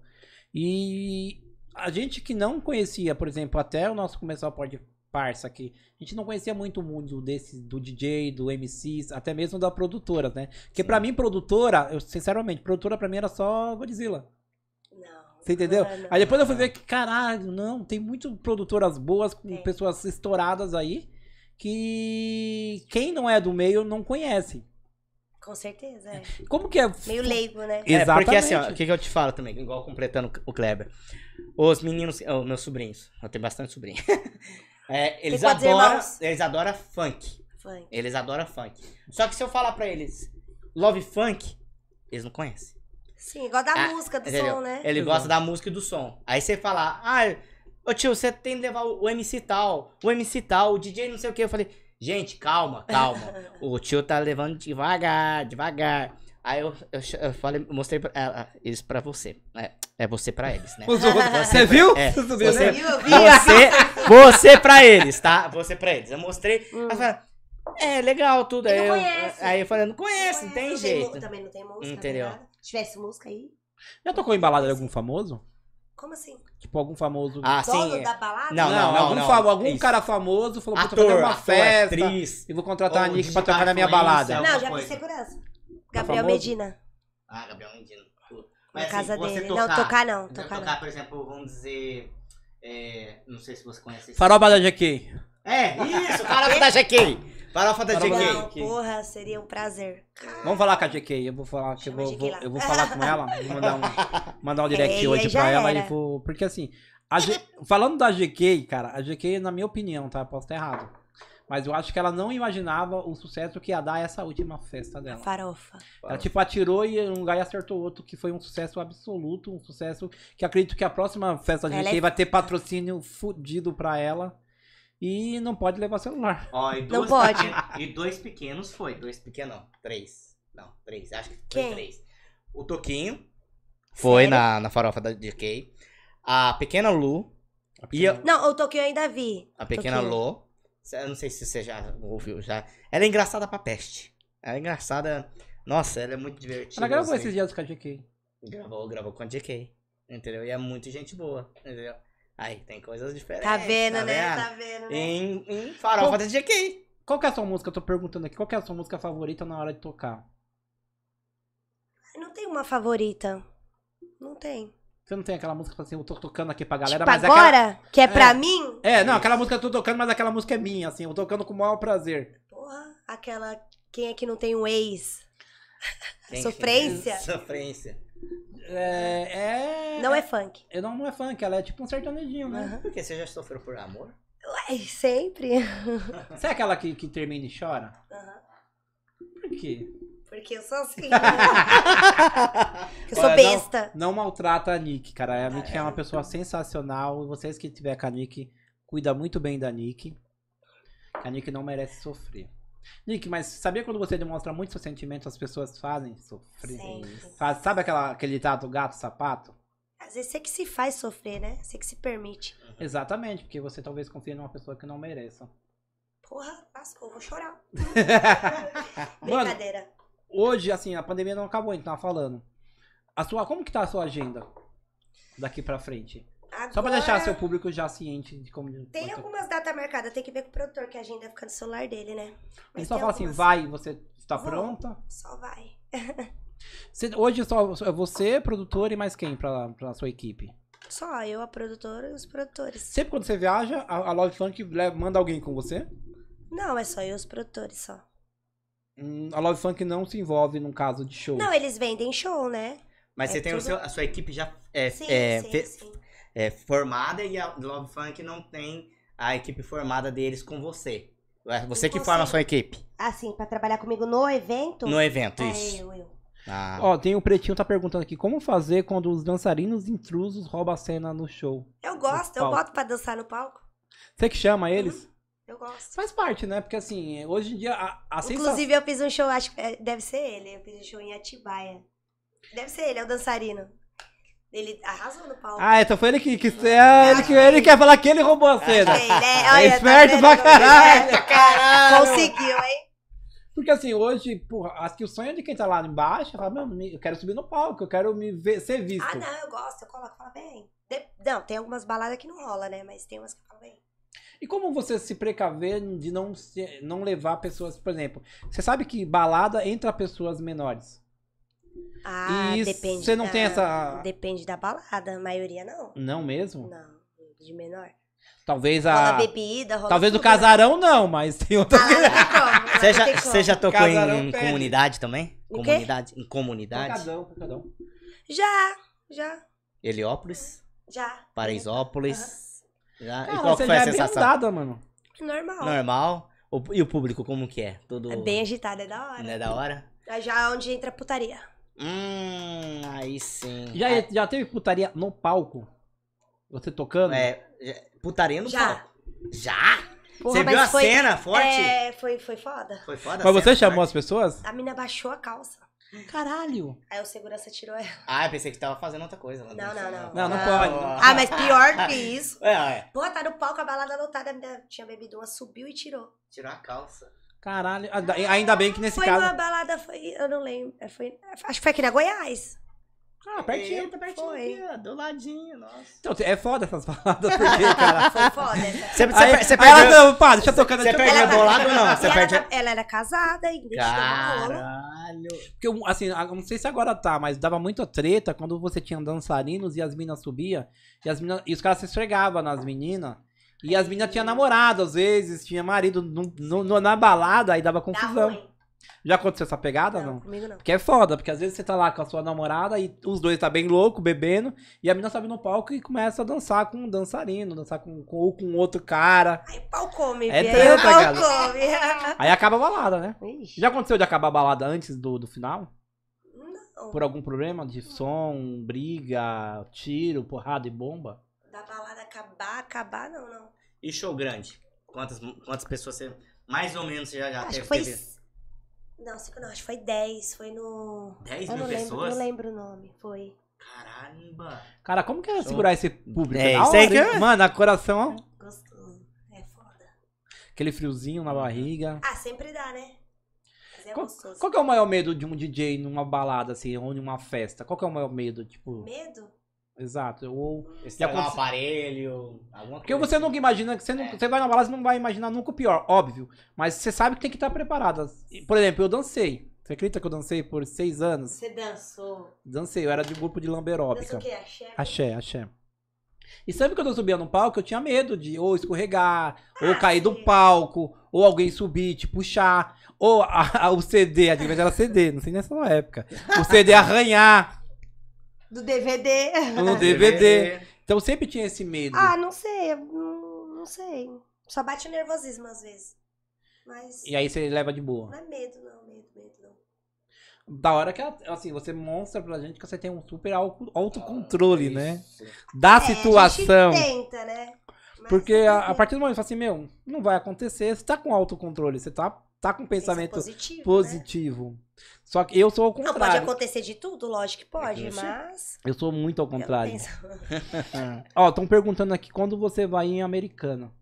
Speaker 2: E a gente que não conhecia, por exemplo, até o nosso começar o pod parça aqui, a gente não conhecia muito o mundo desse, do DJ, do MC, até mesmo da produtora, né? Porque pra mim, produtora, eu sinceramente, produtora pra mim era só Godzilla.
Speaker 3: Não.
Speaker 2: Você entendeu?
Speaker 3: mano.
Speaker 2: Aí depois eu fui ver que, caralho, não, tem muito produtoras boas, com
Speaker 3: Tem.
Speaker 2: pessoas estouradas aí, que quem não é do meio não conhece.
Speaker 3: Com certeza, é.
Speaker 2: Como que é?
Speaker 3: Meio leigo, né?
Speaker 1: É, porque assim, ó,
Speaker 2: Exatamente.
Speaker 1: o que, que eu te falo também, igual completando o Kleber. Os meninos, ó, meus sobrinhos, eu tenho bastante sobrinho. É, eles,
Speaker 3: quantos
Speaker 1: adoram,
Speaker 3: irmãos?
Speaker 1: eles adoram funk.
Speaker 3: Funk.
Speaker 1: Eles adoram funk. Só que se eu falar pra eles love funk, eles não conhecem.
Speaker 3: Sim, igual da
Speaker 1: Ah,
Speaker 3: música, do
Speaker 1: entendeu?
Speaker 3: som, né?
Speaker 1: Ele
Speaker 2: Exato.
Speaker 1: gosta da música e do som. Aí você fala, ah, ô tio, você tem que levar o o MC tal, o MC tal, o DJ não sei o que. Eu falei, gente, calma, calma. o tio tá levando devagar, devagar. Aí eu, eu, ch- eu falei, mostrei pra, ah, ah, eles pra você. É, é você pra eles, né?
Speaker 2: Os outros- Você viu?
Speaker 1: É,
Speaker 2: Você viu,
Speaker 1: você-
Speaker 2: né?
Speaker 3: Viu, eu vi.
Speaker 1: Você, você pra eles, tá? Você pra eles. Eu mostrei.
Speaker 3: Hum.
Speaker 1: Aí falaram, é legal tudo.
Speaker 3: Ele
Speaker 1: Aí
Speaker 3: não
Speaker 1: eu,
Speaker 3: conhece.
Speaker 1: aí eu falei, não conhece, não tem
Speaker 3: mu-
Speaker 1: jeito.
Speaker 3: Também não tá tem música.
Speaker 1: Entendeu?
Speaker 3: Entendeu? Se tivesse música aí.
Speaker 2: Já tocou em balada de algum famoso?
Speaker 3: Como assim?
Speaker 2: Tipo, algum famoso.
Speaker 1: Ah,
Speaker 3: Dono
Speaker 1: sim.
Speaker 3: da balada?
Speaker 1: Não, não, não. É
Speaker 2: algum, famo- algum
Speaker 1: Isso.
Speaker 2: cara famoso falou, puta, vou fazer
Speaker 1: Ator,
Speaker 2: uma
Speaker 1: ator,
Speaker 2: festa
Speaker 1: atriz.
Speaker 2: e vou contratar a
Speaker 1: Ou
Speaker 2: Nick
Speaker 1: digital
Speaker 2: pra tocar na minha
Speaker 4: influencer.
Speaker 2: balada.
Speaker 3: Não, já
Speaker 4: Alguma
Speaker 3: vi
Speaker 4: coisa.
Speaker 3: segurança.
Speaker 1: É
Speaker 3: Gabriel
Speaker 2: famoso?
Speaker 3: Medina,
Speaker 4: Ah, Gabriel Medina. Puta.
Speaker 3: na
Speaker 4: assim,
Speaker 3: casa
Speaker 4: você
Speaker 3: dele. Não, tocar não,
Speaker 4: Então,
Speaker 3: tocar
Speaker 4: tocar,
Speaker 3: não.
Speaker 4: por exemplo, vamos dizer. é, não sei se você conhece. esse-
Speaker 2: Faroba da GQ.
Speaker 4: É, isso,
Speaker 1: Farofa
Speaker 4: farofa
Speaker 1: da GK. Farofa da
Speaker 2: Farofa
Speaker 1: GK.
Speaker 2: da-
Speaker 3: Não,
Speaker 2: que-
Speaker 3: porra, seria um prazer.
Speaker 2: Vamos falar com a GK. Eu vou falar que eu
Speaker 3: Chama a
Speaker 2: vou,
Speaker 3: GK
Speaker 2: vou-
Speaker 3: lá.
Speaker 2: eu vou falar com ela, vou mandar um, mandar um direct
Speaker 3: É, e
Speaker 2: hoje
Speaker 3: aí já
Speaker 2: pra ela e
Speaker 3: era.
Speaker 2: vou. Porque assim, a G- falando da GK, cara, a GK, na minha opinião, tá? Posso estar errado. Mas eu acho que ela não imaginava o sucesso que ia dar essa última festa
Speaker 3: A
Speaker 2: dela.
Speaker 3: farofa.
Speaker 2: Ela tipo atirou e um lugar e acertou outro, que foi um sucesso absoluto, um sucesso que acredito que a próxima festa de
Speaker 3: Ela é
Speaker 2: GK vai ter patrocínio fudido pra ela. E não pode levar celular.
Speaker 4: Ó, e
Speaker 3: Não
Speaker 4: duas
Speaker 3: pode.
Speaker 4: pequen- E dois pequenos foi. Dois
Speaker 1: Dois pequenos, não. Três. Não, três. Acho que foi
Speaker 3: Quem?
Speaker 1: três. O Toquinho. Foi
Speaker 3: Sério?
Speaker 1: na, na farofa da GK. A pequena Lu. E eu-
Speaker 3: Não, o Tokyo eu ainda vi.
Speaker 1: a pequena
Speaker 3: Toquinho.
Speaker 1: Lu. cê- Eu não sei se você já ouviu já. Ela é engraçada pra peste. Ela é engraçada. Nossa, ela é muito divertida.
Speaker 2: Ela gravou
Speaker 1: assim.
Speaker 2: esses dias com a GK. Então,
Speaker 1: Gravou, gravou Então, com a JK. Entendeu? E é muito gente boa. Entendeu? Aí, tem coisas diferentes.
Speaker 3: Tá vendo, né?
Speaker 1: É, vendo?
Speaker 3: Tá vendo, né?
Speaker 1: Em, em farofa
Speaker 2: Bom,
Speaker 1: da JK.
Speaker 2: Qual que é a sua música? Eu tô perguntando aqui. Qual que é a sua música favorita na hora de tocar?
Speaker 3: Não tem uma favorita. Não tem.
Speaker 2: Você não tem aquela música que fala assim, eu tô tocando aqui pra galera,
Speaker 3: tipo,
Speaker 2: mas
Speaker 3: agora, que é pra
Speaker 2: É.
Speaker 3: mim,
Speaker 2: aquela... É, não, aquela música eu tô tocando, mas aquela música é minha, assim, eu tô tocando com o maior prazer.
Speaker 3: porra, aquela... Quem é que não tem um ex?
Speaker 1: Tem-
Speaker 3: Sofrência?
Speaker 1: Sofrência.
Speaker 2: É... é...
Speaker 3: Não é funk.
Speaker 2: Eu não, não é funk, ela é tipo um sertanejinho, né?
Speaker 3: Aham.
Speaker 1: Porque você já sofreu por amor?
Speaker 3: Ué, sempre.
Speaker 2: Você é aquela que, que termina e chora?
Speaker 3: Aham.
Speaker 2: Por quê?
Speaker 3: Porque eu sou assim. né? eu sou
Speaker 2: Olha, não-
Speaker 3: besta.
Speaker 2: Não maltrata a Nick, cara.
Speaker 3: Ah,
Speaker 2: A Nick é uma pessoa sensacional. Vocês que tiver com a Nick, cuida muito bem da Nick. Que a Nick não merece sofrer. Nick, mas sabia quando você demonstra muito seu sentimento, as pessoas fazem sofrer?
Speaker 3: Sempre.
Speaker 2: Faz- sabe aquela, aquele ditado gato, sapato?
Speaker 3: Às vezes você que se faz sofrer, né? Você que se permite.
Speaker 2: Exatamente, porque você talvez confie numa pessoa que não mereça.
Speaker 3: Porra, passou, eu vou chorar.
Speaker 2: Mano,
Speaker 3: Brincadeira.
Speaker 2: Hoje, assim, a pandemia não acabou, a gente tava falando. A sua, como que tá a sua agenda daqui pra frente? Só pra
Speaker 3: Agora,
Speaker 2: deixar seu público já ciente de como...
Speaker 3: Tem
Speaker 2: quanto-
Speaker 3: algumas datas marcadas, tem que ver com o produtor, que a agenda fica no celular dele, né?
Speaker 2: A gente
Speaker 3: Mas
Speaker 2: só
Speaker 3: tem
Speaker 2: fala assim,
Speaker 3: algumas-
Speaker 2: vai, você está
Speaker 3: Vou.
Speaker 2: pronta?
Speaker 3: Só vai.
Speaker 2: Você- hoje só só é você, produtor e mais quem pra, pra sua equipe?
Speaker 3: Só eu, a produtora e os produtores.
Speaker 2: Sempre quando você viaja, a, a Love Funk leva- manda alguém com você?
Speaker 3: Não, é só eu e os produtores, só.
Speaker 2: Hum, a Love Funk não se envolve num caso de show.
Speaker 3: Não, eles vendem show, né?
Speaker 1: Mas
Speaker 3: É
Speaker 1: você tem o
Speaker 3: tudo-
Speaker 1: seu, a sua equipe já é,
Speaker 3: Sim,
Speaker 1: é,
Speaker 3: sim,
Speaker 1: fe-
Speaker 3: sim.
Speaker 1: é formada e a Love Funk não tem a equipe formada deles com você. É você que
Speaker 3: Com
Speaker 1: forma a
Speaker 3: você.
Speaker 1: sua equipe
Speaker 3: Assim, pra trabalhar comigo no evento?
Speaker 1: no evento,
Speaker 3: é
Speaker 1: isso.
Speaker 3: eu, eu.
Speaker 1: Ah,
Speaker 2: Ó, tem o Pretinho tá perguntando aqui, como fazer quando os dançarinos intrusos roubam a cena no show?
Speaker 3: Eu gosto,
Speaker 2: No
Speaker 3: eu
Speaker 2: palco.
Speaker 3: boto pra dançar no palco.
Speaker 2: Você que chama eles?
Speaker 3: Uhum. Eu gosto.
Speaker 2: Faz parte, né? Porque assim, hoje em dia a, a sensação...
Speaker 3: Inclusive, eu fiz um show, acho que é, deve ser ele. Eu fiz um show em Atibaia. Deve ser ele, é o dançarino. Ele arrasou no palco.
Speaker 2: Ah, então foi ele que... que é, ele, que ele quer falar que ele roubou a cena.
Speaker 3: Ele é,
Speaker 2: É
Speaker 3: olha, tá
Speaker 2: esperto
Speaker 3: vendo?
Speaker 2: pra caralho.
Speaker 3: É, cara, Conseguiu, hein?
Speaker 2: Porque assim, hoje, porra, acho que o sonho de quem tá lá embaixo é falar, "Mano, me- eu quero subir no palco, eu quero me ver, ser visto.
Speaker 3: Ah, não, eu gosto, eu coloco, fala bem. De- Não, tem algumas baladas que não rola, né? Mas tem umas que falam bem.
Speaker 2: E como você se precaver de não, se- não levar pessoas, por exemplo, você sabe que balada entra pessoas menores.
Speaker 3: Ah,
Speaker 2: E
Speaker 3: depende.
Speaker 2: você não
Speaker 3: da-
Speaker 2: tem essa-
Speaker 3: Depende da balada, a maioria não.
Speaker 2: Não mesmo?
Speaker 3: Não, de menor.
Speaker 2: Talvez
Speaker 3: Rola
Speaker 2: a.
Speaker 3: bebida, rola.
Speaker 2: Tá. Talvez o
Speaker 3: tudo. né?
Speaker 2: casarão não, mas tem outra.
Speaker 3: Ah, não tem como, não
Speaker 1: você, já,
Speaker 3: tem como.
Speaker 1: você já tocou
Speaker 2: Casarão
Speaker 1: em
Speaker 2: pede.
Speaker 1: comunidade também?
Speaker 3: O quê?
Speaker 1: comunidade? Em comunidade?
Speaker 2: Pancadão, pancadão.
Speaker 3: Já, já,
Speaker 1: Heliópolis,
Speaker 3: já.
Speaker 1: Paraisópolis. Já-
Speaker 2: Cara,
Speaker 1: e qual que foi
Speaker 2: você já
Speaker 1: a
Speaker 2: é bem
Speaker 1: sensação?
Speaker 2: andada, mano.
Speaker 3: É Normal.
Speaker 1: Normal. O- e o público, como que é? Todo...
Speaker 3: É bem agitada, é da hora.
Speaker 1: Não é da hora?
Speaker 3: Aí Já é onde entra a putaria.
Speaker 1: Hum, aí sim.
Speaker 2: Já,
Speaker 1: é...
Speaker 2: já teve putaria no palco? Você tocando?
Speaker 1: é, putaria no
Speaker 3: Já.
Speaker 1: palco. Já?
Speaker 3: Porra,
Speaker 1: Você
Speaker 3: mas
Speaker 1: viu a
Speaker 3: foi-
Speaker 1: cena forte?
Speaker 3: É, foi, foi foda.
Speaker 1: Foi foda é a
Speaker 2: Mas você
Speaker 1: cena
Speaker 2: chamou as
Speaker 1: forte?
Speaker 2: pessoas?
Speaker 3: A mina baixou a calça.
Speaker 2: Caralho!
Speaker 3: Aí o segurança tirou ela.
Speaker 1: Ah, eu pensei que tava fazendo outra coisa. lá
Speaker 3: Não,
Speaker 1: dentro.
Speaker 3: não, não.
Speaker 2: Não, não
Speaker 3: Ah.
Speaker 2: pode. não.
Speaker 3: Ah, mas pior que isso.
Speaker 1: É, é.
Speaker 3: Pô, tá no palco, a balada lotada, a mina tinha bebido uma, subiu e tirou.
Speaker 1: Tirou a calça.
Speaker 2: Caralho. Ainda- Ainda bem que nesse
Speaker 3: Foi
Speaker 2: caso.
Speaker 3: uma balada, foi, eu não lembro, é, foi, acho que foi aqui na Goiás.
Speaker 2: Ah, pertinho.
Speaker 1: Eita,
Speaker 3: Foi.
Speaker 1: aqui, ó, do ladinho, nossa.
Speaker 2: Então, é foda essas baladas, porque, cara.
Speaker 3: Foi foda essa.
Speaker 1: Você,
Speaker 2: Aí-
Speaker 1: per- você
Speaker 2: aí ela,
Speaker 1: perdeu...
Speaker 2: não, pá, deixa eu tocar.
Speaker 1: Você
Speaker 2: deixa eu tocar.
Speaker 1: perdeu
Speaker 3: Ela-
Speaker 1: bolado ou não? Você
Speaker 3: E ela,
Speaker 1: perdeu...
Speaker 3: tá- ela era casada um e deixou uma rola.
Speaker 1: Caralho.
Speaker 2: Porque, eu, assim, a- não sei se agora tá, mas dava muita treta quando você tinha dançarinos e as minas subiam, e, as mina- e os caras se esfregavam nas meninas. E as meninas tinham namorado, às vezes, tinha marido no- no- no- na balada, aí dava
Speaker 3: Dá
Speaker 2: confusão.
Speaker 3: ruim.
Speaker 2: Já aconteceu essa pegada, não?
Speaker 3: comigo não.
Speaker 2: Porque é foda, porque às vezes você tá lá com a sua namorada e os dois tá bem louco, bebendo, e a menina sobe no palco e começa a dançar com um dançarino, dançar com, com, ou com outro cara.
Speaker 3: Aí o pau come,
Speaker 2: É
Speaker 3: viu? Aí
Speaker 2: treta,
Speaker 3: o pau
Speaker 2: cara.
Speaker 3: come.
Speaker 2: Aí acaba a balada, né?
Speaker 3: Ixi,
Speaker 2: Já aconteceu de acabar a balada antes do, do final?
Speaker 3: Não.
Speaker 2: Por algum problema de som, briga, tiro, porrada e bomba?
Speaker 3: Da balada acabar, acabar não, não.
Speaker 1: E show grande? Quantas, quantas pessoas você... Mais ou menos você já, já
Speaker 3: Acho
Speaker 1: Ah, teve?
Speaker 3: que foi.
Speaker 1: teve
Speaker 3: Não, cinco não, acho que foi 10. Foi no.
Speaker 1: 10
Speaker 3: Eu
Speaker 1: mil
Speaker 3: não lembro,
Speaker 1: pessoas?
Speaker 3: não lembro o nome. Foi.
Speaker 1: Caramba.
Speaker 2: Cara, como que é
Speaker 1: Show.
Speaker 2: segurar esse público?
Speaker 1: É,
Speaker 2: Na
Speaker 1: isso aí
Speaker 2: hora,
Speaker 1: que
Speaker 2: hein? Mano, a coração, ó,
Speaker 3: Gostoso. É foda.
Speaker 2: aquele friozinho na barriga.
Speaker 3: Ah, sempre dá, né? Mas é
Speaker 2: Qual-
Speaker 3: gostoso.
Speaker 2: Qual que é o maior medo de um DJ numa balada, assim, ou numa festa? Qual que é o maior medo, tipo...
Speaker 3: Medo?
Speaker 2: Exato, ou...
Speaker 1: Estragar um
Speaker 2: aconteceu-
Speaker 1: aparelho, alguma
Speaker 2: Porque
Speaker 1: coisa.
Speaker 2: você nunca imagina, que você, nunca-
Speaker 1: É.
Speaker 2: você vai na balada e não vai imaginar nunca o pior, óbvio. Mas você sabe que tem que estar preparada. E, Por exemplo, eu dancei. Você acredita que eu dancei por seis anos?
Speaker 3: Você dançou.
Speaker 2: Dancei, eu era de um grupo de
Speaker 3: Dançou
Speaker 2: lamberóbica.
Speaker 3: o quê? Axé?
Speaker 2: Axé, axé. E sempre que eu subia no palco, eu tinha medo de ou escorregar, ou cair do
Speaker 3: Ah, sim.
Speaker 2: palco, ou alguém subir, te puxar, ou a- a- o CD, antigamente era CD, não sei nessa época. O CD arranhar
Speaker 3: Do DVD.
Speaker 2: no
Speaker 1: assim?
Speaker 2: DVD.
Speaker 1: Ah,
Speaker 2: Então sempre tinha esse medo.
Speaker 3: Ah, não sei. eu Não, não sei. Só bate o nervosismo às vezes. Mas.
Speaker 2: E aí você leva de boa.
Speaker 3: Não é medo, não. Medo, medo, não.
Speaker 2: Da hora que, assim, você mostra pra gente que você tem um super auto- autocontrole, né?
Speaker 1: Isso.
Speaker 2: Da
Speaker 3: Ah, É,
Speaker 2: situação.
Speaker 3: A gente tenta, né? Mas
Speaker 2: Porque
Speaker 3: não tem
Speaker 2: a, a
Speaker 3: jeito.
Speaker 2: partir do momento que você fala assim, meu, não vai acontecer, você tá com autocontrole, você tá, tá com
Speaker 3: Pensa
Speaker 2: pensamento
Speaker 3: positivo. né?
Speaker 2: positivo. Só que eu sou ao
Speaker 3: Não, pode
Speaker 2: contrário.
Speaker 3: acontecer de tudo, lógico que pode,
Speaker 1: É que eu
Speaker 3: mas.
Speaker 2: eu sou muito ao
Speaker 3: eu não
Speaker 2: contrário. Ah.
Speaker 3: penso.
Speaker 2: Ó, estão perguntando aqui quando você vai em Americana.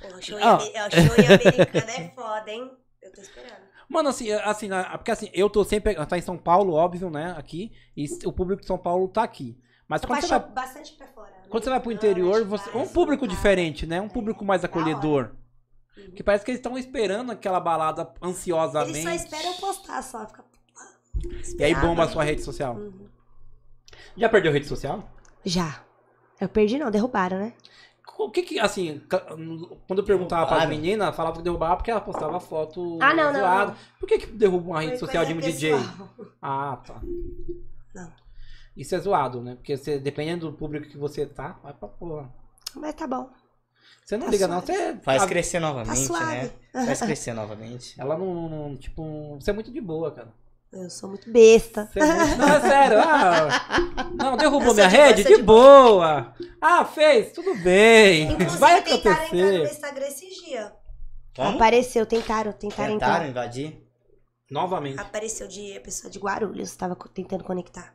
Speaker 3: Pô, show,
Speaker 2: Ah.
Speaker 3: em, Ame- ó, show em americano é foda, hein? Eu tô esperando.
Speaker 2: Mano, assim, assim, na- porque assim, eu tô sempre. Tá em São Paulo, óbvio, né? Aqui. E o público de São Paulo tá aqui. Mas
Speaker 3: Eu
Speaker 2: quando você
Speaker 3: baixei
Speaker 2: vai
Speaker 3: bastante pra fora. né?
Speaker 2: Quando você vai pro
Speaker 3: Americana,
Speaker 2: interior,
Speaker 3: de
Speaker 2: você, é um
Speaker 3: Brás,
Speaker 2: público
Speaker 3: São Paulo.
Speaker 2: diferente, né? Um público mais
Speaker 3: Ah. Da hora.
Speaker 2: acolhedor.
Speaker 3: Uhum.
Speaker 2: Que parece que eles estão esperando aquela balada ansiosamente.
Speaker 3: Eles só esperam eu postar, só. Fica...
Speaker 2: E aí bomba a
Speaker 3: Esperado.
Speaker 2: sua rede social.
Speaker 3: Uhum.
Speaker 2: Já perdeu rede social?
Speaker 3: Já. Eu perdi não, derrubaram, né?
Speaker 2: O que que, assim, ca- quando eu perguntava pra
Speaker 1: Derrubaram?
Speaker 2: menina, falava que derrubava porque ela postava foto
Speaker 3: Ah, não, não,
Speaker 2: zoada.
Speaker 3: não.
Speaker 2: Por que que derruba uma rede
Speaker 3: Foi
Speaker 2: social de um
Speaker 3: coisa
Speaker 2: DJ?
Speaker 3: pessoal.
Speaker 2: Ah, tá.
Speaker 3: Não.
Speaker 2: Isso é zoado, né? Porque você, dependendo do público que você tá, vai pra porra.
Speaker 3: Mas tá bom.
Speaker 2: Você não
Speaker 3: Tá
Speaker 2: liga,
Speaker 3: suave.
Speaker 2: não. Você
Speaker 1: Faz
Speaker 2: a-
Speaker 1: crescer
Speaker 3: Tá
Speaker 1: novamente,
Speaker 3: suave.
Speaker 1: né? Faz crescer novamente.
Speaker 2: Ela não, não- Tipo, você é muito de boa, cara.
Speaker 3: Eu sou muito besta.
Speaker 2: Você é muito- Não, é sério. Ah, não, derrubou
Speaker 3: Eu sou
Speaker 2: minha
Speaker 3: de
Speaker 2: rede?
Speaker 3: boa,
Speaker 2: De,
Speaker 3: sou tipo. de
Speaker 2: boa. Ah, fez? Tudo bem.
Speaker 3: Inclusive,
Speaker 2: Vai
Speaker 3: tentaram entrar no meu
Speaker 2: acontecer.
Speaker 3: Instagram esses dias.
Speaker 1: Como?
Speaker 3: Apareceu, tentaram, tentaram,
Speaker 1: Tentaram invadir?
Speaker 2: Novamente.
Speaker 3: entrar. Apareceu de a pessoa de Guarulhos, tava co- tentando conectar.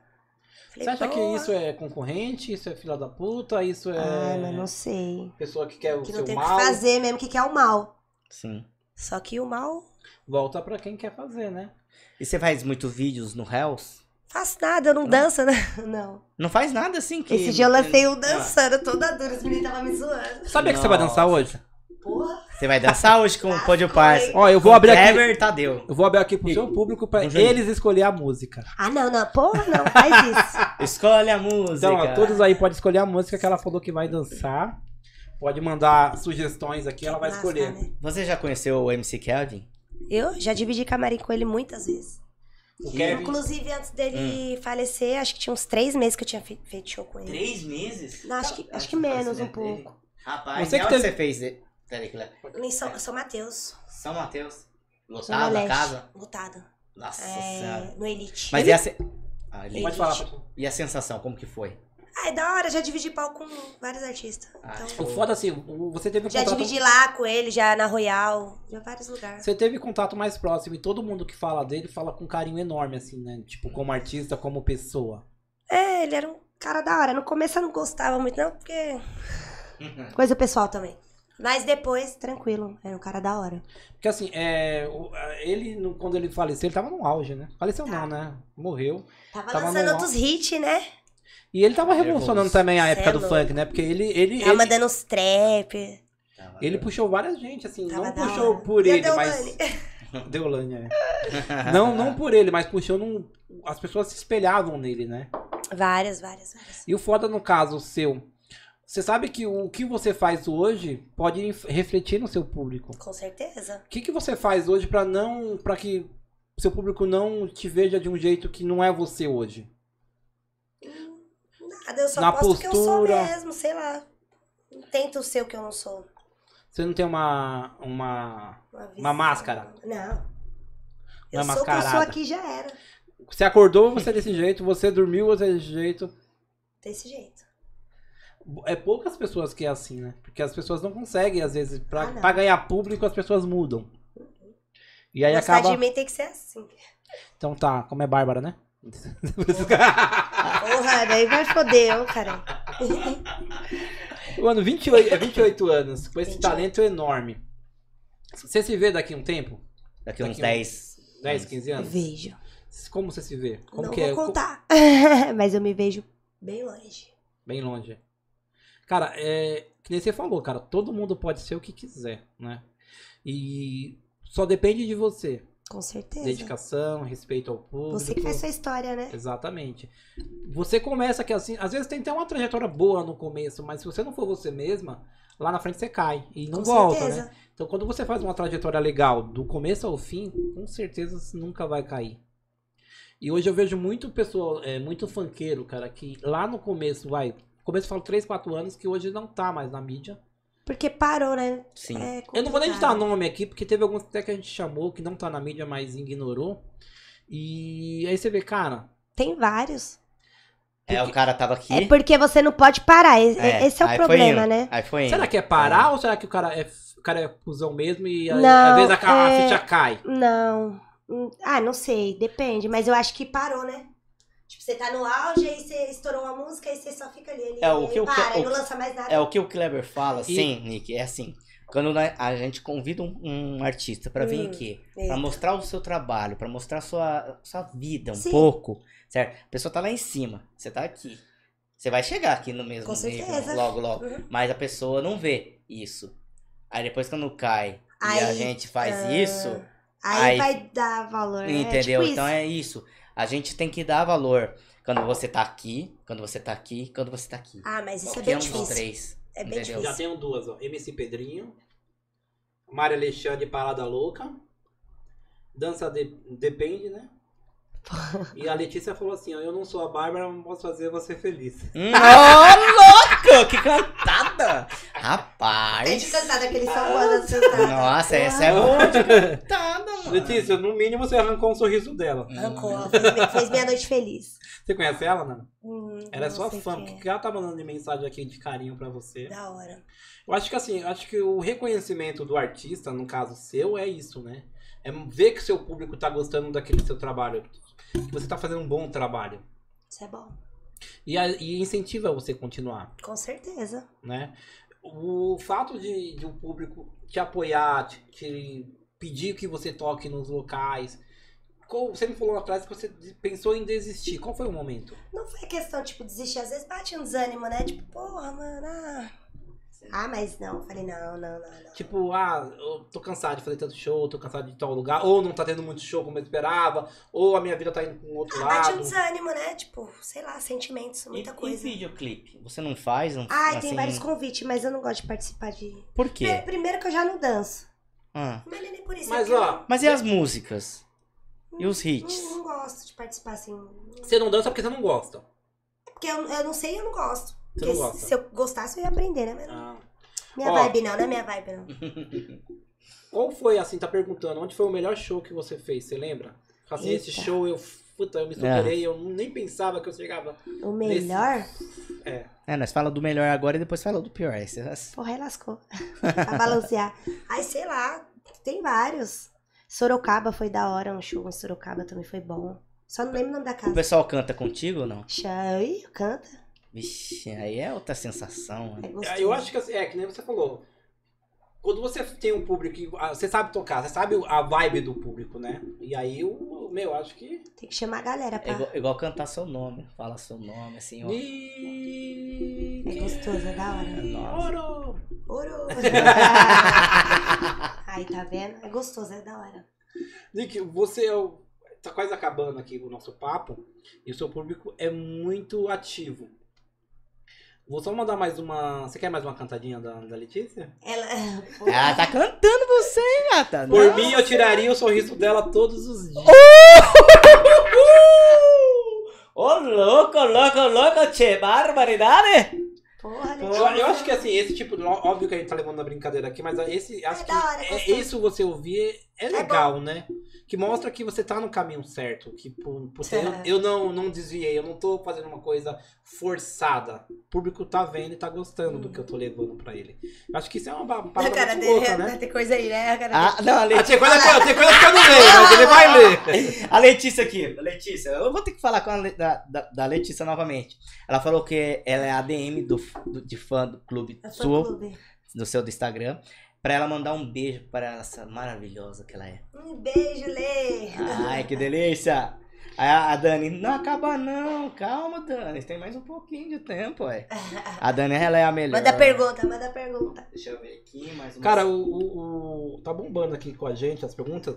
Speaker 3: Falei,
Speaker 2: Você acha que
Speaker 3: "Boa".
Speaker 2: isso é concorrente? Isso é filha da puta? Isso é
Speaker 3: Ah, mas não sei.
Speaker 2: pessoa que quer o
Speaker 3: Que não
Speaker 2: seu
Speaker 3: tem o que
Speaker 2: mal?
Speaker 3: fazer mesmo, que que é o mal.
Speaker 1: Sim.
Speaker 3: Só que o mal,
Speaker 2: Volta pra quem quer fazer, né?
Speaker 1: E você faz muito vídeos no Hells?
Speaker 3: faço nada, eu não danço, né? Não.
Speaker 1: Não faz nada assim que... Ah.
Speaker 3: Esse dia eu lancei um dançando, toda dura, os meninos estavam me zoando.
Speaker 2: Sabia que você vai dançar hoje?
Speaker 3: Porra.
Speaker 1: Você vai dançar hoje com o Pódio Parça.
Speaker 2: Ó, eu vou abrir aqui.
Speaker 1: Kleber Tadeu.
Speaker 2: Eu vou abrir aqui pro seu público pra
Speaker 1: Um jeito.
Speaker 2: eles escolher a música.
Speaker 3: Ah, não, não, porra, não, faz isso.
Speaker 1: Escolhe a música.
Speaker 2: Então, ó, todos aí podem escolher a música que ela falou que vai dançar. Pode mandar sugestões aqui, ela vai
Speaker 3: Lascar,
Speaker 2: escolher.
Speaker 3: né?
Speaker 1: Você já conheceu o MC Kelvin?
Speaker 3: Eu já dividi camarim com ele muitas vezes.
Speaker 1: Sim.
Speaker 2: O
Speaker 1: Hum.
Speaker 2: Kevin.
Speaker 3: Inclusive, antes dele falecer, acho que tinha uns três meses que eu tinha fe- feito show com ele.
Speaker 1: Três meses?
Speaker 3: Não, acho que-
Speaker 1: Nossa,
Speaker 3: acho que
Speaker 1: não faz
Speaker 3: menos
Speaker 1: ideia
Speaker 3: um
Speaker 1: dele. Rapaz,
Speaker 2: Você
Speaker 1: você
Speaker 2: que
Speaker 1: que
Speaker 2: teve-
Speaker 1: você fez... de- Peraí, Kleber.
Speaker 3: Em São, São Mateus.
Speaker 1: São Mateus.
Speaker 3: Zona
Speaker 1: Lotado a
Speaker 3: Leste,
Speaker 1: casa?
Speaker 3: Lotado.
Speaker 1: Nossa
Speaker 3: É,
Speaker 1: senhora.
Speaker 3: no Elite.
Speaker 1: Mas e a, se- Ah, ele-
Speaker 2: Pode falar. Patrícia.
Speaker 1: e a sensação, como que foi?
Speaker 3: Ah, é da hora, já dividi palco com vários artistas.
Speaker 1: Ah, então tá
Speaker 3: Então,
Speaker 2: O foda assim, o- você teve um
Speaker 3: já
Speaker 2: contato,
Speaker 3: dividi lá com ele, já na Royal, já vários lugares.
Speaker 2: você teve contato mais próximo e todo mundo que fala dele fala com um carinho enorme assim, né? Tipo, como artista, como pessoa.
Speaker 3: É, ele era um cara da hora. No começo eu não gostava muito, não, porque. Coisa pessoal também. Mas depois, tranquilo, era um cara da hora.
Speaker 2: Porque assim, é, o- a- ele no- quando ele faleceu, ele tava no auge, né? Faleceu
Speaker 3: Tá.
Speaker 2: não, né? Morreu.
Speaker 3: Tava,
Speaker 2: Tava
Speaker 3: lançando
Speaker 2: no-
Speaker 3: outros hits, né?
Speaker 2: E ele tava revolucionando
Speaker 1: Nervoso.
Speaker 2: também a
Speaker 3: Cê
Speaker 2: época
Speaker 3: é
Speaker 2: do
Speaker 3: louco.
Speaker 2: funk, né? Porque ele ele
Speaker 3: Tava
Speaker 2: ele,
Speaker 3: mandando uns trap.
Speaker 2: ele puxou várias gente assim,
Speaker 3: Tava
Speaker 2: não
Speaker 3: da
Speaker 2: puxou
Speaker 3: hora.
Speaker 2: por
Speaker 3: E a
Speaker 2: ele, mas
Speaker 3: Deolane?
Speaker 2: Deolane, é. Não, não por ele, mas puxou num... as pessoas se espelhavam nele, né?
Speaker 3: Várias, várias, várias.
Speaker 2: E o foda no caso seu, você sabe que o que você faz hoje pode inf- refletir no seu público.
Speaker 3: Com certeza.
Speaker 2: O que, que você faz hoje pra não, para que seu público não te veja de um jeito que não é você hoje?
Speaker 3: Nada, eu só
Speaker 2: Na
Speaker 3: posto o que eu sou
Speaker 2: postura.
Speaker 3: mesmo, sei lá. Não tento ser o que eu não sou.
Speaker 2: Você não tem uma uma
Speaker 3: visão.
Speaker 2: máscara.
Speaker 3: assim. Não. Eu
Speaker 2: Uma
Speaker 3: sou o que eu sou
Speaker 2: mascarada.
Speaker 3: aqui já era.
Speaker 2: você acordou, você é desse jeito, você dormiu, você é desse jeito.
Speaker 3: Desse jeito.
Speaker 2: É poucas pessoas que é assim, né? Porque as pessoas não conseguem às vezes pra
Speaker 3: Ah, não.
Speaker 2: pra ganhar público, as pessoas mudam. E aí
Speaker 3: Gostar
Speaker 2: acaba
Speaker 3: tá de mim tem que ser assim.
Speaker 2: Então tá, como é Bárbara, né?
Speaker 3: Porra, daí vai foder, ô, cara.
Speaker 2: Mano, 28, é 28 anos, com esse
Speaker 3: 28.
Speaker 2: talento enorme. Você se vê daqui a um tempo?
Speaker 1: Daqui uns
Speaker 2: Daqui um-
Speaker 1: 10...
Speaker 2: 10, 15 anos?
Speaker 3: Vejo.
Speaker 2: Como você se vê? Como
Speaker 3: não
Speaker 2: que é?
Speaker 3: vou contar. Mas eu me vejo bem longe.
Speaker 2: Bem longe. Cara, é. Que nem você falou, cara, todo mundo pode ser o que quiser, né? E só depende de você.
Speaker 3: Com certeza.
Speaker 2: Dedicação, respeito ao público.
Speaker 3: Você que faz sua história, né?
Speaker 2: Exatamente. Você começa que assim, às vezes tem até uma trajetória boa no começo, mas se você não for você mesma, lá na frente você cai e não
Speaker 3: Com
Speaker 2: volta, né?
Speaker 3: certeza.
Speaker 2: Então quando você faz uma trajetória legal do começo ao fim, com certeza você nunca vai cair. E hoje eu vejo muito pessoal, é, muito funkeiro, cara, que lá no começo, vai, começo eu falo 3, 4 anos, que hoje não tá mais na mídia.
Speaker 3: Porque parou, né?
Speaker 1: Sim.
Speaker 3: É
Speaker 2: Eu não vou nem citar
Speaker 3: complicado.
Speaker 2: nome aqui, porque teve alguns até que a gente chamou, que não tá na mídia, mas ignorou. E aí você vê, cara,
Speaker 3: Tem vários.
Speaker 1: É, o cara tava aqui...
Speaker 3: É porque você não pode parar. e- e- Esse é o
Speaker 1: aí foi
Speaker 3: problema,
Speaker 1: indo,
Speaker 3: né?
Speaker 1: Aí foi indo.
Speaker 2: Será que é parar ou será que o cara é, o cara é cuzão mesmo e a-
Speaker 3: Não,
Speaker 2: às vezes a, ca- a
Speaker 3: é-
Speaker 2: ficha cai?
Speaker 3: Não. Hum, Ah, não sei, depende. Mas eu acho que parou, né? Tipo, você tá no auge, aí você estourou uma música, aí você só fica ali. ali
Speaker 1: É, o
Speaker 3: ali,
Speaker 1: que eu
Speaker 3: para,
Speaker 1: que-
Speaker 3: aí
Speaker 1: o
Speaker 3: não
Speaker 1: que-
Speaker 3: lança mais nada.
Speaker 1: É o que o Kleber fala, assim, Nick, é assim. Quando nós- a gente convida um, um artista pra vir
Speaker 3: Hum,
Speaker 1: aqui, pra
Speaker 3: eita.
Speaker 1: mostrar o seu trabalho, pra mostrar sua, sua vida um
Speaker 3: Sim.
Speaker 1: pouco, certo? A pessoa tá lá em cima, você tá aqui. Você vai chegar aqui no mesmo
Speaker 3: Com
Speaker 1: nível
Speaker 3: certeza.
Speaker 1: logo, logo.
Speaker 3: Uhum.
Speaker 1: Mas a pessoa não vê isso. Aí depois quando cai e a
Speaker 3: Aí,
Speaker 1: gente faz
Speaker 3: ah,
Speaker 1: isso,
Speaker 3: Aí,
Speaker 1: Aí-
Speaker 3: vai dar valor. né?
Speaker 1: entendeu?
Speaker 3: Tipo isso.
Speaker 1: então é isso. A gente tem que dar valor quando você tá aqui, quando você tá aqui, quando você tá aqui.
Speaker 3: Ah, mas isso é
Speaker 1: Qualquer
Speaker 3: bem
Speaker 1: um dos
Speaker 3: difícil.
Speaker 1: três.
Speaker 3: É bem
Speaker 1: entendeu?
Speaker 3: difícil.
Speaker 2: Já tenho duas, ó. MC Pedrinho, Mário Alexandre Parada Louca, Dança de- Depende, né? E a Letícia falou assim, ó, eu não sou a Bárbara, mas posso fazer você feliz.
Speaker 1: Ô, louco! Que cantada!
Speaker 3: Tem É de
Speaker 1: Rapaz!
Speaker 3: cantar daquele
Speaker 1: Ah,
Speaker 3: sanfona do cantar.
Speaker 1: Nossa, essa é boa de cantada, mano.
Speaker 2: Letícia, no mínimo você arrancou um sorriso dela.
Speaker 3: Arrancou, ela fez, mi- fez minha noite feliz.
Speaker 2: Você conhece ela, não?
Speaker 3: Hum,
Speaker 2: Ela é
Speaker 3: não
Speaker 2: sua
Speaker 3: sei
Speaker 2: fã,
Speaker 3: quem é.
Speaker 2: porque ela tá mandando mensagem aqui de carinho pra você.
Speaker 3: Da hora.
Speaker 2: Eu acho que assim, eu acho que o reconhecimento do artista, no caso seu, é isso, né? É ver que seu público tá gostando daquele seu trabalho. Que você tá fazendo um bom trabalho.
Speaker 3: Isso é bom.
Speaker 2: E, a- e incentiva você a continuar,
Speaker 3: Com certeza.
Speaker 2: né? O fato de, de o público te apoiar, te, te pedir que você toque nos locais. Qual- você me falou lá atrás que você pensou em desistir. Qual foi o momento?
Speaker 3: Não foi questão, tipo, desistir. Às vezes bate um desânimo, né? Tipo, porra, mano. Ah, Ah, mas não. Eu Falei, não, não, não, não.
Speaker 2: Tipo, ah, eu tô cansado de fazer tanto show, tô cansado de ir em tal lugar, ou não tá tendo muito show como eu esperava, ou a minha vida tá indo pra um outro
Speaker 3: Ah, bate
Speaker 2: lado.
Speaker 3: um desânimo, né? Tipo, sei lá, sentimentos, muita
Speaker 1: E-
Speaker 3: coisa.
Speaker 1: Hum. E videoclipe? Você não faz? Não,
Speaker 3: Ai,
Speaker 1: assim,
Speaker 3: tem vários convites, mas eu não gosto de participar de.
Speaker 1: Por
Speaker 3: É,
Speaker 1: quê?
Speaker 3: primeiro que eu já não danço.
Speaker 1: Ah.
Speaker 3: Mas nem por isso.
Speaker 2: Mas
Speaker 3: é que eu
Speaker 2: ó,
Speaker 1: Mas e as músicas? E os
Speaker 3: não,
Speaker 1: hits?
Speaker 3: não gosto de participar assim. É
Speaker 2: você não dança porque você não gosta.
Speaker 3: Porque eu, eu não sei e eu não gosto.
Speaker 2: Você não
Speaker 3: Porque
Speaker 2: Então gosta.
Speaker 3: se, se eu gostasse, eu ia aprender, né? Mas não-
Speaker 2: Ah.
Speaker 3: Minha
Speaker 2: Ó.
Speaker 3: vibe não, não é minha vibe não.
Speaker 2: Qual foi, assim, tá perguntando, onde foi o melhor show que você fez, você lembra? Fala Assim, esse
Speaker 3: Eita. É.
Speaker 2: show eu, puta, eu me superei, eu nem pensava que eu chegava.
Speaker 3: O melhor,
Speaker 1: É, nós fala do melhor agora e depois fala do pior. Essas-
Speaker 3: porra, aí lascou. pra balancear. Aí, sei lá, tem vários. Sorocaba foi da hora, um show em Sorocaba também foi bom. Só não lembro o nome da
Speaker 1: O
Speaker 3: casa.
Speaker 1: pessoal canta contigo ou não?
Speaker 3: Xai, canta.
Speaker 1: Vixe, aí é outra sensação. né?
Speaker 3: É
Speaker 1: Mano.
Speaker 3: gostoso.
Speaker 2: Eu acho que, assim, é, que nem você falou, quando você tem um público, que, ah, você sabe tocar, você sabe a vibe do público, né? E aí, o meu, acho que...
Speaker 3: Tem que chamar a galera
Speaker 1: É
Speaker 3: pra.
Speaker 1: igual, igual cantar seu nome. Fala seu nome, assim, ó.
Speaker 2: Ih,
Speaker 3: É gostoso, é da hora.
Speaker 1: Nossa.
Speaker 2: Ouro!
Speaker 3: Ouro! Aí, tá vendo? É gostoso, é da hora.
Speaker 2: Nick, você é o... tá quase acabando aqui o nosso papo e o seu público é muito ativo. Vou só mandar mais uma. Você quer mais uma cantadinha da, da Letícia?
Speaker 3: Ela.
Speaker 1: Ela tá cantando você, hein, gata?
Speaker 2: Por
Speaker 1: Nossa.
Speaker 2: mim, eu tiraria o sorriso dela todos os dias.
Speaker 1: Ô, louco, louco, louco, che barbaridade!
Speaker 3: Porra,
Speaker 2: Eu,
Speaker 3: Letícia.
Speaker 2: eu acho que assim, esse tipo. ó- Óbvio que a gente tá levando a brincadeira aqui, mas esse. Acho
Speaker 3: É
Speaker 2: que
Speaker 3: da hora, é
Speaker 2: é,
Speaker 3: gostoso.
Speaker 2: isso você ouvir é legal, né? Que mostra que você tá no caminho certo. Que pô, puta, eu,
Speaker 3: É.
Speaker 2: eu não, não desviei, eu não tô fazendo uma coisa forçada. O público tá vendo e tá gostando do que eu tô levando pra ele. Eu acho que isso é uma ba-
Speaker 3: A
Speaker 2: parada
Speaker 3: cara
Speaker 2: muito
Speaker 3: dele,
Speaker 2: louca, né?
Speaker 3: tem coisa aí, né? A cara dele.
Speaker 1: Ah, não, a,
Speaker 2: Ah,
Speaker 1: Leti-
Speaker 2: tem coisa que eu- tem coisa que eu não leio, mas ele vai ler.
Speaker 1: a Letícia aqui, a Letícia, eu vou ter que falar com a Le- da, da, da Letícia novamente. Ela falou que ela é ADM do, do- de fã do clube
Speaker 3: É fã
Speaker 1: sua,
Speaker 3: clube.
Speaker 1: do seu do Instagram, pra ela mandar um beijo para essa maravilhosa que ela é.
Speaker 3: Um beijo, Lê!
Speaker 1: Ai, que delícia! Aí a a Dani, não acaba não, calma Dani, tem mais um pouquinho de tempo, ué. A Dani, ela é a melhor.
Speaker 3: Manda pergunta, manda pergunta.
Speaker 1: Deixa eu ver aqui, mais uma.
Speaker 2: Cara, o, o- o- tá bombando aqui com a gente as perguntas.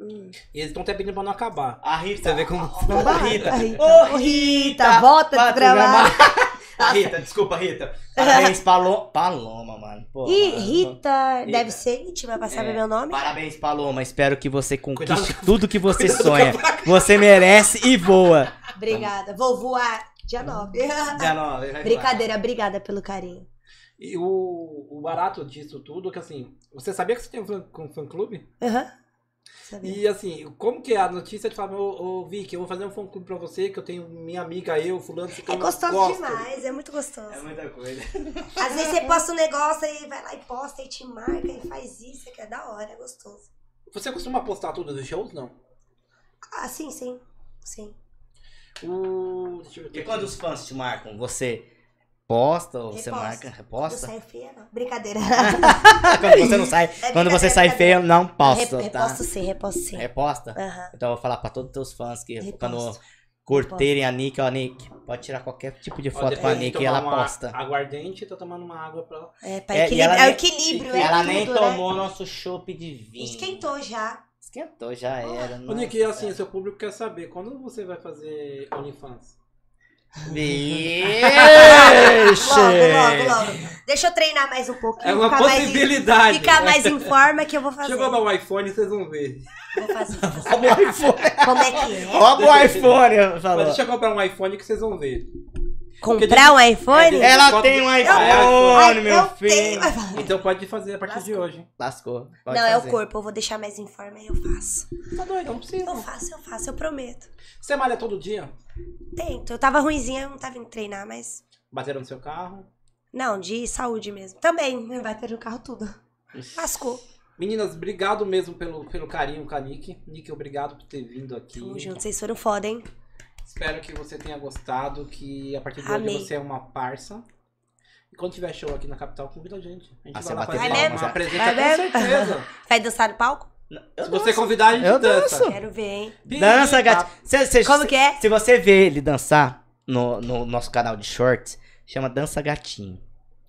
Speaker 3: Hum.
Speaker 2: E eles estão até pedindo pra não acabar.
Speaker 1: a Rita.
Speaker 2: Você vê como.
Speaker 1: A Rita.
Speaker 3: A Rita.
Speaker 1: Ô, Rita!
Speaker 3: Tá, volta
Speaker 1: Vai
Speaker 3: do trabalho.
Speaker 1: A Rita, desculpa, Rita. Parabéns, Palo... Paloma, mano. Pô,
Speaker 3: Ih,
Speaker 1: mano.
Speaker 3: Rita,
Speaker 1: Rita.
Speaker 3: deve ser íntima pra saber
Speaker 1: É.
Speaker 3: meu nome.
Speaker 1: Parabéns, Paloma. Espero que você conquiste
Speaker 2: Cuidado.
Speaker 1: tudo que você
Speaker 2: Cuidado com a
Speaker 1: sonha.
Speaker 2: vaca.
Speaker 1: Você merece e voa.
Speaker 3: Obrigada. Vou voar dia
Speaker 1: Hum.
Speaker 3: 9.
Speaker 1: Já não, vai voar.
Speaker 3: Brincadeira, obrigada pelo carinho.
Speaker 2: E o, o barato disso tudo é que assim, você sabia que você tem um fã, um fã clube?
Speaker 3: Aham. Tá Sabia.
Speaker 2: E assim, como que é a notícia de falar, ô, ô Vicky, eu vou fazer um fã clube pra você, que eu tenho minha amiga, eu, fulano,
Speaker 3: É
Speaker 2: ciclano,
Speaker 3: gostoso
Speaker 2: gosto.
Speaker 3: demais, é muito gostoso.
Speaker 1: É muita coisa.
Speaker 3: Às vezes você posta um negócio e vai lá e posta e te marca e faz isso, que é da hora, é gostoso.
Speaker 2: Você costuma postar tudo dos shows? Não.
Speaker 3: Ah, sim, sim. Sim.
Speaker 2: O... é Deixa eu ver
Speaker 1: E
Speaker 2: aqui.
Speaker 1: quando os fãs te marcam, você Posta, ou você
Speaker 3: Reposta.
Speaker 1: marca,
Speaker 3: Não
Speaker 1: reposta.
Speaker 3: sai feia, não. Brincadeira.
Speaker 1: quando você não
Speaker 3: É
Speaker 1: sai, quando você sai feio, não posta,
Speaker 3: Re-
Speaker 1: tá?
Speaker 3: Reposto sim, reposto sim.
Speaker 1: Reposta?
Speaker 3: Aham.
Speaker 1: Então eu vou falar pra todos os teus fãs que
Speaker 3: Reposto.
Speaker 1: quando curtirem a Nick, ó, Nick, pode tirar qualquer tipo de foto
Speaker 2: é. Ó,
Speaker 1: com a
Speaker 2: depois de
Speaker 1: Nick e
Speaker 2: tomar um
Speaker 1: ela
Speaker 2: uma
Speaker 1: posta.
Speaker 2: Aguardente, eu tô tomando uma água pra.
Speaker 3: É, pra
Speaker 1: É, e
Speaker 3: equilibrar.
Speaker 1: ela
Speaker 3: É o
Speaker 1: nem-
Speaker 3: equilíbrio, é
Speaker 1: Ela
Speaker 3: tudo,
Speaker 1: nem
Speaker 3: né?
Speaker 1: tomou nosso chopp de vinho.
Speaker 3: Esquentou Ah. já.
Speaker 1: Esquentou, já era.
Speaker 2: Ô, Nick,
Speaker 3: é.
Speaker 2: assim, seu público quer saber quando você vai fazer OnlyFans?
Speaker 1: assim.
Speaker 3: Logo, logo,
Speaker 1: Vixe!
Speaker 3: logo. Deixa eu treinar mais um pouquinho.
Speaker 2: É uma
Speaker 3: ficar mais em-
Speaker 2: possibilidade.
Speaker 3: Ficar mais em forma que eu vou fazer.
Speaker 2: Deixa eu roubar o iPhone e vocês vão ver.
Speaker 3: Vou fazer.
Speaker 1: Rouba o iPhone!
Speaker 3: Como é que é?
Speaker 1: Rouba o iPhone!
Speaker 2: Mas
Speaker 1: Falou.
Speaker 2: deixa eu comprar um iPhone que vocês vão ver.
Speaker 3: Comprar um iPhone?
Speaker 2: É,
Speaker 1: Ela tem um
Speaker 2: Ai,
Speaker 1: iPhone,
Speaker 3: eu
Speaker 1: meu
Speaker 3: tenho.
Speaker 1: filho!
Speaker 2: Então pode fazer a partir de hoje. hein?
Speaker 1: Lascou.
Speaker 3: Não,
Speaker 1: pode
Speaker 3: é o
Speaker 1: fazer.
Speaker 3: corpo. Eu vou deixar mais em forma e eu faço.
Speaker 2: Tá doido, não precisa.
Speaker 3: Eu faço, eu faço, eu prometo.
Speaker 2: Você malha todo dia?
Speaker 3: Tento. Eu tava ruimzinha, eu não tava indo treinar, mas.
Speaker 2: Bateram no seu carro?
Speaker 3: Não, de saúde mesmo. Também. Vai ter no carro tudo. Lascou.
Speaker 2: Meninas, obrigado mesmo pelo, pelo carinho com a Nick. Nick, obrigado por ter vindo aqui.
Speaker 3: Tamo junto. Vocês foram foda, hein?
Speaker 2: Espero que você tenha gostado, que a partir de
Speaker 3: Amei.
Speaker 2: hoje você é uma parça. E quando tiver show aqui na capital, convida a gente. A gente
Speaker 1: Ah, você
Speaker 2: vai lá
Speaker 1: bateu
Speaker 2: fazer
Speaker 3: palma
Speaker 2: uma
Speaker 1: já.
Speaker 2: presença,
Speaker 3: né? Vai mesmo?
Speaker 2: com certeza.
Speaker 3: Vai dançar no palco?
Speaker 1: Eu
Speaker 2: Se você convidar, a gente
Speaker 1: Eu
Speaker 2: dança.
Speaker 1: danço.
Speaker 3: Quero ver, hein?
Speaker 1: Dança, gato. Cê- cê-
Speaker 3: Como que é?
Speaker 1: Se você vê ele dançar no, no nosso canal de shorts, chama Dança Gatinho.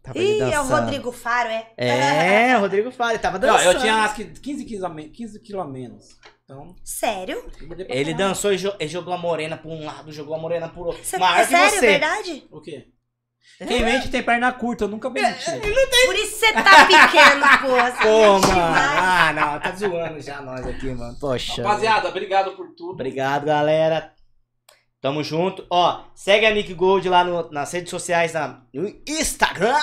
Speaker 1: Tava ele
Speaker 3: Ih, é o
Speaker 1: dançando.
Speaker 3: Rodrigo Faro, é?
Speaker 1: É, o Rodrigo Faro, ele tava
Speaker 2: Não,
Speaker 1: dançando.
Speaker 2: eu tinha acho que 15 quilos a, me- 15 quilos a menos. Então,
Speaker 3: Sério?
Speaker 2: eu mudei pra
Speaker 1: Ele
Speaker 2: caralho.
Speaker 1: dançou e jo- ele jogou a morena pra um lado, jogou a morena pro outro.
Speaker 3: Cê-
Speaker 1: Maior
Speaker 3: é
Speaker 1: que
Speaker 3: sério,
Speaker 1: você.
Speaker 3: verdade?
Speaker 2: O quê? Quem mente tem perna curta, eu nunca menti.
Speaker 3: Por isso você tá pequeno, porra. Você
Speaker 1: Pô, mano.
Speaker 3: mexe demais.
Speaker 1: Ah, não, tá zoando já nós aqui, mano. Poxa.
Speaker 2: Rapaziada, obrigado por tudo.
Speaker 1: Obrigado, galera. Tamo junto. Ó, segue a Nick Gold lá no- nas redes sociais, na, no Instagram.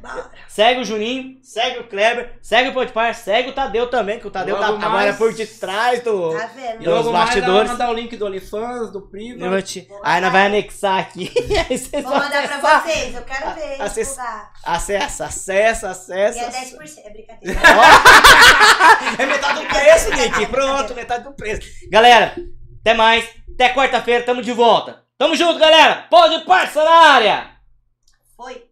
Speaker 3: Bora.
Speaker 1: Segue o Juninho, segue o Kleber, segue o Podpar, segue o Tadeu também, que o Tadeu
Speaker 2: Logo
Speaker 1: tá agora
Speaker 2: mais-
Speaker 1: por detrás do...
Speaker 3: Tá vendo?
Speaker 2: E logo
Speaker 1: Dos
Speaker 2: mais ela vai
Speaker 1: bastidores.
Speaker 2: mandar o link do OnlyFans, do Priva.
Speaker 1: Eu te- Aí nós vai anexar aqui. Aí vocês
Speaker 3: Vou
Speaker 1: vão
Speaker 3: mandar pra
Speaker 1: acessar.
Speaker 3: vocês, eu quero ver.
Speaker 1: A- acess-
Speaker 3: divulgar.
Speaker 1: Acessa, acessa,
Speaker 3: E é
Speaker 1: acessa.
Speaker 3: 10%, é brincadeira.
Speaker 1: Ó. é metade do preço, Nick. Pronto, metade do preço. Galera, até mais. Até quarta-feira, tamo de volta. Tamo junto, galera. Pode parça na área.
Speaker 3: Foi.